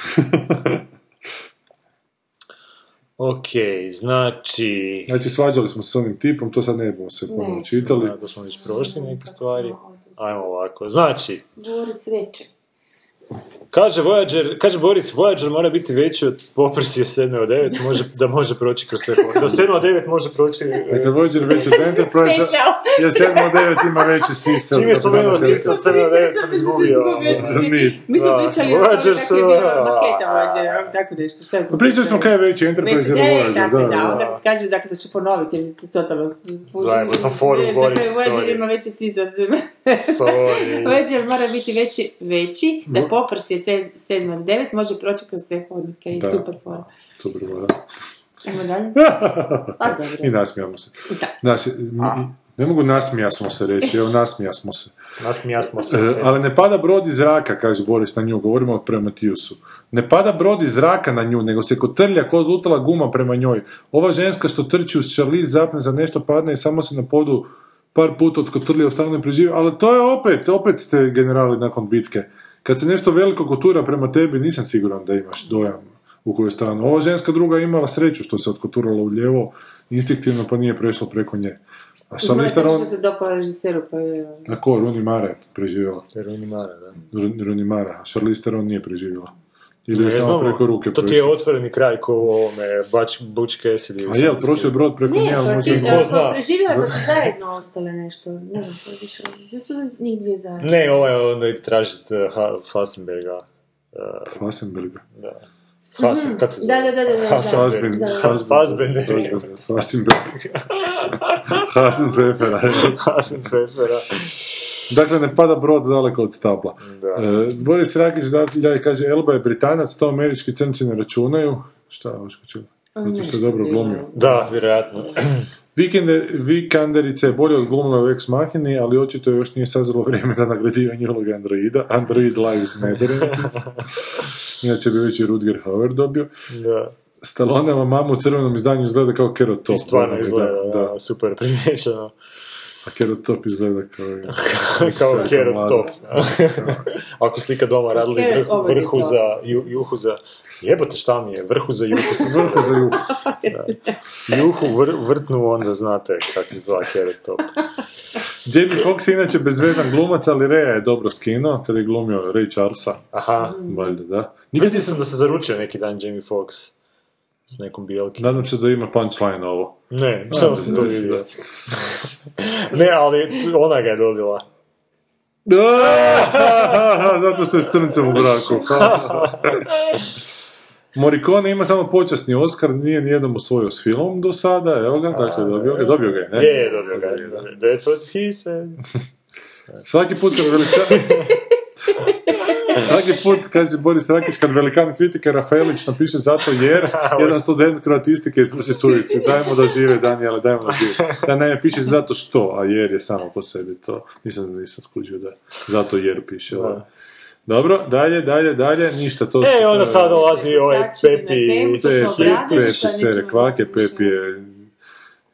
I: ok, znači...
H: Znači, svađali smo se s onim tipom, to sad ne budemo sve puno
G: Ne.
H: čitali.
I: Da smo već prošli neke stvari.
G: Kako smo ovdje?
I: Ajmo ovako. Znači,
G: Boris Večer.
I: Kaže, Voyager, kaže Boris, Voyager mora biti veći od poprsije 7 od 9, može, da može proći kroz sve poprsije. Do 7 od 9 može proći... e,
H: Dakle, Voyager već od Enterprise, jer 7 od 9 ima veći sise.
I: Čim je spomenuo
H: Ravnatelj-
I: sisa od 7 od 9 sam izgubio. ono.
G: Izgubio si.
H: Nit.
G: Mi smo
I: Da.
G: pričali o tome kako
I: Voyager
G: je
I: su-
G: bila maketa Voyager, ono tako nešto, šta smo
H: Pa Pričali smo kaj je veći
G: Neki- e,
H: Enterprise ili Voyager,
G: tako
H: da,
G: da,
H: da.
G: onda kaže, dakle, sad ću ponoviti, jer ti totalno...
I: Zajebo sam foru, Boris,
G: Dakle,
I: sorry.
G: Voyager ima veći sisa zem.
I: Sorry.
G: Voyager mora biti veći, veći, da poprs je 7 od 9, može proći kroz sve hodnike i
H: Da.
G: super fora.
H: Super, da.
G: Ajmo dalje. A
H: I
G: dobro.
H: nasmijamo se.
G: Da.
H: Nas, ne mogu nasmija smo se reći, evo nasmija smo se.
I: Nasmija smo se.
H: E, ali ne pada brod iz zraka, kaže Boris na nju, govorimo o Prometheusu. Ne pada brod iz zraka na nju, nego se kotrlja kod lutala guma prema njoj. Ova ženska što trči uz Charlize zapne za nešto padne i samo se na podu par puta otkotrlja, ostane preživi. Ali to je opet, opet ste generali nakon bitke. Kad se nešto veliko kotura prema tebi, nisam siguran da imaš dojam u kojoj stranu. Ova ženska druga je imala sreću što se otkoturala u lijevo, instinktivno pa nije prešla preko nje. A
G: Moram
H: Charlize
G: reći
H: Theron,
G: što se dopala režiseru, pa je...
H: na ko, Rooney Mara je preživjela.
I: Runimara, da.
H: Ron- Ronimara, a Charlize Theron nije preživjela. Ili je
I: Ne
H: samo
I: znamo.
H: preko ruke
I: To ti je
H: prošla.
I: otvoreni kraj ko u ovome Bač, Buč Cassidy.
H: A jel, prošao je brod preko nje,
G: Ne,
H: ali
G: to
H: možda
G: ti
H: i
I: ko
G: da
I: zna.
G: smo preživjela da su zajedno ostale nešto. Ne znam, sad više. Da su njih dvije zajedno.
I: Ne, ovaj je onda i tražit uh, Ha- Fasenberga.
H: Fasenberga.
I: Da. Fasen, kako se
G: Mhm. Da,
I: zove?
G: da, da, da, da.
I: Fassbender.
H: Fassbender.
G: Da.
I: Fassbender.
H: Fassbender. Fassbender. Hasenpfeffera, je.
I: Fasenberga.
H: Dakle, ne pada brod daleko od stabla.
I: Da.
H: E, Boris Rakić dalje kaže, Elba je Britanac, to američki crnci ne računaju. Šta je ovo skočilo? Zato što je dobro glumio.
I: Da, vjerojatno.
H: Vikender, Vikanderica je bolje odglumila u Ex Machini, ali očito još nije sazrelo vrijeme za nagrađivanje uloge Androida. Android Lives Matter. je napisao. Inače bi već i Rutger Hauer dobio.
I: Da.
H: Stalloneva mama u crvenom izdanju izgleda kao kerotop.
I: I stvarno
H: Da,
I: izgleda
H: Da,
I: da, super primijećeno.
H: A kerotop izgleda kao...
I: kao
H: Srka
I: carrot
H: mlada.
I: top. Ako slika doma radili
G: Carrot
I: vrh,
G: ovdje
I: vrhu
G: to.
I: za ju- juhu za... Jebote šta mi je, vrhu za juhu. sam- vrhu za juhu. Da. Juhu vr- vrtnu onda znate kak izgleda carrot top.
H: Jamie Foxx je inače bezvezan glumac, ali Rea je dobro skinuo kad je glumio Ray Charlesa.
I: Aha.
H: Valjda, da.
I: Vidio sam da se zaručio neki dan Jamie Foxx s nekom bijelki.
H: Nadam se da ima punchline ovo.
I: Ne, samo sam to
H: da, da.
I: vidio. ne, ali t- ona ga je dobila.
H: Zato što je s crncem u braku. Morikone ima samo počasni Oscar, nije nijednom osvojio s filmom do sada, evo ga, dakle dobio ga, dobio ga je, ne?
I: Je, je, dobio ga. je, dobio. That's what he said.
H: Svaki put kad veličan... Svaki put, kaže Boris Rakić, kad velikan kritika Rafaelić napiše zato jer jedan student kroatistike izvrši suvici. Dajmo da žive, Danijele, dajmo da žive. Da ne, piše zato što, a jer je samo po sebi to. Nisam, nisam skuđio da zato jer piše. ali. Dobro, dalje, dalje, dalje, ništa, to
I: E, onda
H: to je-
I: sad dolazi ovaj
G: Začeli Znači, na temu,
I: Pepi.
G: to smo
H: Pepi,
G: obradili,
H: Pepi
G: šta
H: se
G: nećemo
H: rekvake,
G: više.
H: Pepi je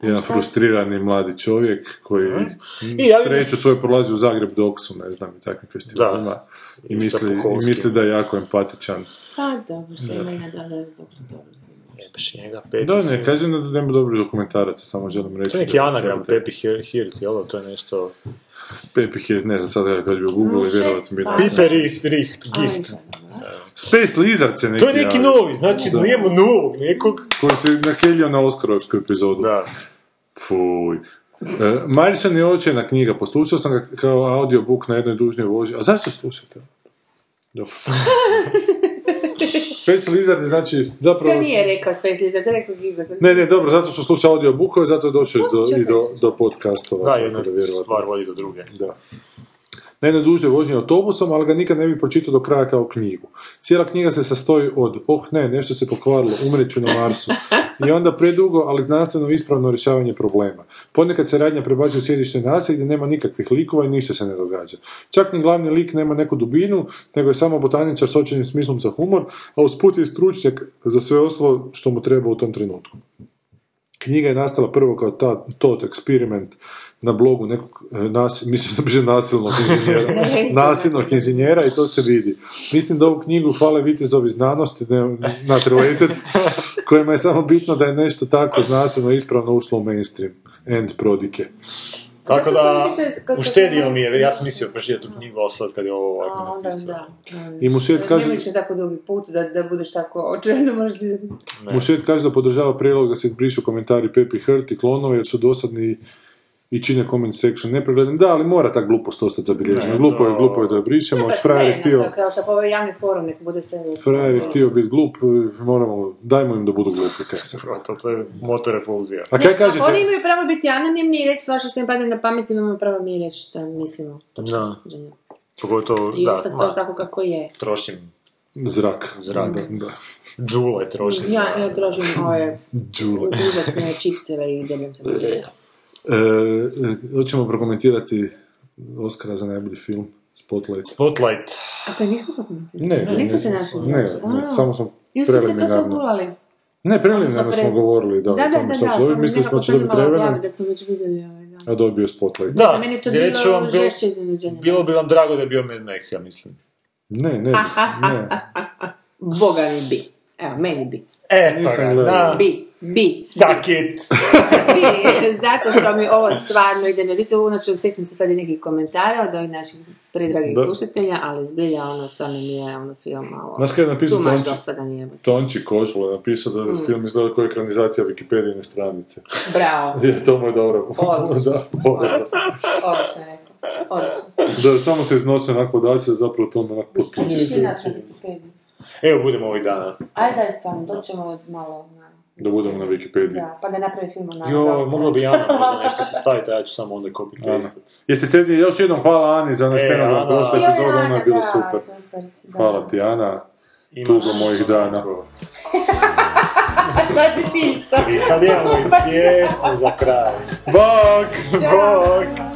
H: jedan frustrirani mladi čovjek koji
I: I ja vidim-
H: sreću svoju prolazi u Zagreb Doksu, ne znam, i takvim festivalima. I,
I: I sa
H: misli, i
I: Puhovskim.
H: misli da je jako empatičan.
G: Pa dobro, što ima i na dobro, dok su dobro.
I: Jebeš E, njega, Pepi.
H: Da, ne, kažem da nema dobrih dokumentaraca, samo želim reći.
I: To je neki
H: da je
I: anagram,
H: cijela te-
I: Pepi Hir- Hirt, jel da? To je nešto...
H: Pepi Hirt, ne znam sada kad bi ga
G: No,
H: googlili,
G: shit,
H: vjerovatno bi
G: pa.
H: našao.
I: Piper Richt, Richt,
G: Ali,
I: Gicht.
H: Space Lizard se neki
I: To je neki
H: javio,
I: novi, znači
H: Da.
I: nijemo novog nekog.
H: Koji se nakelio na Oskarovsku epizodu.
I: Da.
H: Fuj. E, Marišan je očajna knjiga, poslušao sam ga kao audiobook na jednoj dužnoj vožnji. A zašto slušate? Dobro. Space Lizard je znači zapravo...
G: To nije rekao Space Lizard, to je rekao Gigo.
H: Ne, ne, dobro, zato što sluša audiobookove, zato je došao
G: Možda
H: do,
G: će
H: i do,
G: reći.
H: do podcastova.
I: Da, ono
H: tako
I: jedna
H: vjerovatno-
I: stvar vodi do druge.
H: Da. Na jednoj dužoj vožnji autobusom, ali ga nikad ne bi pročitao do kraja kao knjigu. Cijela knjiga se sastoji od, oh ne, nešto se pokvarilo, umreću na Marsu. I onda predugo, ali znanstveno ispravno rješavanje problema. Ponekad se radnja prebacuje u sjedište naselja gdje nema nikakvih likova i ništa se ne događa. Čak ni glavni lik nema neku dubinu, nego je samo botaničar s očenim smislom za humor, a usput je stručnjak za sve ostalo što mu treba u tom trenutku. Knjiga je nastala prvo kao ta, tot eksperiment na blogu nekog, e, nas, mislim da biže nasilnog inženjera,
G: Ne, isto
H: nasilnog inženjera i to se vidi. Mislim da ovu knjigu hvale vitezovi znanosti, ne, not related, kojima je samo bitno da je nešto tako znanstveno ispravno ušlo u mainstream. End prodike.
I: Tako da,
G: Zato što mi tiče- kad-
I: uštedio
G: kad-
I: mi je, ja sam mislio pročitati tu knjigu, ali sad kad je ovo
G: A,
I: ovako
G: Pa onda
I: napisao.
G: da. da.
H: I mu šef kaže-
G: Nemoj će tako dugi put da, da budeš tako očajno možeš vidjeti.
I: Ne.
H: Mušet kaže da podržava prijedlog da se izbrišu komentari Pepi Hrt i klonova jer su dosadni i čine comment section nepregledan. Da, ali mora ta glupost ostati zabilježena.
I: Ne,
H: Glupo je,
I: to-
H: glupo je da je brišemo.
G: Pa sve,
H: Frajer je htio...
G: onako, kao što pa ovaj javni forum, nek bude sve... Ono.
H: Frajer je htio biti glup, moramo, dajmo im da budu glupi, kaj se
I: Prvo, To, to je motor repulzija.
H: A kaj kažete?
G: Oni imaju pravo biti anonimni i reći svašta što im padne na pamet, imamo pravo mi reći što mislimo.
I: Da,
G: Točno.
I: pogotovo,
G: I
I: da,
G: ostati to
I: ma,
G: tako kako je.
I: trošim,
H: Zrak.
I: Zrak.
H: Da, da.
I: džule trošim.
G: Mm. Ja, ja drožim ove
H: Đule.
G: užasne čipseve i debljam se.
H: E, e, hoćemo prokomentirati Oscara za najbolji film, Spotlight.
I: Spotlight.
G: A to nismo pokušali.
H: Ne, ne,
G: Nismo se
H: nisam-
G: našli.
H: Ne, ne,
G: A.
H: samo sam
G: Ili su se to smo
H: preliminarno.
G: gulali.
H: Ne, preliminarno
G: Odnosno
H: smo
G: pre-
H: govorili, da,
G: Da,
H: o
G: da, da,
H: tome
G: da,
H: što će
G: samo
H: dobiti. Mislili smo
G: nekako
H: da će
G: sam
H: dobiti
G: imala u glavi
H: Revenant,
G: da smo već vidjeli ovaj, da.
H: a dobio je Spotlight.
I: Da,
G: meni je to
I: reći ću
G: bilo
I: vam, bilo-
G: žešće iznenađenje.
I: Bilo bi vam drago da je bio Mad Max, ja mislim.
H: Ne, ne, ne.
G: Boga mi bi. Evo, meni bi.
I: Eto
H: Nisam
I: E, pa ga,
H: gledao.
I: da.
G: Bi, bi,
I: Suck it!
G: bi. Zato što mi ovo stvarno ide na žicu. Unače, sjećam se sad i nekih komentara od ovih naših predragih
H: Da.
G: slušatelja, ali zbilja ono, stvarno nije ono film malo...
H: Znaš kaj je napisao
G: Tu maš Mm.
H: Tonči?
G: dosada nije.
H: Tonči Kožlo je napisao da film izgleda kao ekranizacija Wikipedijine stranice.
G: Bravo.
H: Je, to mu je dobro.
G: Odlično.
H: da, odlično.
G: Odlično je rekao. Odlično.
H: Da, samo se iznose onak podaci, a zapravo to me onak potpuno.
G: Ti si nas na Wikipediji.
I: Evo, budemo ovih dana.
G: Ajde, daj stvarno, doćemo malo na...
H: Da budemo na Wikipediji.
G: Da, pa da napravi film o nas.
I: Jo,
G: zaostalima.
I: mogla bi Jana možda nešto se staviti, a ja ću samo onda copy paste.
H: Jeste sretni, još jednom hvala Ani za naš
I: E,
H: stenogram
I: Ana.
H: prošle
G: Joj,
H: epizode,
G: Ana,
H: ona je bila
G: da,
H: super.
G: super si, da.
H: Hvala ti, Ana. Tugo mojih dana.
G: Sad
H: E,
G: bi ti isto.
I: I sad imamo i pjesmu za kraj.
H: Bog!
I: Bog!